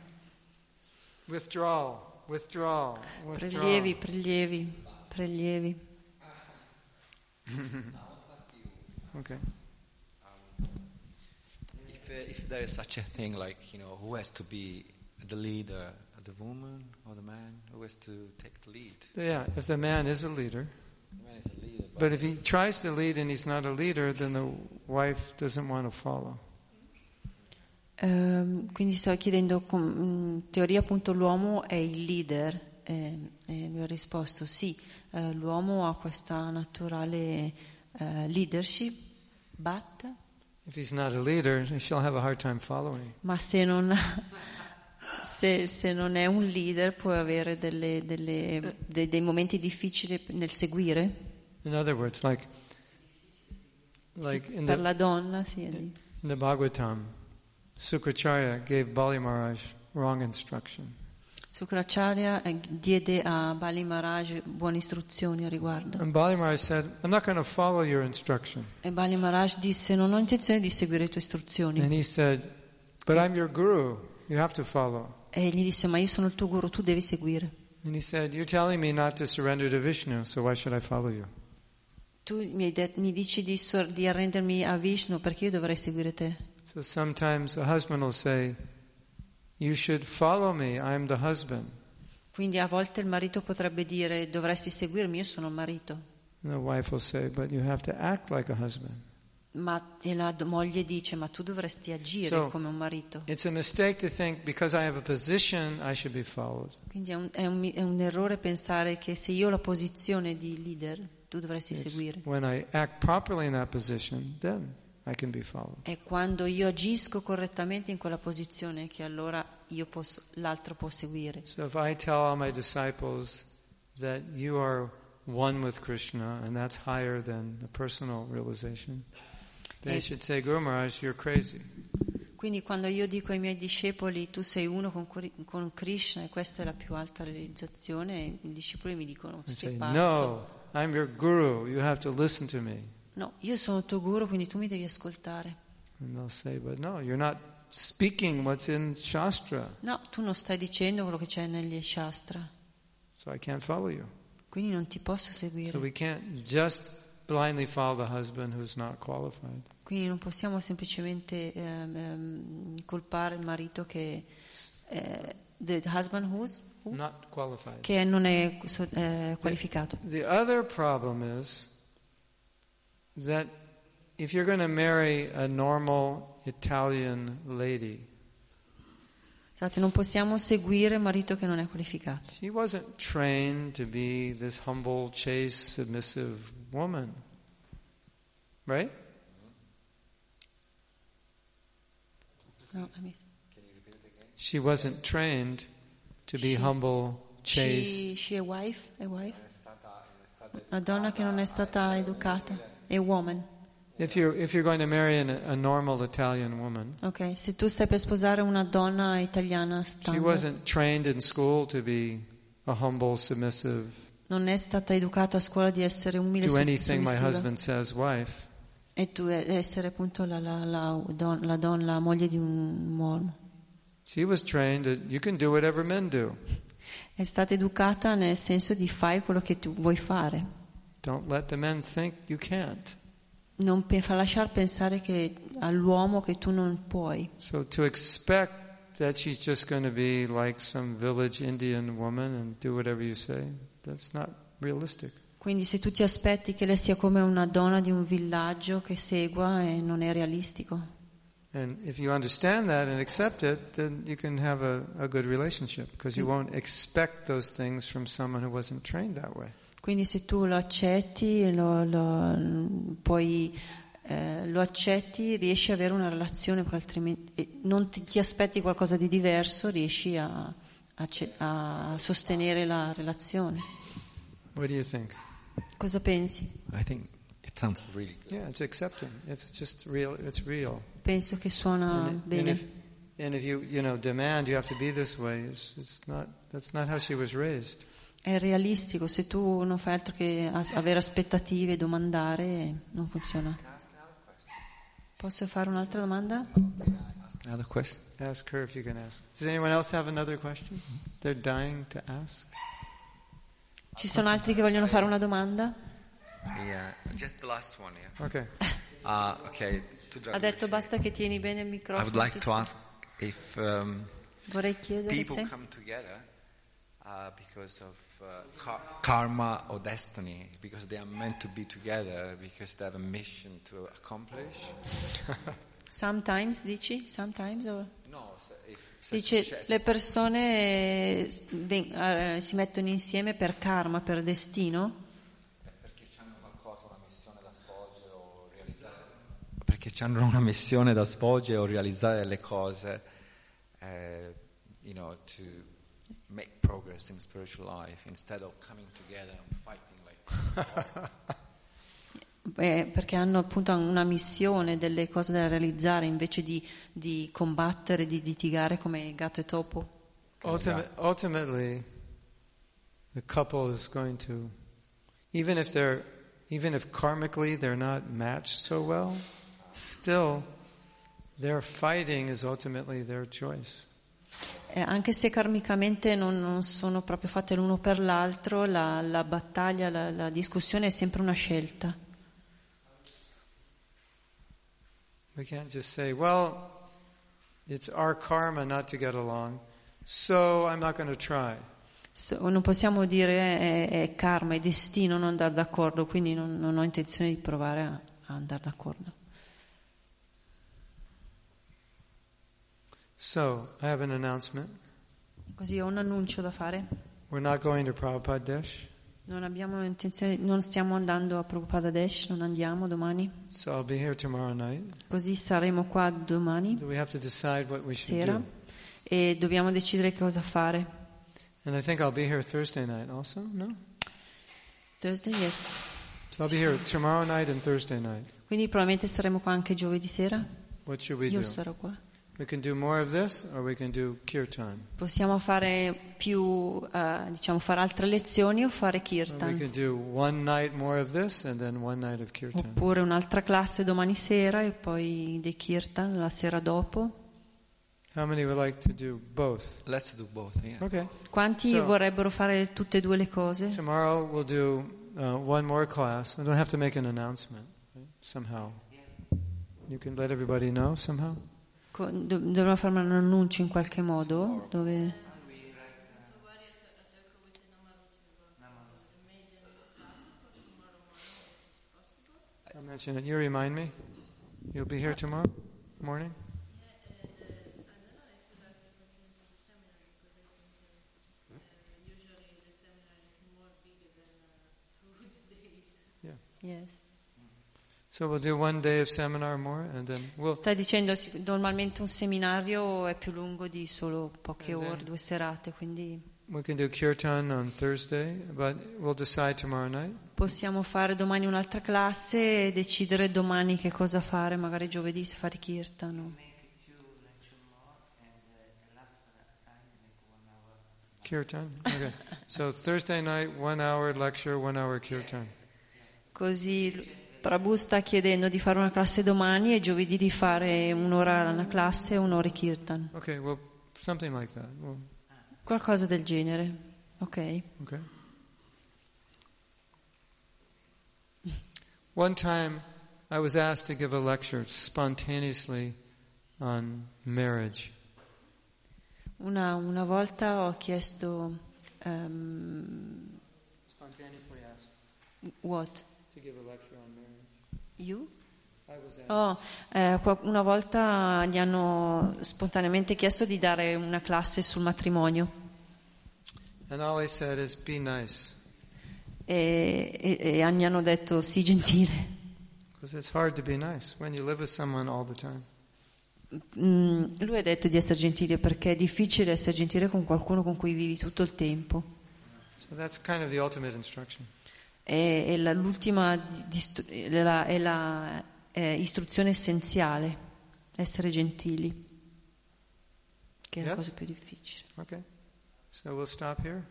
S1: Withdrawal, withdrawal,
S2: Prelievi,
S1: withdrawal.
S2: prelievi, prelievi.
S1: okay.
S4: If, uh, if there is such a thing, like you know, who has to be the leader, the woman or the man? Who has to take the lead?
S1: Yeah, if the man is a leader,
S4: The man is a leader, but,
S1: but if he tries to lead and he's not a leader, then the wife doesn't want to follow.
S2: Ehm, quindi stavo chiedendo, com- in teoria appunto l'uomo è il leader ehm, e mi ha risposto sì, eh, l'uomo ha questa naturale eh, leadership, but,
S1: If he's not a leader, she'll have a hard time following.
S2: ma se non, se, se non è un leader può avere delle- delle- de- dei momenti difficili nel seguire.
S1: In other words, like, like in
S2: per
S1: the,
S2: la donna, sì, è lì.
S1: in the Bhagavatam, Sukracharya gave Bali Maharaj wrong instruction.
S2: Sukracharya eh, diede a Bali Maharaj buone istruzioni a riguardo.
S1: And Bali Maharaj said, I'm not going to follow your instruction.
S2: E Bali Maharaj disse: Non ho intenzione di seguire le tue istruzioni.
S1: And he said, But I'm your guru. You have to follow.
S2: E gli disse: Ma io sono il tuo guru, tu devi seguire.
S1: And he said, You're telling me not to surrender to Vishnu, so why should I follow you?
S2: Tu mi, hai det- mi dici di, sor- di arrendermi a Vishnu perché io dovrei seguire te.
S1: So sometimes a husband will say, You should follow me. I'm the husband.
S2: Quindi a volte il marito potrebbe dire: Dovresti seguirmi, io sono il marito.
S1: And the wife will say, But you have to act like a husband.
S2: Ma, e la do- moglie dice: Ma tu dovresti agire
S1: So-
S2: come un marito.
S1: It's a mistake to think because I have a position, I should be followed.
S2: Quindi è un, è un- è un errore pensare che se io ho la posizione di leader, tu dovresti
S1: It's
S2: seguire.
S1: when I act properly in that position, then I can be followed.
S2: È quando io agisco correttamente in quella posizione che allora io posso, l'altro può seguire.
S1: So if I tell all my disciples that you are one with Krishna and that's higher than the personal realization, they
S2: Eh.
S1: should say, Guru Maharaj, you're crazy.
S2: Quindi quando io dico ai miei discepoli tu sei uno con, Cri- con Krishna e questa è la più alta realizzazione, i discepoli mi dicono
S1: And
S2: sei
S1: say,
S2: pazzo.
S1: No, I'm your guru. You have to listen to me.
S2: No, io sono il tuo guru quindi tu mi devi ascoltare.
S1: And they'll say, But no, you're not speaking what's in Shastra,
S2: No, tu non stai dicendo quello che c'è negli Shastra,
S1: so I can't follow you.
S2: quindi non ti posso
S1: So
S2: seguire.
S1: we can't just blindly follow the husband who's not qualified.
S2: Quindi non possiamo semplicemente ehm, ehm, colpare il marito che... eh, the husband who's... who?
S1: Not qualified.
S2: che non è so- eh, qualificato.
S1: The other problem is that if you're going to marry a normal Italian lady,
S2: Scusate, Esatto, non possiamo seguire marito che non è qualificato.
S1: she wasn't trained to be this humble, chaste, submissive woman. Right?
S2: No, I mean-
S1: She wasn't trained to be
S2: She-
S1: humble, chaste.
S2: She, she a wife, a wife? Una donna che non è stata educata, è woman.
S1: If you're if you're going to marry an, a normal Italian woman,
S2: Ok, se tu stai per sposare una donna italiana
S1: she
S2: standard,
S1: wasn't trained in school to be a humble, submissive,
S2: non è stata educata a scuola di essere umile
S1: do
S2: sub-
S1: anything my
S2: submissiva.
S1: husband says, wife.
S2: e tu e- essere appunto la, la, la don- la donna, la moglie di un uomo.
S1: She was trained that you can do whatever men do.
S2: È stata educata nel senso di fai quello che tu vuoi fare.
S1: Don't let the men think you can't.
S2: Non pe- fa lasciar pensare che all'uomo che tu non puoi.
S1: So to expect that she's just going to be like some village Indian woman and do whatever you say, that's not realistic.
S2: Quindi se tu ti aspetti che lei sia come una donna di un villaggio che segua eh, non è realistico.
S1: And if you understand that and accept it, then you can have a, a good relationship because you won't expect those things from someone who wasn't trained that way.
S2: Quindi se tu lo accetti, e lo, lo- poi, eh, lo accetti, riesci ad avere una relazione, perché altrimenti eh, non ti, ti aspetti qualcosa di diverso, riesci a, a ce- a sostenere la relazione.
S1: What do you think?
S2: Cosa pensi?
S4: I think it sounds really good.
S1: Yeah, it's accepting. It's just real. It's real.
S2: Penso che suona
S1: and, and if,
S2: bene.
S1: and if you you know demand you have to be this way, it's, it's not. That's not how she was raised.
S2: È realistico, se tu non fai altro che as- avere aspettative, domandare, non funziona. Posso fare un'altra domanda?
S4: Another question?
S1: Ask her if you can ask. Does anyone else have another question? They're dying to ask.
S2: Ci sono altri che vogliono fare una domanda?
S4: Yeah, just the last one. Yeah.
S1: Okay.
S4: Uh, okay. to
S2: Ha
S4: Dragovic.
S2: detto basta che tieni bene il
S4: I
S2: microfono.
S4: would like
S2: ti-
S4: to ask if um,
S2: Vorrei chiedere
S4: people
S2: se
S4: come together uh, because of uh, ka- karma or destiny, because they are meant to be together, because they have a mission to accomplish.
S2: sometimes dici, sometimes or-
S4: no, so if so
S2: Dice
S4: success-
S2: le persone eh, s- ven- eh, si mettono insieme per karma, per destino,
S4: perché hanno qualcosa, una missione da svolgere o realizzare. Perché hanno una missione da svolgere o realizzare le cose, eh, you know, to make progress in spiritual life instead of coming together and fighting like.
S2: eh, perché hanno appunto una missione, delle cose da realizzare invece di, di combattere, di litigare come gatto e topo.
S1: Ultimate, ultimately, the couple is going to, even if they're, even if karmically they're not matched so well, still, their fighting is ultimately their choice.
S2: Eh, anche se karmicamente non, non sono proprio fatte l'uno per l'altro, la, la battaglia, la, la discussione è sempre una scelta.
S1: We can't just say, well, it's our karma not to get along, so I'm not going to try.
S2: So, non possiamo dire eh, è, karma, è destino non andare d'accordo, quindi non, non ho intenzione di provare a, a andare d'accordo.
S1: So, I have an announcement.
S2: Così ho un annuncio da fare.
S1: We're not going to Prabhupada Desh,
S2: Non abbiamo intenzione, non stiamo andando a Prabhupada Desh, non andiamo domani.
S1: so I'll be here tomorrow night.
S2: Così saremo qua domani
S1: We have to decide what we should
S2: sera
S1: do.
S2: e dobbiamo decidere che cosa fare.
S1: And I think I'll be here Thursday night also, no?
S2: Thursday, yes.
S1: So I'll be here tomorrow night and Thursday night.
S2: Quindi probabilmente saremo qua anche giovedì sera.
S1: What should we
S2: Io
S1: do?
S2: sarò qua.
S1: We can do more of this or we can do kirtan.
S2: Possiamo fare più, eh, diciamo, fare altre lezioni o fare
S1: Or we
S2: kirtan.
S1: can do one night more of this and then one night of kirtan.
S2: Oppure un'altra classe domani sera e poi dei kirtan la sera dopo.
S1: How many would like to do both?
S4: Let's do both. Yeah.
S1: Okay.
S2: Quanti
S1: So-
S2: vorrebbero fare tutte e due le cose?
S1: Tomorrow we'll do uh, one more class. I don't have to make an announcement right? somehow. You can let everybody know somehow.
S2: Co- do- dovremmo fare un annuncio in qualche modo? Dove...
S1: I'll mention it. You remind me. You'll be here tomorrow morning. So we'll do one day of seminar more, and then we'll
S2: Stai dicendo sic- normalmente un seminario è più lungo di solo poche ore, due serate, quindi
S1: we can do kirtan on Thursday, but we'll decide tomorrow night.
S2: possiamo fare domani un'altra classe e decidere domani che cosa fare, magari giovedì se fare kirtan. o-
S1: Kirtan. Okay. so Thursday night, one hour lecture, one hour kirtan.
S2: Così l- Prabhu sta chiedendo di fare una classe domani e giovedì di fare un'ora una classe e un'ora i kirtan.
S1: Okay. Well, something like that. Well,
S2: Qualcosa del genere. Ok.
S1: okay. One time, I was asked to give a lecture spontaneously on marriage.
S2: Una, una volta ho chiesto ehm,
S1: Spontaneously asked
S2: what?
S1: to give a lecture on marriage.
S2: You?
S1: I was asked.
S2: Oh, eh, qua- una volta gli hanno spontaneamente chiesto di dare una classe sul matrimonio
S1: And all I said is, "Be nice,"
S2: e, e- e gli hanno detto sii gentile.
S1: because it's hard to be nice when you live with someone all the time.
S2: Mm, lui ha detto di essere gentile perché è difficile essere gentile con qualcuno con cui vivi tutto il tempo.
S1: So that's kind of the ultimate instruction.
S2: è, è la- l'ultima di- distru- è la- è la, eh, istruzione essenziale, essere gentili, che è la
S1: Yes?
S2: cosa più difficile.
S1: Okay. So we'll stop here.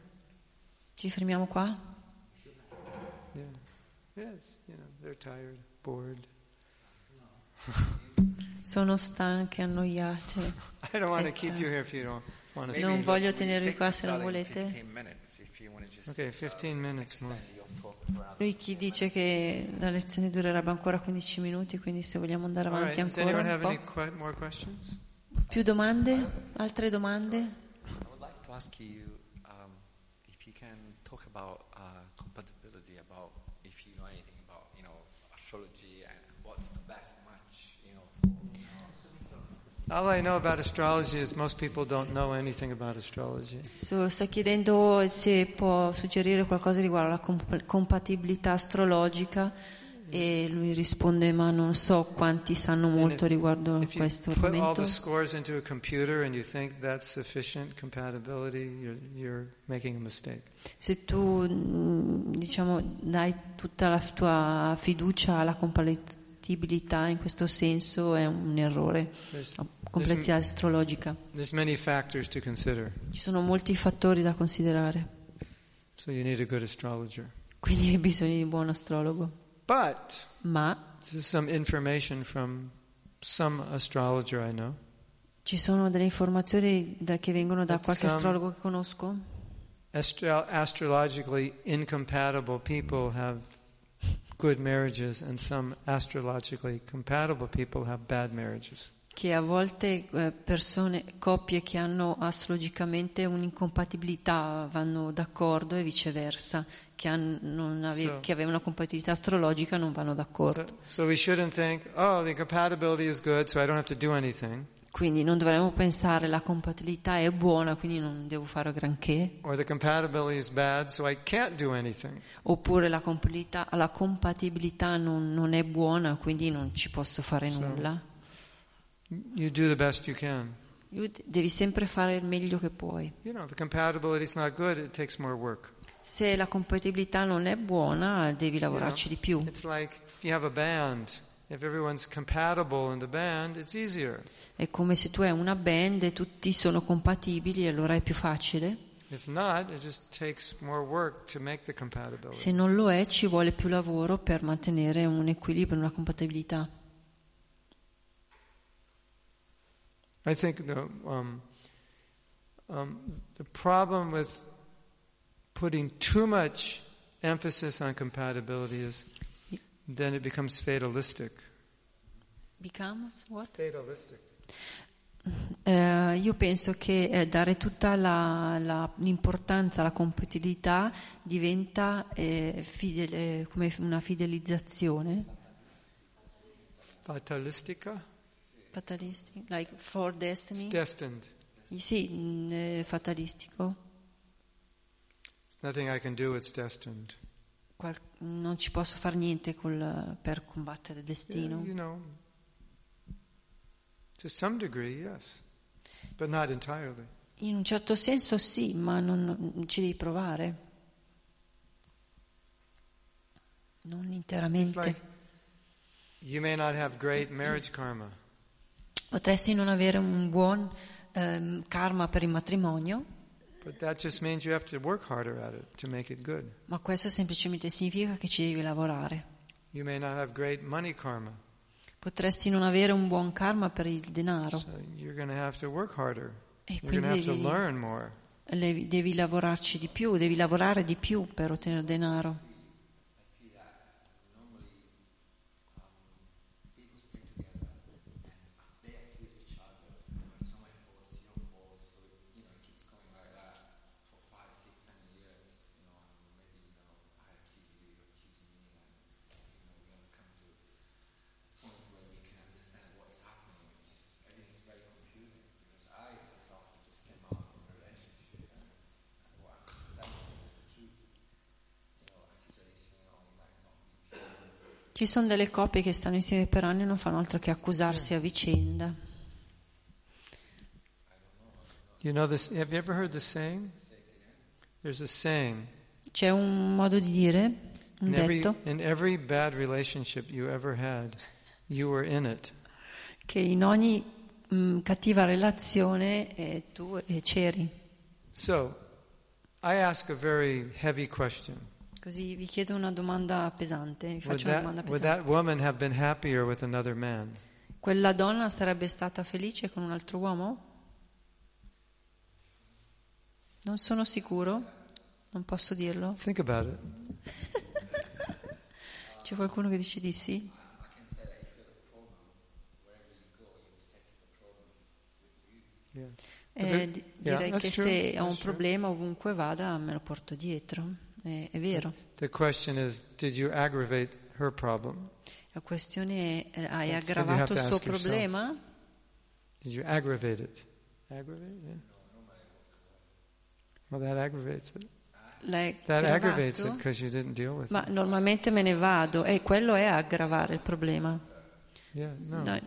S2: Ci fermiamo qua?
S1: Yeah. Yes, you know, they're tired, bored.
S2: Sono stanche, annoiate.
S1: I don't want to
S2: Ecco.
S1: keep you here if you don't want to
S2: Non
S1: stay.
S2: voglio tenervi qua se non volete.
S1: Okay, 15 minutes more.
S2: Lui chi dice che la lezione durerebbe ancora 15 minuti, quindi se vogliamo andare
S1: All right.
S2: avanti
S1: Does anyone
S2: ancora
S1: have
S2: un
S1: any
S2: po'.
S1: que- more questions?
S2: Più domande? Altre domande?
S11: I would like to ask you um, if you can talk about uh, compatibility, about if you know anything about you know astrology and what's the best match, you know.
S1: All I know about astrology is most people don't know anything about astrology.
S2: So, sta chiedendo se può suggerire qualcosa riguardo alla comp- compatibilità astrologica e lui risponde ma non so quanti sanno molto riguardo a
S1: If you
S2: questo
S1: put all
S2: argomento.
S1: the scores into a computer and you think that's sufficient compatibility, you're, you're making a mistake.
S2: Se tu mh, diciamo dai tutta la f- tua fiducia alla compatibilità in questo senso è un errore,
S1: There's-
S2: la compatibilità astrologica.
S1: There's many factors to consider,
S2: Ci sono molti fattori da considerare,
S1: so you need a good astrologer.
S2: quindi hai bisogno di un buon astrologo.
S1: But
S2: Ma
S1: this is some information from some astrologer I know.
S2: ci sono delle informazioni da- che vengono da
S1: That
S2: qualche
S1: some-
S2: astrologo che conosco?
S1: Astro- astrologically incompatible people have good marriages, and some astrologically compatible people have bad marriages.
S2: che a volte eh, persone, coppie che hanno astrologicamente un'incompatibilità vanno d'accordo e viceversa, che, han- non ave-
S1: So-
S2: che avevano una compatibilità astrologica non vanno d'accordo.
S1: So, so we shouldn't think, oh, the compatibility is good, so I don't have to do anything,
S2: Quindi non dovremmo pensare la compatibilità è buona, quindi non devo fare granché,
S1: or the compatibility is bad, so I can't do anything.
S2: oppure la compatibilità, la compatibilità non, non è buona, quindi non ci posso fare
S1: So-
S2: nulla.
S1: You do the best you can.
S2: You d- Devi sempre fare il meglio che puoi.
S1: You know, if the compatibility is not good, it takes more work.
S2: Se la compatibilità non è buona, devi
S1: You know,
S2: lavorarci di più.
S1: It's like if you have a band. If everyone's compatible in the band, it's easier.
S2: È come se tu hai una band e tutti sono compatibili, allora è più facile.
S1: If not, it just takes more work to make the compatibility.
S2: Se non lo è, ci vuole più lavoro per mantenere un equilibrio, una compatibilità.
S1: I think the um, um, the problem with putting too much emphasis on compatibility is then it becomes fatalistic.
S2: Becomes what?
S1: Fatalistic.
S2: Eh, io penso che eh, dare tutta la- la- l'importanza alla compatibilità diventa eh, fidele- come una fidelizzazione.
S1: Fatalistica.
S2: Fatalistic, like for
S1: It's
S2: destiny.
S1: destined.
S2: sì, mm, eh, fatalistico.
S1: Nothing I can do. It's destined.
S2: Qual- non ci posso fare niente col- per combattere il
S1: Yeah,
S2: destino.
S1: you know. To some degree, yes, but not entirely.
S2: In un certo senso sì, ma non, non ci devi provare. Non
S1: It's
S2: interamente.
S1: like you may not have great marriage karma,
S2: Potresti non avere un buon ehm, karma per il matrimonio,
S1: but that just means you have to work harder at it to make it good.
S2: ma questo semplicemente significa che ci devi lavorare.
S1: You may not have great money karma,
S2: Potresti non avere un buon karma per il
S1: so
S2: denaro
S1: you're going to have to work harder.
S2: e
S1: You're going
S2: quindi
S1: to have to
S2: devi,
S1: learn more.
S2: le- devi lavorarci di più, devi lavorare di più per ottenere denaro. Ci sono delle coppie che stanno insieme per anni e non fanno altro che accusarsi a vicenda.
S1: You know this? Have you ever heard the saying? There's a saying:
S2: C'è un modo di dire
S1: In every,
S2: detto
S1: in every bad relationship you ever had, you were in it.
S2: che in ogni mm, cattiva relazione eh, tu eh, c'eri.
S1: So, I ask a very heavy question.
S2: Così vi chiedo una domanda pesante, vi
S1: Would
S2: faccio una domanda
S1: that, would
S2: pesante.
S1: that woman have been happier with another man?
S2: Quella donna sarebbe stata felice con un altro uomo? Non sono sicuro, non posso dirlo.
S1: Think about it.
S2: C'è qualcuno che dice di sì?
S1: Yeah.
S2: Eh,
S1: But it-
S2: di-
S1: yeah,
S2: direi
S1: that's
S2: che
S1: true,
S2: se ho un
S1: that's true.
S2: problema ovunque vada me lo porto dietro, Eh, è vero.
S1: The question is, did you aggravate her problem?
S2: La questione è, eh, hai
S1: That's what you have
S2: aggravato
S1: to
S2: il suo
S1: ask yourself.
S2: problema?
S1: Did you aggravate it? Aggravate? Yeah. Well, that aggravates it.
S2: L'hai
S1: That
S2: aggravato?
S1: aggravates it because you didn't deal with
S2: Ma
S1: it.
S2: normalmente me ne vado e quello è aggravare il problema.
S1: Oh. Yeah, no.
S2: No.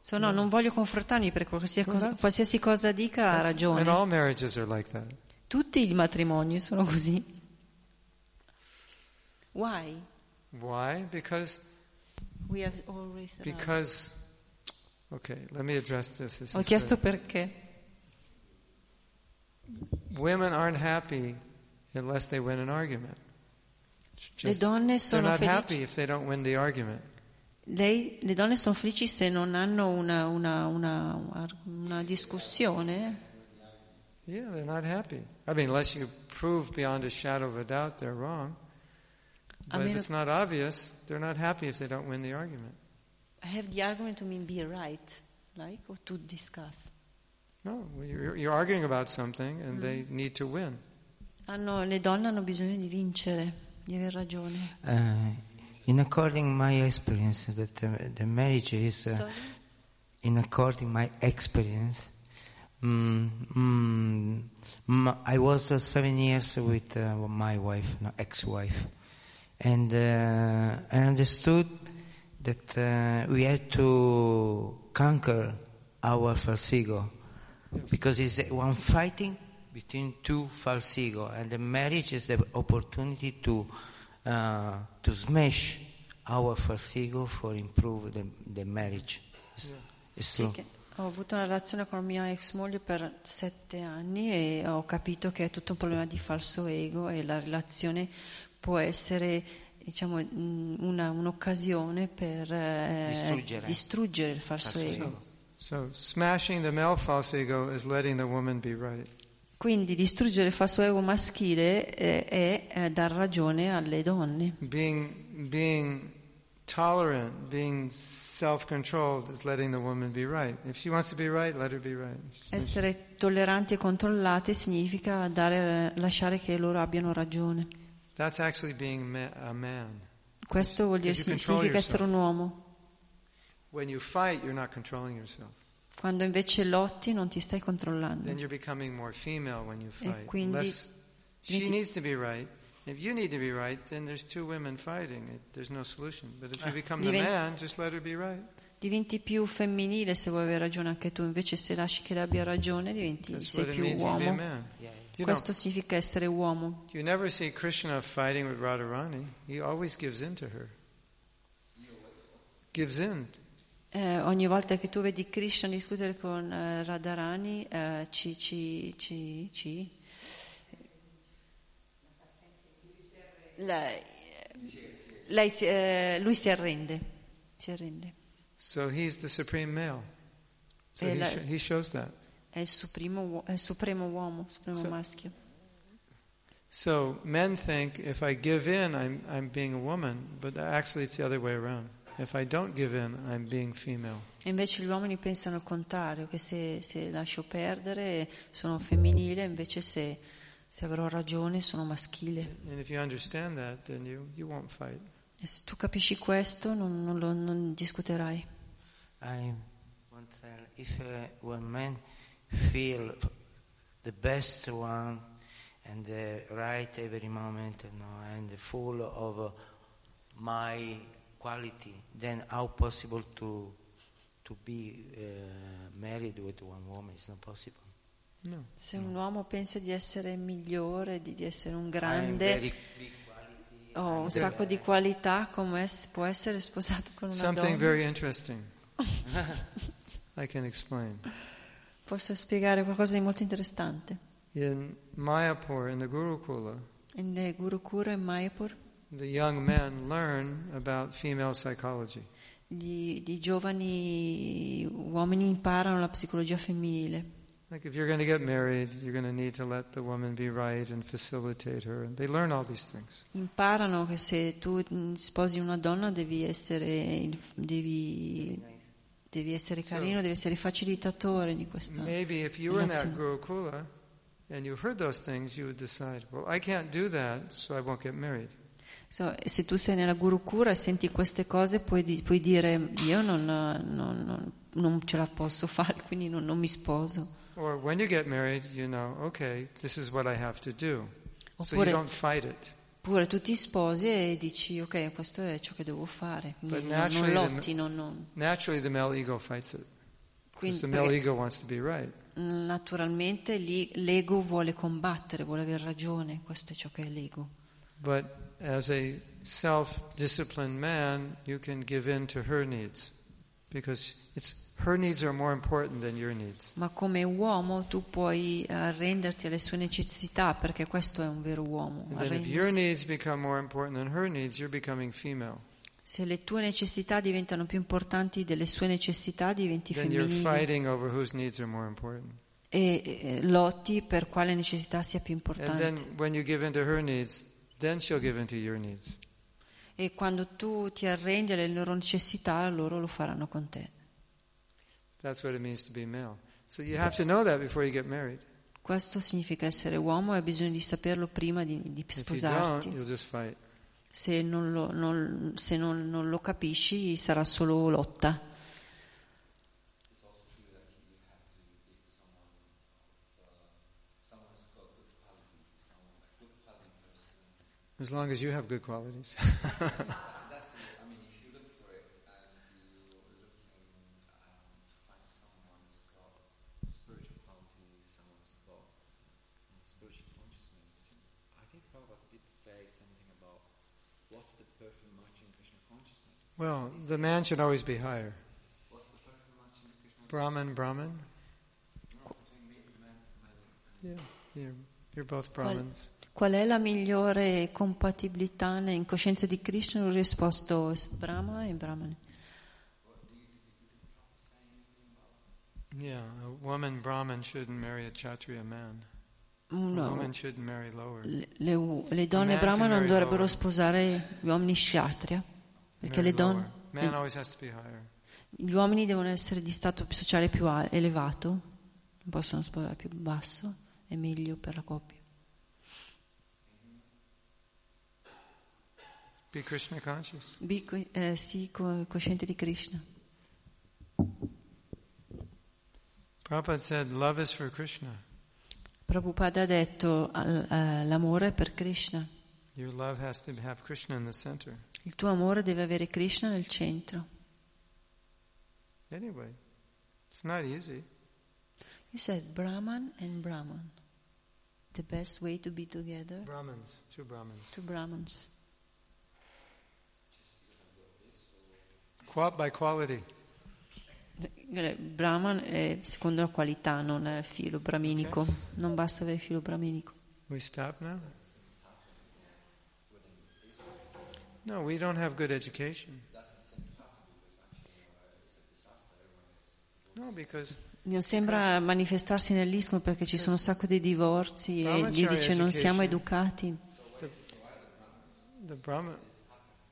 S2: So, no, non voglio confrontarmi per qualsiasi
S1: No,
S2: cosa,
S1: that's-
S2: qualsiasi cosa dica ha
S1: That's- And
S2: ragione.
S1: all marriages are like that.
S2: Tutti i matrimoni sono così. Why?
S1: Why? Because
S2: We have always
S1: because. Okay, let me address this. this
S2: Ho
S1: is
S2: chiesto
S1: very-
S2: perché.
S1: women aren't happy unless they win an argument. It's just-
S2: donne sono
S1: they're not
S2: felici.
S1: happy if they don't win the argument.
S2: Lei- le donne sono felici se non hanno una, una- una- una discussione.
S1: Yeah, they're not happy. I mean, unless you prove beyond a shadow of a doubt they're wrong.
S2: A
S1: But if
S2: meno-
S1: it's not obvious, they're not happy if they don't win the argument.
S2: I have the argument to mean be right, like, or to discuss.
S1: No, well, you're, you're arguing about something and they need to win.
S2: Hanno- le donne hanno bisogno di vincere, di aver ragione.
S4: Uh, in according my experience, that uh, the marriage is,
S1: Eh,
S4: uh,
S2: Sorry?
S4: in according my experience, mm, mm, m- I was uh, seven years with uh, my wife, no, ex-wife, and uh, I understood that uh, we had to conquer our false ego because it's uh, one fighting between two false ego, and the marriage is the opportunity to uh, to smash our false ego for improve the, the marriage. It's, it's true.
S2: Che Ho avuto una relazione con mia ex moglie per sette anni e ho capito che è tutto un problema di falso ego e la relazione può essere diciamo, mh, una- un'occasione per eh,
S4: Distruggere.
S2: distruggere il falso
S4: Falso
S2: ego.
S4: ego.
S1: So smashing the male false ego is letting the woman be right.
S2: Quindi distruggere il falso ego maschile eh, è eh, dar ragione alle donne.
S1: Being being tolerant, being self-controlled is letting the woman be right. If she wants to be right, let her be right.
S2: Essere tolleranti e controllate significa dare- eh, lasciare che loro abbiano ragione.
S1: That's actually being ma- a man.
S2: Questo vuol dire,
S1: Because you control
S2: significa essere un
S1: yourself.
S2: uomo.
S1: When you fight, you're not controlling yourself.
S2: Quando invece lotti non ti stai
S1: Then
S2: controllando.
S1: you're becoming more female when you fight.
S2: E quindi-
S1: Less- she
S2: quindi-
S1: needs to be right. If you need to be right, then there's two women fighting. It, there's no solution. But
S2: Ah,
S1: if you become the
S2: diven-
S1: man, just let her be right.
S2: Diventi più femminile se vuoi avere ragione anche tu, invece se lasci che lei abbia ragione diventi,
S1: That's
S2: sei
S1: what it
S2: più
S1: means to be a
S2: uomo.
S1: man. You know,
S2: Questo significa essere uomo.
S1: you never see Krishna fighting with Radharani. He always gives in to her. Gives in.
S2: Eh, ogni volta che tu vedi Krishna discutere con eh, Radharani, eh, ci, ci, ci, ci- Lei, lei si- eh, lui si arrende. Si arrende.
S1: So he's the supreme male. So
S2: Eh,
S1: he,
S2: la-
S1: sho- he shows that.
S2: È il supremo, uo- è il supremo uomo, il supremo
S1: So-
S2: maschio.
S1: So men think if I give in, I'm, I'm being a woman, but actually it's the other way around. If I don't give in, I'm being female.
S2: E Invece gli uomini pensano il contrario, che se, se lascio perdere sono femminile, invece se, se avrò ragione sono maschile.
S1: And if you understand that, then you, you won't fight.
S2: E se tu capisci questo non, non lo- non discuterai.
S4: I want to tell if uh, when men feel the best one and uh, right every moment you know, and full of uh, my quality, then how possible to to be uh, married with one woman? It's not possible.
S1: No.
S2: Se un uomo pensa di essere migliore, di, di essere un
S10: very
S2: grande
S10: big
S2: o un
S10: There-
S2: sacco di qualità, come es- può essere sposato con una
S1: Something
S2: donna?
S1: very interesting. I can explain.
S2: Posso spiegare qualcosa di molto interessante.
S1: In Mayapur, in the Gurukula,
S2: In Gurukura e Mayapur,
S1: the young men learn about female psychology.
S2: gli, gli giovani uomini imparano la psicologia femminile.
S1: Like if you're going to get married, you're going to need to let the woman be right and facilitate her. And they learn all these things.
S2: Imparano che se tu mm, sposi una donna devi essere, il- devi, devi essere carino, devi essere il facilitatore di questa
S1: Maybe if you were in that
S2: relazione.
S1: Gurukula and you heard those things, you would decide, well, I can't do that, so I won't get married.
S2: So, e se tu sei nella Gurukura e senti queste cose puoi, di- puoi dire io non, non- non- non ce la posso fare, quindi non, non mi sposo.
S1: Or when you get married, you know, okay, this is what I have to do. So you
S2: Oppure-
S1: don't fight it.
S2: Oppure tu ti sposi e dici ok, questo è ciò che devo fare,
S1: But
S2: quindi non, non
S1: naturally,
S2: lotti,
S1: the,
S2: non- non-
S1: naturally the male ego fights it. Because
S2: Quindi-
S1: the male
S2: perché-
S1: ego wants to be right.
S2: Naturalmente lì l'ego vuole combattere, vuole aver ragione, questo è ciò che è l'ego.
S1: But as a self-disciplined man, you can give in to her needs because it's her needs are more important than your needs.
S2: Ma come uomo tu puoi eh, arrenderti alle sue necessità, perché questo è un vero uomo.
S1: And then if
S2: arrendersi.
S1: your needs become more important than her needs, you're becoming female.
S2: Se le tue necessità diventano più importanti delle sue necessità, diventi
S1: Then you're
S2: femminile
S1: fighting over whose needs are more important.
S2: e eh, lotti per quale necessità sia più
S1: And then
S2: importante.
S1: when you give in to her needs, then she'll give in to your needs.
S2: E quando tu ti arrendi alle loro necessità, loro lo faranno con te.
S1: That's what it means to be male. So you have to know that before you get married.
S2: Questo significa essere uomo e hai bisogno di saperlo prima di, di
S1: If you don't,
S2: sposarti.
S1: you'll just fight.
S2: Se non lo, non- se non- non lo capisci sarà solo lotta.
S1: As long as you have good qualities.
S11: spiritual consciousness. I think Prabhupada did say something about what's the perfect match in Krishna consciousness.
S1: well, the man should always be higher.
S11: What's the perfect match in Krishna?
S1: Brahman, Brahman. Yeah, you're, you're both Brahmins.
S2: Qual è la migliore compatibilità ne- in coscienza di Krishna? Ho risposto s- Brahma e Brahman.
S1: Yeah, a woman Brahmin shouldn't marry a Kshatriya man. A
S2: No.
S1: woman shouldn't marry lower.
S2: Le, le u- le
S1: A
S2: donne
S1: man
S2: Brahma
S1: can
S2: non
S1: marry
S2: dovrebbero
S1: lower.
S2: sposare gli uomini Kshatriya, perché
S1: Marry
S2: le donne,
S1: lower. Man always has to be higher.
S2: gli uomini devono essere di stato sociale più a- elevato, non possono sposare più basso, è meglio per la coppia.
S1: Be Krishna conscious.
S2: Bi- co- eh, sii co- cosciente di Krishna.
S1: Prabhupada said, love is for Krishna.
S2: Prabhupada ha detto al- eh, l'amore è per Krishna,
S1: Your love has to have Krishna in the center.
S2: il tuo amore deve avere Krishna nel centro.
S1: Anyway, it's not easy.
S2: You said Brahman and Brahman. The best way to be together,
S1: Brahmins, two Brahmins.
S2: two Brahmans.
S1: Qua- by quality.
S2: Eh, Brahman è secondo la qualità, non è filo brahminico. Non basta avere filo brahminico.
S1: We stop now? No, we don't have good education. No, because
S2: Non sembra manifestarsi nell'ismo perché ci sono un sacco di divorzi e gli
S1: Brahmacharya
S2: dice non siamo
S1: education.
S2: educati.
S1: the, the Brahma,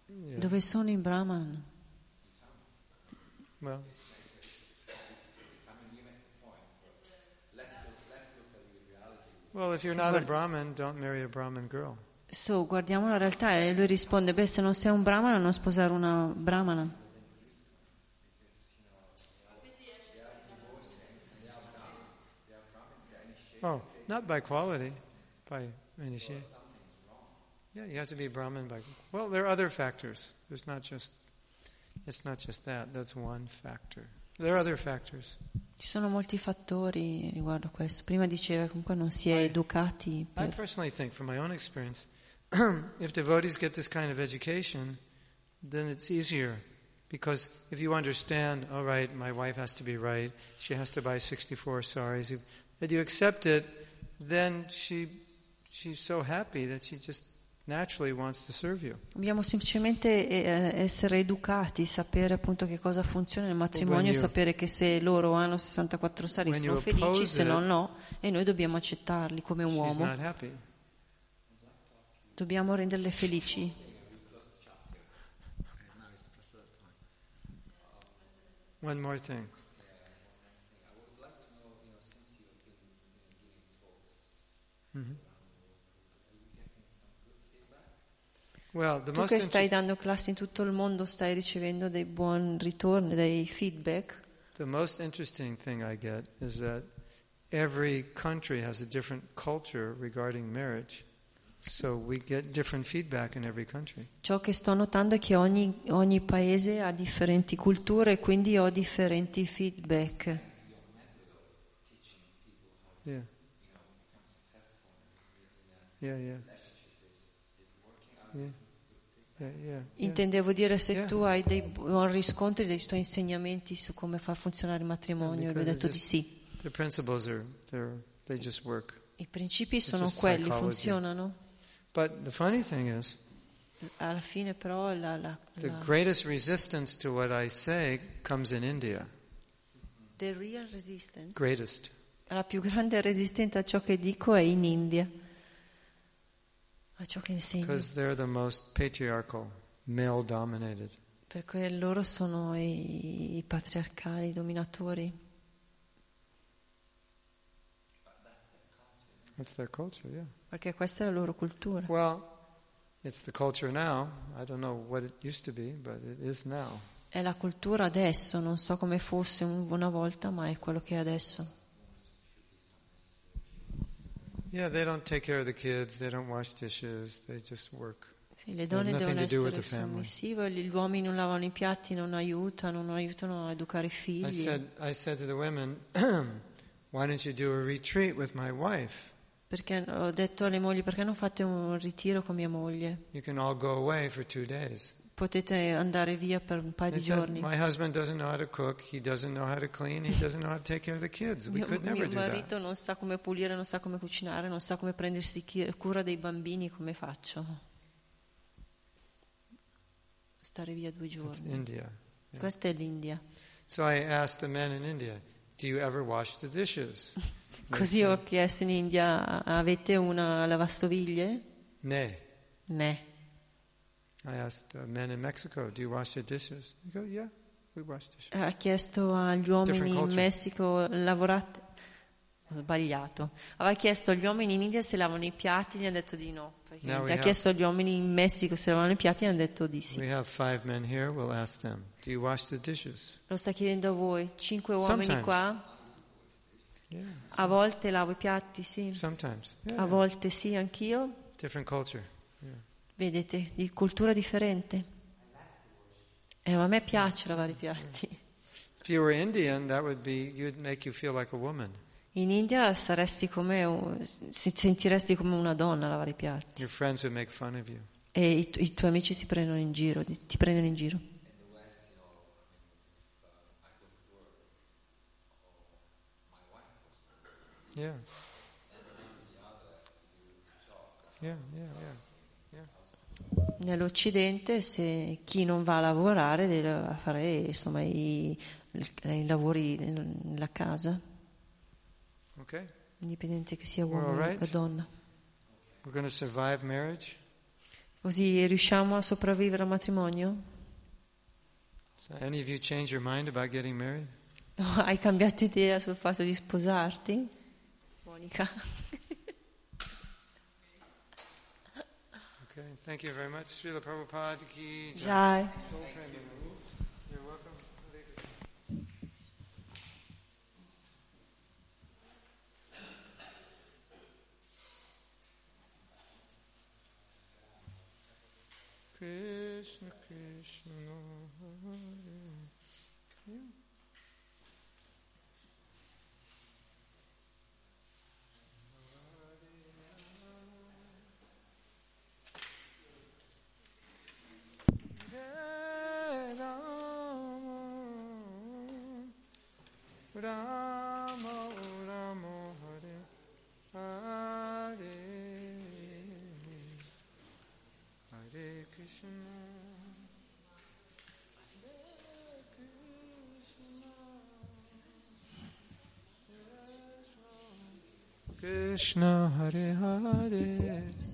S1: yeah,
S2: Dove sono i Brahman?
S1: well, well, if you're not a Brahmin, don't marry a Brahmin girl.
S2: So, guardiamo la realtà e lui risponde, beh, se non sei un Brahmana non sposare una Brahmana.
S1: Oh, not by quality, by initiation. Yeah, you have to be Brahmin by. Well, there are other factors. There's not just. It's not just that. That's one factor. There are other factors.
S2: Ci sono molti fattori riguardo a questo. Prima diceva comunque non si è educati
S1: I
S2: per...
S1: personally think, from my own experience, if devotees get this kind of education, then it's easier. Because if you understand, all right, my wife has to be right, she has to buy 64 saris, if, and you accept it, then she, she's so happy that she just naturally wants to serve you.
S2: Dobbiamo semplicemente eh, essere educati, sapere appunto che cosa funziona nel matrimonio,
S1: When
S2: e
S1: you-
S2: sapere che se loro hanno 64 sari
S1: When
S2: sono
S1: you
S2: felici,
S1: oppose
S2: se no
S1: it,
S2: no, e noi dobbiamo accettarli come un
S1: She's
S2: uomo,
S1: not happy.
S2: dobbiamo renderle felici.
S1: One more thing. Mhm. Well, the
S2: Tu
S1: most
S2: che stai
S1: inter-
S2: dando classi in tutto il mondo stai ricevendo dei buoni ritorni, dei feedback.
S1: the most interesting thing I get is that every country has a different culture regarding marriage, so we get different feedback in every country.
S2: Ciò che sto notando è che ogni, ogni paese ha differenti culture e quindi ho differenti feedback.
S1: Yeah. Yeah, yeah. Yeah. Yeah, yeah. yeah.
S2: Intendevo dire se
S1: Yeah.
S2: tu hai dei buoni riscontri dei tuoi insegnamenti su come far funzionare il matrimonio, e vi ho
S1: Because it's
S2: detto di
S1: just-
S2: sì.
S1: The principles are they're, they just work.
S2: I principi
S1: It's
S2: sono
S1: just
S2: quelli,
S1: psychology.
S2: funzionano.
S1: But the funny thing is,
S2: Alla fine però la, la-
S1: the
S2: la-
S1: greatest resistance to what I say comes in India.
S2: the real resistance.
S1: Greatest.
S2: la più grande resistenza a ciò che dico è in India, a ciò che insegno,
S1: Because they're the most patriarchal, male dominated.
S2: perché loro sono i, i patriarcali, i dominatori.
S1: That's their culture, yeah.
S2: Perché questa è la loro cultura.
S1: Well, it's the culture now. I don't know what it used to be, but it is now.
S2: È la cultura adesso, non so come fosse un- una volta, ma è quello che è adesso.
S1: Yeah, they don't take care of the kids, they don't wash dishes, they just work.
S2: Sì,
S1: They
S2: le
S1: have
S2: donne
S1: nothing
S2: devono
S1: to do with
S2: essere
S1: the family.
S2: sommissive, gli uomini non lavano i piatti, non aiutano, non aiutano a educare i
S1: I
S2: figli.
S1: said, I said to the women, why don't you do a retreat with my wife?
S2: Perché ho detto alle mogli, perché non fate un ritiro con mia moglie?
S1: You can all go away for two days.
S2: Potete andare via per un paio
S1: They
S2: di
S1: said,
S2: giorni.
S1: my husband doesn't know how to cook, he doesn't know how to clean, he doesn't know how to take care of the kids. We
S2: Mio,
S1: could never
S2: mio
S1: do that.
S2: marito non sa come pulire, non sa come cucinare, non sa come prendersi chi- cura dei bambini, come faccio? Stare via due
S1: It's
S2: giorni.
S1: India. yeah.
S2: Questa è l'India.
S1: So I asked the men in India, do you ever wash the dishes? They
S2: Così
S1: said,
S2: ho chiesto in India, avete una lavastoviglie?
S1: Nay.
S2: Ne.
S1: I asked uh, men in Mexico, do you wash the dishes? They go, yeah, we wash dishes.
S2: Ha chiesto agli
S1: Different
S2: uomini in
S1: culture.
S2: Messico, lavorate... Ho sbagliato. Aveva chiesto agli uomini in India se lavano i piatti, gli hanno detto di no. Perché
S1: Now we
S2: Ha
S1: have-
S2: chiesto agli uomini in Messico se lavano i piatti, gli hanno detto di sì.
S1: We have five men here, we'll ask them, do you wash the dishes?
S2: Lo sta chiedendo a voi, cinque uomini
S1: Sometimes.
S2: qua,
S1: Yeah,
S2: a volte lavo i piatti, sì,
S1: sometimes.
S2: a
S1: Yeah, yeah.
S2: volte sì, anch'io.
S1: Different culture. Yeah.
S2: Vedete, di cultura differente. Eh, ma a me piace lavare i piatti.
S1: If you were Indian, that would be, you'd make you feel like a woman.
S2: In India saresti come, un- si sentiresti come una donna a lavare i piatti.
S1: Your friends would make fun of you.
S2: E i, tu- i tuoi amici si prendono in giro, di- ti prendono in giro.
S1: Yeah. Yeah, yeah, yeah. yeah.
S2: Nell'Occidente se chi non va a lavorare deve a fare insomma, i, i lavori nella casa,
S1: Okay?
S2: indipendente che sia
S1: We're
S2: uomo
S1: all right?
S2: o donna.
S1: We're going to survive marriage?
S2: Così riusciamo a sopravvivere al matrimonio?
S1: So any of you change your mind about getting married?
S2: Hai cambiato idea sul fatto di sposarti? Monica.
S1: Okay, thank you very much. Srila Prabhupada ki jai.
S2: Jai.
S1: You're welcome. Krishna, Krishna, Hare Hare. Rama, oh Rama, Hare, Hare, Hare Krishna. Hare Krishna, Krishna Hare Hare.